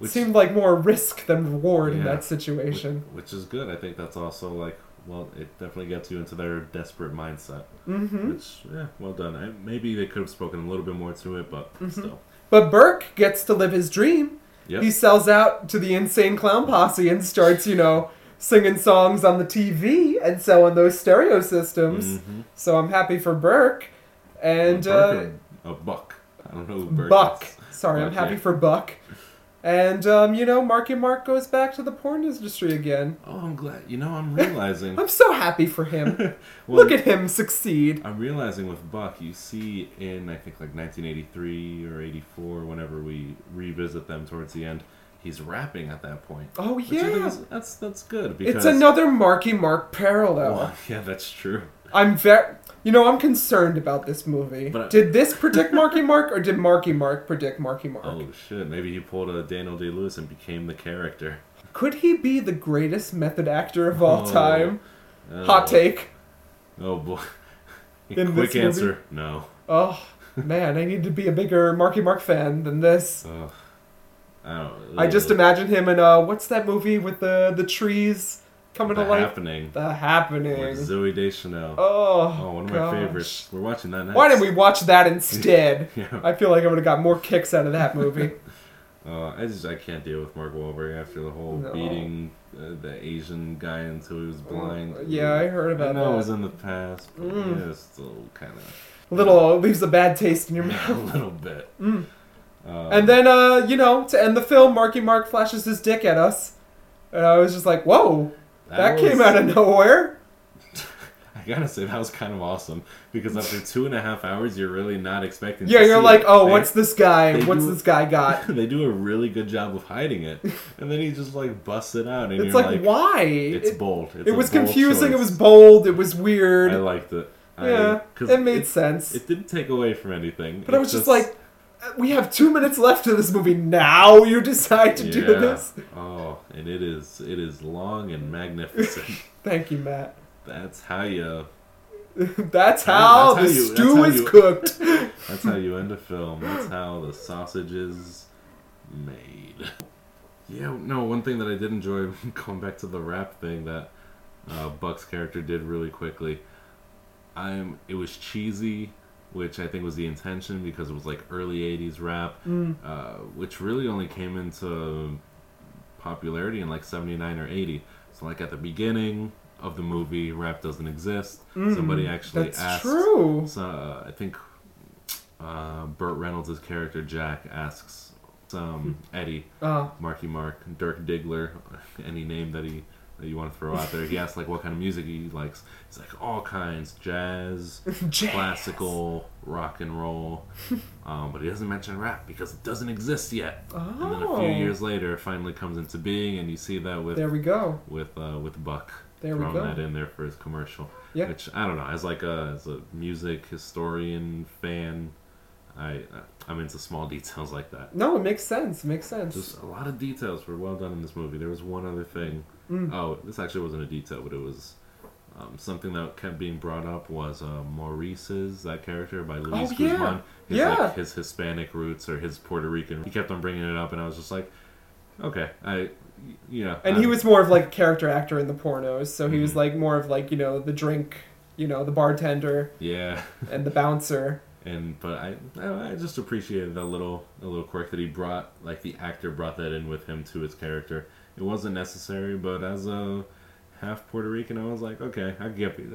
S1: it seemed like more risk than reward in
S2: Yeah.
S1: that
S2: which-
S1: situation.
S2: Which is good. I think that's also like, well, it definitely gets you into their desperate mindset.
S1: hmm
S2: Which, yeah, well done. I, maybe they could have spoken a little bit more to it,
S1: Mm-hmm.
S2: but still.
S1: But Burke gets to live his dream.
S2: Yep.
S1: He sells out to the insane clown posse and starts, you know, singing songs on the TV and selling those stereo systems.
S2: Mhm.
S1: So I'm happy for Burke. And uh,
S2: Burke or a buck. I don't know. Who Burke
S1: Buck.
S2: is.
S1: Sorry, I'm
S2: Buck,
S1: happy
S2: yeah.
S1: for Buck. And um, you know, Marky Mark goes back to the porn industry again.
S2: Oh, I'm glad. You know, I'm realizing.
S1: I'm so happy for him.
S2: well,
S1: Look at him succeed.
S2: I'm realizing with Buck, you see in I think like 1983 or 84, whenever we revisit them towards the end, he's rapping at that point.
S1: Oh
S2: Which I think
S1: yeah.
S2: is, that's that's good
S1: It's
S2: because
S1: another Marky Mark parallel.
S2: Well, yeah, that's true.
S1: I'm very You know, I'm concerned about this movie.
S2: But I-
S1: did this predict Marky Mark or did Marky Mark predict Marky Mark?
S2: Oh shit! Maybe he pulled a Daniel Day Lewis and became the character.
S1: Could he be the greatest method actor of all
S2: Oh.
S1: time?
S2: Oh.
S1: Hot take.
S2: Oh boy.
S1: In
S2: Quick
S1: this movie?
S2: answer: No.
S1: Oh, man, I need to be a bigger Marky Mark fan than this.
S2: Ugh. I don't.
S1: I just
S2: ugh.
S1: imagine him in uh, what's that movie with the the trees coming
S2: the
S1: to life?
S2: happening.
S1: The Happening.
S2: With Zoe Deschanel. Oh,
S1: oh,
S2: one of my
S1: gosh.
S2: favorites. We're watching that next.
S1: Why didn't we watch that instead?
S2: Yeah.
S1: I feel like I would have got more kicks out of that movie.
S2: Uh, I just I can't deal with Mark Wahlberg after the whole
S1: No.
S2: beating uh, the Asian guy until he was blind.
S1: yeah, I heard about
S2: I know
S1: that.
S2: it was in the past, but
S1: Mm.
S2: yeah, it's still kind of
S1: Little uh, leaves a bad taste in your mouth.
S2: a little bit.
S1: Mm.
S2: Um,
S1: And then, uh, you know, to end the film, Marky Mark flashes his dick at us. And I was just like, whoa, that,
S2: was-
S1: came out of nowhere.
S2: I gotta say that was kind of awesome because after two and a half hours, you're really not expecting.
S1: Yeah,
S2: to
S1: you're
S2: see
S1: like,
S2: it.
S1: oh,
S2: They-
S1: what's this guy?
S2: they
S1: What's
S2: do-
S1: this guy got?
S2: they do a really good job of hiding it, and then he just like busts it out, and
S1: It's
S2: you're
S1: like,
S2: like,
S1: why?
S2: It's
S1: It,
S2: bold. It's
S1: it
S2: a
S1: was
S2: bold
S1: confusing, it
S2: choice.
S1: was bold, it was weird.
S2: I liked it. I-
S1: yeah,
S2: 'cause
S1: it made
S2: it,
S1: sense.
S2: It didn't take away from anything.
S1: but I
S2: It
S1: was just, like, we have two minutes left to this movie. Now you decide to do
S2: Yeah.
S1: this?
S2: Oh, and it is it is long and magnificent.
S1: Thank you, Matt.
S2: that's how you
S1: that's how
S2: Yeah, that's how
S1: the
S2: you- that's
S1: stew
S2: how
S1: is
S2: you-
S1: cooked.
S2: that's how you end a film. That's how the sausage is made. Yeah, no, one thing that I did enjoy going back to the rap thing that uh, Buck's character did really quickly. I'm it was cheesy, which I think was the intention because it was like early '80s rap.
S1: Mm.
S2: uh, which really only came into popularity in like 79 or 80. So, like at the beginning of the movie, rap doesn't exist.
S1: Mm,
S2: Somebody actually
S1: That's
S2: asks.
S1: true.
S2: So, uh, I think uh, Burt Reynolds' character Jack asks um, Eddie,
S1: Uh,
S2: Marky Mark, Dirk Diggler, any name that he that you want to throw out there. He asks like what kind of music he likes. He's like all kinds, jazz,
S1: Jazz.
S2: classical, rock and roll. Um, but he doesn't mention rap because it doesn't exist yet. And then a
S1: Oh.
S2: few years later, it finally comes into being, and you see that with
S1: There we go.
S2: with uh, with Buck
S1: There we
S2: throwing
S1: go.
S2: that in there for his commercial.
S1: Yeah.
S2: Which I don't know, as like a as a music historian fan, I I'm into small details like that.
S1: No, it makes sense. It makes sense.
S2: Just a lot of details were well done in this movie. There was one other thing.
S1: Mm.
S2: Oh, this actually wasn't a detail, but it was um, something that kept being brought up was uh, Maurice's that character by Luis
S1: Oh, yeah.
S2: Guzman. His,
S1: Yeah.
S2: like, his Hispanic roots or his Puerto Rican. He kept on bringing it up, and I was just like, okay, I, you know.
S1: and
S2: I'm-
S1: he was more of like a character actor in the pornos, so he was
S2: Mhm.
S1: like more of like you know the drink, you know the bartender
S2: Yeah,
S1: and the bouncer.
S2: and but I, I I just appreciated that little a little quirk that he brought. Like the actor brought that in with him to his character. It wasn't necessary, but as a half Puerto Rican, I was like, okay, I get it.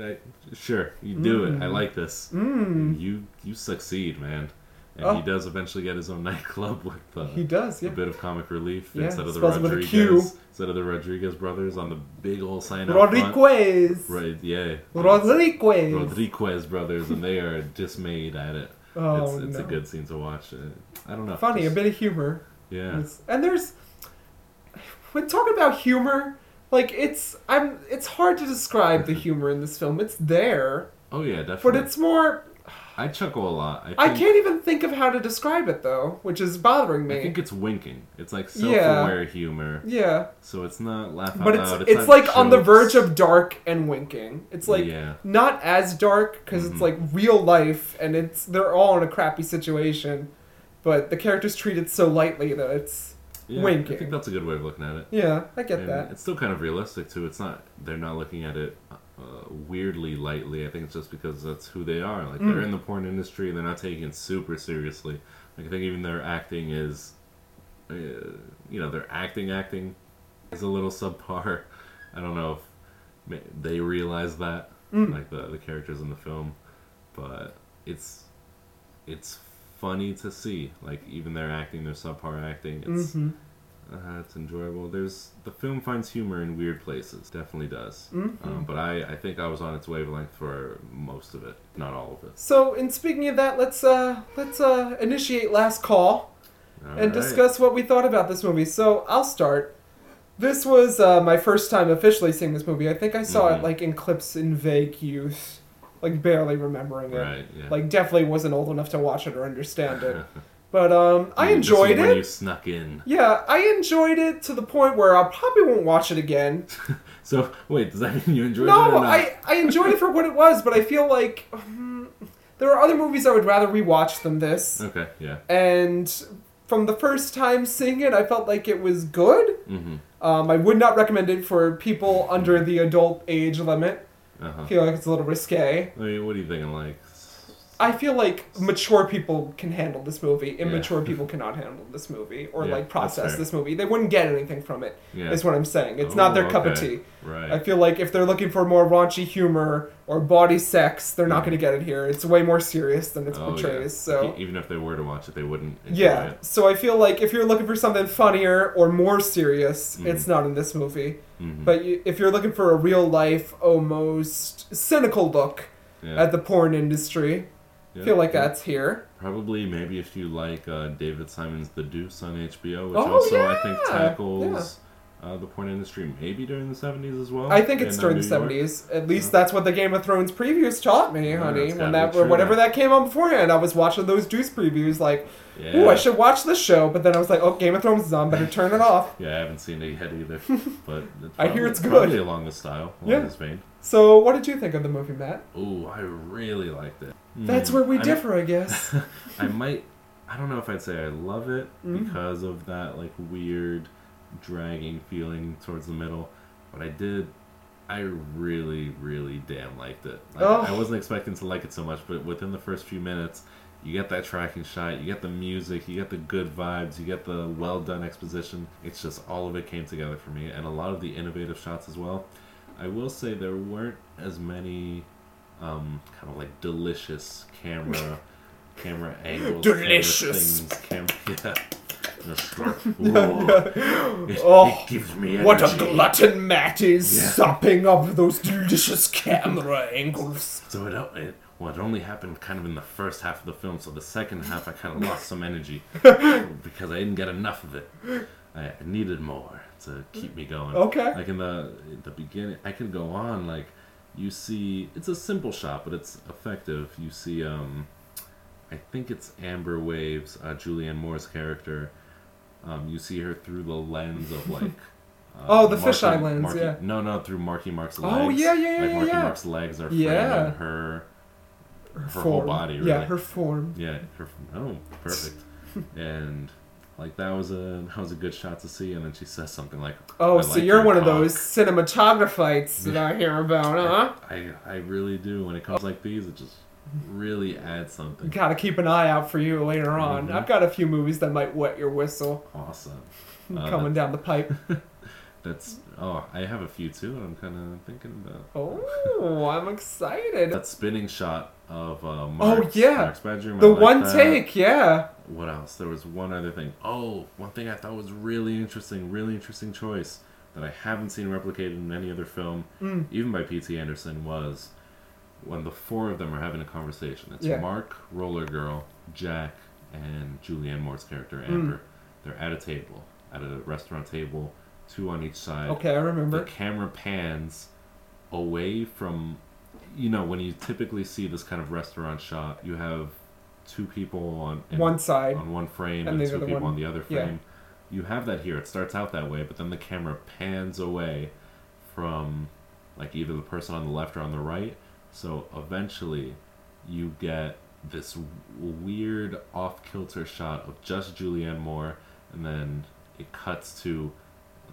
S2: I, sure, you do it.
S1: Mm-hmm.
S2: I like this.
S1: Mm.
S2: You you succeed, man. And
S1: Oh.
S2: he does eventually get his own nightclub with uh,
S1: He does, yeah.
S2: a bit of comic relief
S1: Yeah,
S2: instead of the
S1: spells it with a Q.
S2: Rodriguez instead of the Rodriguez brothers on the big old sign out front.
S1: Rodriguez.
S2: Right, yeah.
S1: Rodriguez.
S2: Rodriguez brothers, and they are dismayed at it.
S1: Oh
S2: it's it's
S1: no.
S2: a good scene to watch. Uh, I don't know.
S1: Funny, a
S2: just-
S1: bit of humor.
S2: Yeah.
S1: It's- And there's when talking about humor, like it's I'm it's hard to describe the humor in this film. It's there,
S2: Oh yeah, definitely.
S1: but it's more
S2: I chuckle a lot. I, think,
S1: I can't even think of how to describe it though, which is bothering me.
S2: I think it's winking. It's like
S1: Yeah.
S2: self-aware humor,
S1: yeah,
S2: so it's not laugh out
S1: but it's
S2: loud.
S1: it's,
S2: not
S1: like on the
S2: jokes.
S1: verge of dark and winking. It's like
S2: yeah.
S1: not as dark because it's
S2: Mhm.
S1: like real life and it's they're all in a crappy situation, but the characters treat it so lightly that it's
S2: yeah, I
S1: winking.
S2: think that's a good way of looking at it.
S1: yeah, I get
S2: And
S1: that.
S2: It's still kind of realistic too. It's not they're not looking at it uh, weirdly lightly. I think it's just because that's who they are. Like they're
S1: Mm.
S2: in the porn industry, they're not taking it super seriously. Like I think even their acting is, uh, you know, their acting acting is a little subpar. I don't know if ma- they realize that,
S1: Mm.
S2: like the the characters in the film, but it's it's funny to see. Like even their acting, their subpar acting, it's.
S1: hmm
S2: Uh, it's enjoyable. There's the film finds humor in weird places. Definitely does.
S1: Mm-hmm.
S2: Um, but I, I think I was on its wavelength for most of it, not all of it.
S1: So, in speaking of that, let's uh let's uh initiate last call
S2: All
S1: and
S2: right.
S1: discuss what we thought about this movie. So, I'll start. This was uh, my first time officially seeing this movie. I think I saw it
S2: Mhm.
S1: like in clips in vague youth, like barely remembering it.
S2: Right, yeah.
S1: Like definitely wasn't old enough to watch it or understand it. But um, I
S2: This is
S1: enjoyed
S2: When
S1: it.
S2: you snuck in.
S1: Yeah, I enjoyed it to the point where I probably won't watch it again.
S2: So wait, does that mean you enjoyed it or
S1: No, I,
S2: not?
S1: I enjoyed it for what it was, but I feel like um, there are other movies I would rather rewatch than this.
S2: Okay, yeah.
S1: And from the first time seeing it, I felt like it was good.
S2: Mm-hmm.
S1: Um, I would not recommend it for people under the adult age limit.
S2: Uh-huh.
S1: I feel like it's a little risque.
S2: I mean, what are you thinking, like?
S1: I feel like mature people can handle this movie. Immature
S2: Yeah.
S1: people cannot handle this movie or
S2: Yeah,
S1: like
S2: that's
S1: process
S2: fair.
S1: this movie. They wouldn't get anything from it. Is
S2: Yeah.
S1: what I'm saying. It's not
S2: Oh,
S1: their cup of
S2: okay.
S1: tea.
S2: Right.
S1: I feel like if they're looking for more raunchy humor or body sex, they're not going to get it here. It's way more serious than it's
S2: Mm. Oh, yeah.
S1: portrays. So
S2: E- even if they were to watch it, they wouldn't. Enjoy
S1: yeah.
S2: It.
S1: So I feel like if you're looking for something funnier or more serious,
S2: Mm.
S1: it's not in this movie.
S2: Mhm.
S1: But you, if you're looking for a real life, almost cynical look
S2: Yeah.
S1: at the porn industry, I
S2: Yeah.
S1: feel like
S2: Yeah.
S1: that's here.
S2: Probably maybe if you like uh, David Simon's The Deuce on HBO, which
S1: Oh,
S2: also I think
S1: yeah!
S2: tackles uh, the porn industry maybe during the 70s as well.
S1: I think it's
S2: in, uh,
S1: during the
S2: New York.
S1: seventies. At least that's what the Game of Thrones previews taught me,
S2: Yeah,
S1: honey.
S2: it's
S1: When
S2: gotta
S1: that
S2: be
S1: or
S2: true.
S1: whatever that came on beforehand, I was watching those Deuce previews like,
S2: Yeah.
S1: ooh, I should watch this show, but then I was like, oh, Game of Thrones is on, better turn it off.
S2: Yeah, I haven't seen it yet either. But it's
S1: I hear it's good.
S2: Probably along this style, along
S1: Yeah.
S2: this vein.
S1: So, what did you think of the movie, Matt?
S2: Ooh, I really liked it.
S1: That's
S2: Hmm.
S1: where we
S2: I
S1: differ, I guess.
S2: I might. I don't know if I'd say I love it
S1: Mm.
S2: because of that like weird dragging feeling towards the middle, but I did. I really, really damn liked it. Like,
S1: Oh.
S2: I wasn't expecting to like it so much, but within the first few minutes, you get that tracking shot, you get the music, you get the good vibes, you get the well done exposition. It's just all of it came together for me, and a lot of the innovative shots as well. I will say there weren't as many um, kind of like delicious camera camera angles,
S1: Delicious.
S2: camera things, camera. Yeah. Just like, whoa. It,
S1: Oh,
S2: it gives me
S1: What a
S2: energy.
S1: glutton Matt is,
S2: Yeah.
S1: sopping up those delicious camera angles.
S2: So it, o- it well, it only happened kind of in the first half of the film. So the second half, I kind of lost some energy because I didn't get enough of it. I, I needed more to keep me going.
S1: Okay.
S2: Like in the in the beginning, I can go on. Like you see, it's a simple shot, but it's effective. You see, um, I think it's Amber Waves, uh, Julianne Moore's character. Um, you see her through the lens of like. Uh,
S1: Oh, the fisheye lens,
S2: Marky-
S1: yeah.
S2: No, no, through Marky Mark's legs.
S1: Oh, yeah, yeah, yeah,
S2: Like
S1: yeah,
S2: Marky
S1: yeah.
S2: Mark's legs are
S1: Yeah.
S2: yeah. her her whole body,
S1: Yeah,
S2: really.
S1: her form.
S2: yeah her oh perfect and like that was a that was a good shot to see and then she says something like
S1: Oh,
S2: "I
S1: so
S2: like
S1: you're
S2: your
S1: one of
S2: cock."
S1: those cinematographites that I hear about, huh?
S2: I, I really do when it comes like these it just really adds something
S1: Gotta keep an eye out for you later on.
S2: Mhm.
S1: I've got a few movies that might wet your whistle
S2: awesome Uh-huh. Uh,
S1: coming down the pipe.
S2: that's oh i have a few too and i'm kind of thinking about
S1: Oh, I'm excited.
S2: that spinning shot of uh
S1: Oh,
S2: Mark's,
S1: yeah.
S2: Mark's bedroom I
S1: the
S2: like
S1: one
S2: that.
S1: take, yeah.
S2: what else? There was one other thing. Oh, one thing I thought was really interesting, really interesting choice that I haven't seen replicated in any other film,
S1: Mm.
S2: even by P.T. Anderson, was when the four of them are having a conversation. It's
S1: Yeah.
S2: Mark, Roller Girl, Jack, and Julianne Moore's character,
S1: Hmm.
S2: Amber. They're at a table, at a restaurant table, two on each side
S1: Okay, I
S2: the
S1: remember.
S2: camera pans away from you know when you typically see this kind of restaurant shot you have two people on in-
S1: One side.
S2: on one frame
S1: and
S2: and,
S1: the
S2: two
S1: other
S2: people
S1: one-
S2: on the other
S1: yeah.
S2: frame you have that here it starts out that way but then the camera pans away from like either the person on the left or on the right so eventually you get this w- weird off-kilter shot of just Julianne Moore and then it cuts to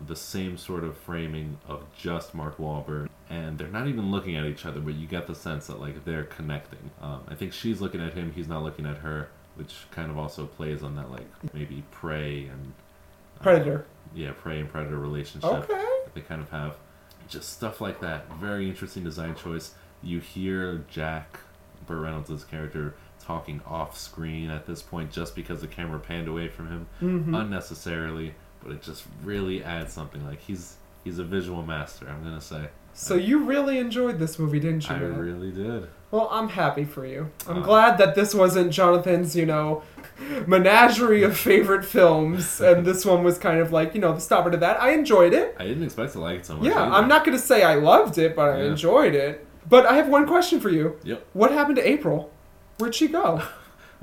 S2: the same sort of framing of just Mark Wahlberg, and they're not even looking at each other, but you get the sense that like they're connecting. Um, I think she's looking at him; he's not looking at her, which kind of also plays on that like maybe prey and uh,
S1: Predator.
S2: yeah, prey and predator relationship
S1: Okay.
S2: that they kind of have. Just stuff like that. Very interesting design choice. You hear Jack Burt Reynolds' character talking off screen at this point just because the camera panned away from him
S1: Mm-hmm.
S2: unnecessarily, but it just really adds something. Like he's he's a visual master, I'm gonna say.
S1: So you really enjoyed this movie, didn't you?
S2: I Uh.
S1: Matt?
S2: really did.
S1: Well, I'm happy for you. I'm
S2: Aw.
S1: glad that this wasn't Jonathan's, you know, menagerie of favorite films, and this one was kind of like, you know, the stopper to that. I enjoyed it.
S2: I didn't expect to like it so much.
S1: Yeah,
S2: either.
S1: I'm not gonna say I loved it, but I
S2: Yeah.
S1: enjoyed it. But I have one question for you.
S2: Yep.
S1: What happened to April? Where'd she go?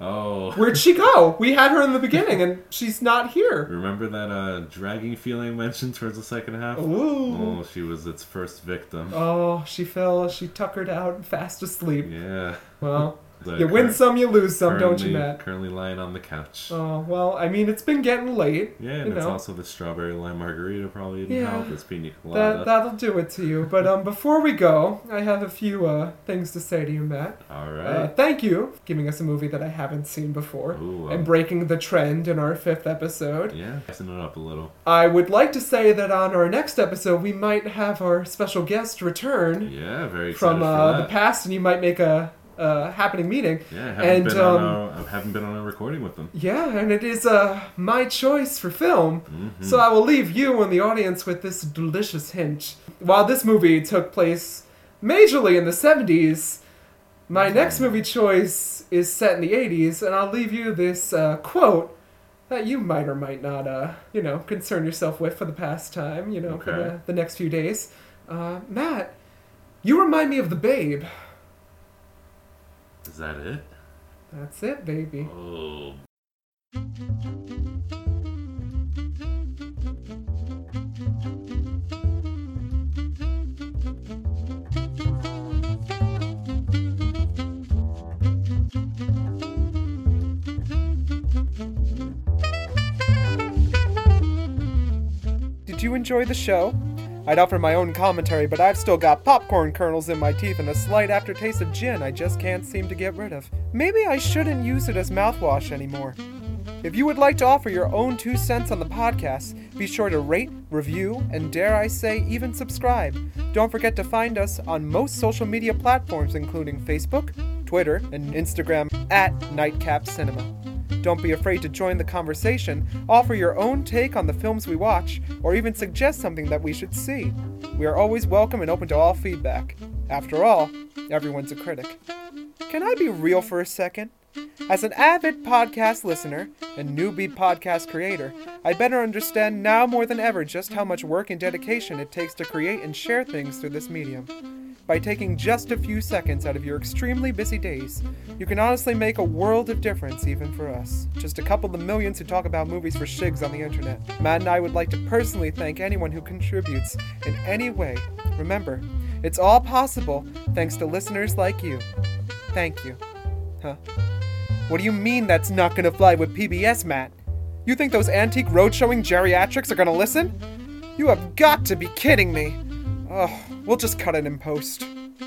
S2: Oh.
S1: Where'd she go? We had her in the beginning, and she's not here.
S2: Remember that uh, dragging feeling I mentioned towards the second half?
S1: Ooh.
S2: Oh, she was its first victim.
S1: Oh, she fell. She tuckered out fast asleep.
S2: Yeah.
S1: Well,
S2: The
S1: you win
S2: cur-
S1: some, you lose some, don't you,
S2: currently-
S1: Matt?
S2: Currently lying on the couch.
S1: Oh well, I mean, it's been getting late.
S2: yeah, and
S1: you
S2: it's
S1: know.
S2: also the strawberry lime margarita probably didn't
S1: Yeah.
S2: help. It's pina
S1: That
S2: colada.
S1: that'll do it to you. But um, before we go, I have a few uh things to say to you, Matt.
S2: All right.
S1: Uh, thank you for giving us a movie that I haven't seen before
S2: Ooh, uh,
S1: and breaking the trend in our fifth episode.
S2: yeah, messing it up a little.
S1: I would like to say that on our next episode, we might have our special guest return
S2: Yeah, very excited
S1: from
S2: for
S1: uh,
S2: that.
S1: the past, and you might make a, a happening meeting.
S2: Yeah, I haven't,
S1: and,
S2: been on
S1: um,
S2: a, I haven't been on a recording with them.
S1: Yeah, and it is uh, my choice for film.
S2: Mhm.
S1: So I will leave you and the audience with this delicious hint. While this movie took place majorly in the 70s, my next movie choice is set in the 80s, and I'll leave you this uh, quote that you might or might not, uh, you know, concern yourself with for the past time, you know, for
S2: Okay.
S1: the, the next few days. Uh, Matt, you remind me of the babe.
S2: Is that it?
S1: That's it, baby.
S2: Oh,
S1: Did you enjoy the show? I'd offer my own commentary, but I've still got popcorn kernels in my teeth and a slight aftertaste of gin I just can't seem to get rid of. Maybe I shouldn't use it as mouthwash anymore. If you would like to offer your own two cents on the podcast, be sure to rate, review, and dare I say, even subscribe. Don't forget to find us on most social media platforms, including Facebook, Twitter, and Instagram at Nightcap Cinema. Don't be afraid to join the conversation, offer your own take on the films we watch, or even suggest something that we should see. We are always welcome and open to all feedback. After all, everyone's a critic. Can I be real for a second? As an avid podcast listener and newbie podcast creator, I better understand now more than ever just how much work and dedication it takes to create and share things through this medium. By taking just a few seconds out of your extremely busy days, you can honestly make a world of difference even for us. Just a couple of the millions who talk about movies for shigs on the internet. Matt and I would like to personally thank anyone who contributes in any way. Remember, it's all possible thanks to listeners like you. Thank you. Huh? What do you mean that's not gonna fly with PBS, Matt? You think those antique roadshowing geriatrics are gonna listen? You have got to be kidding me. Ugh, we'll just cut it in post.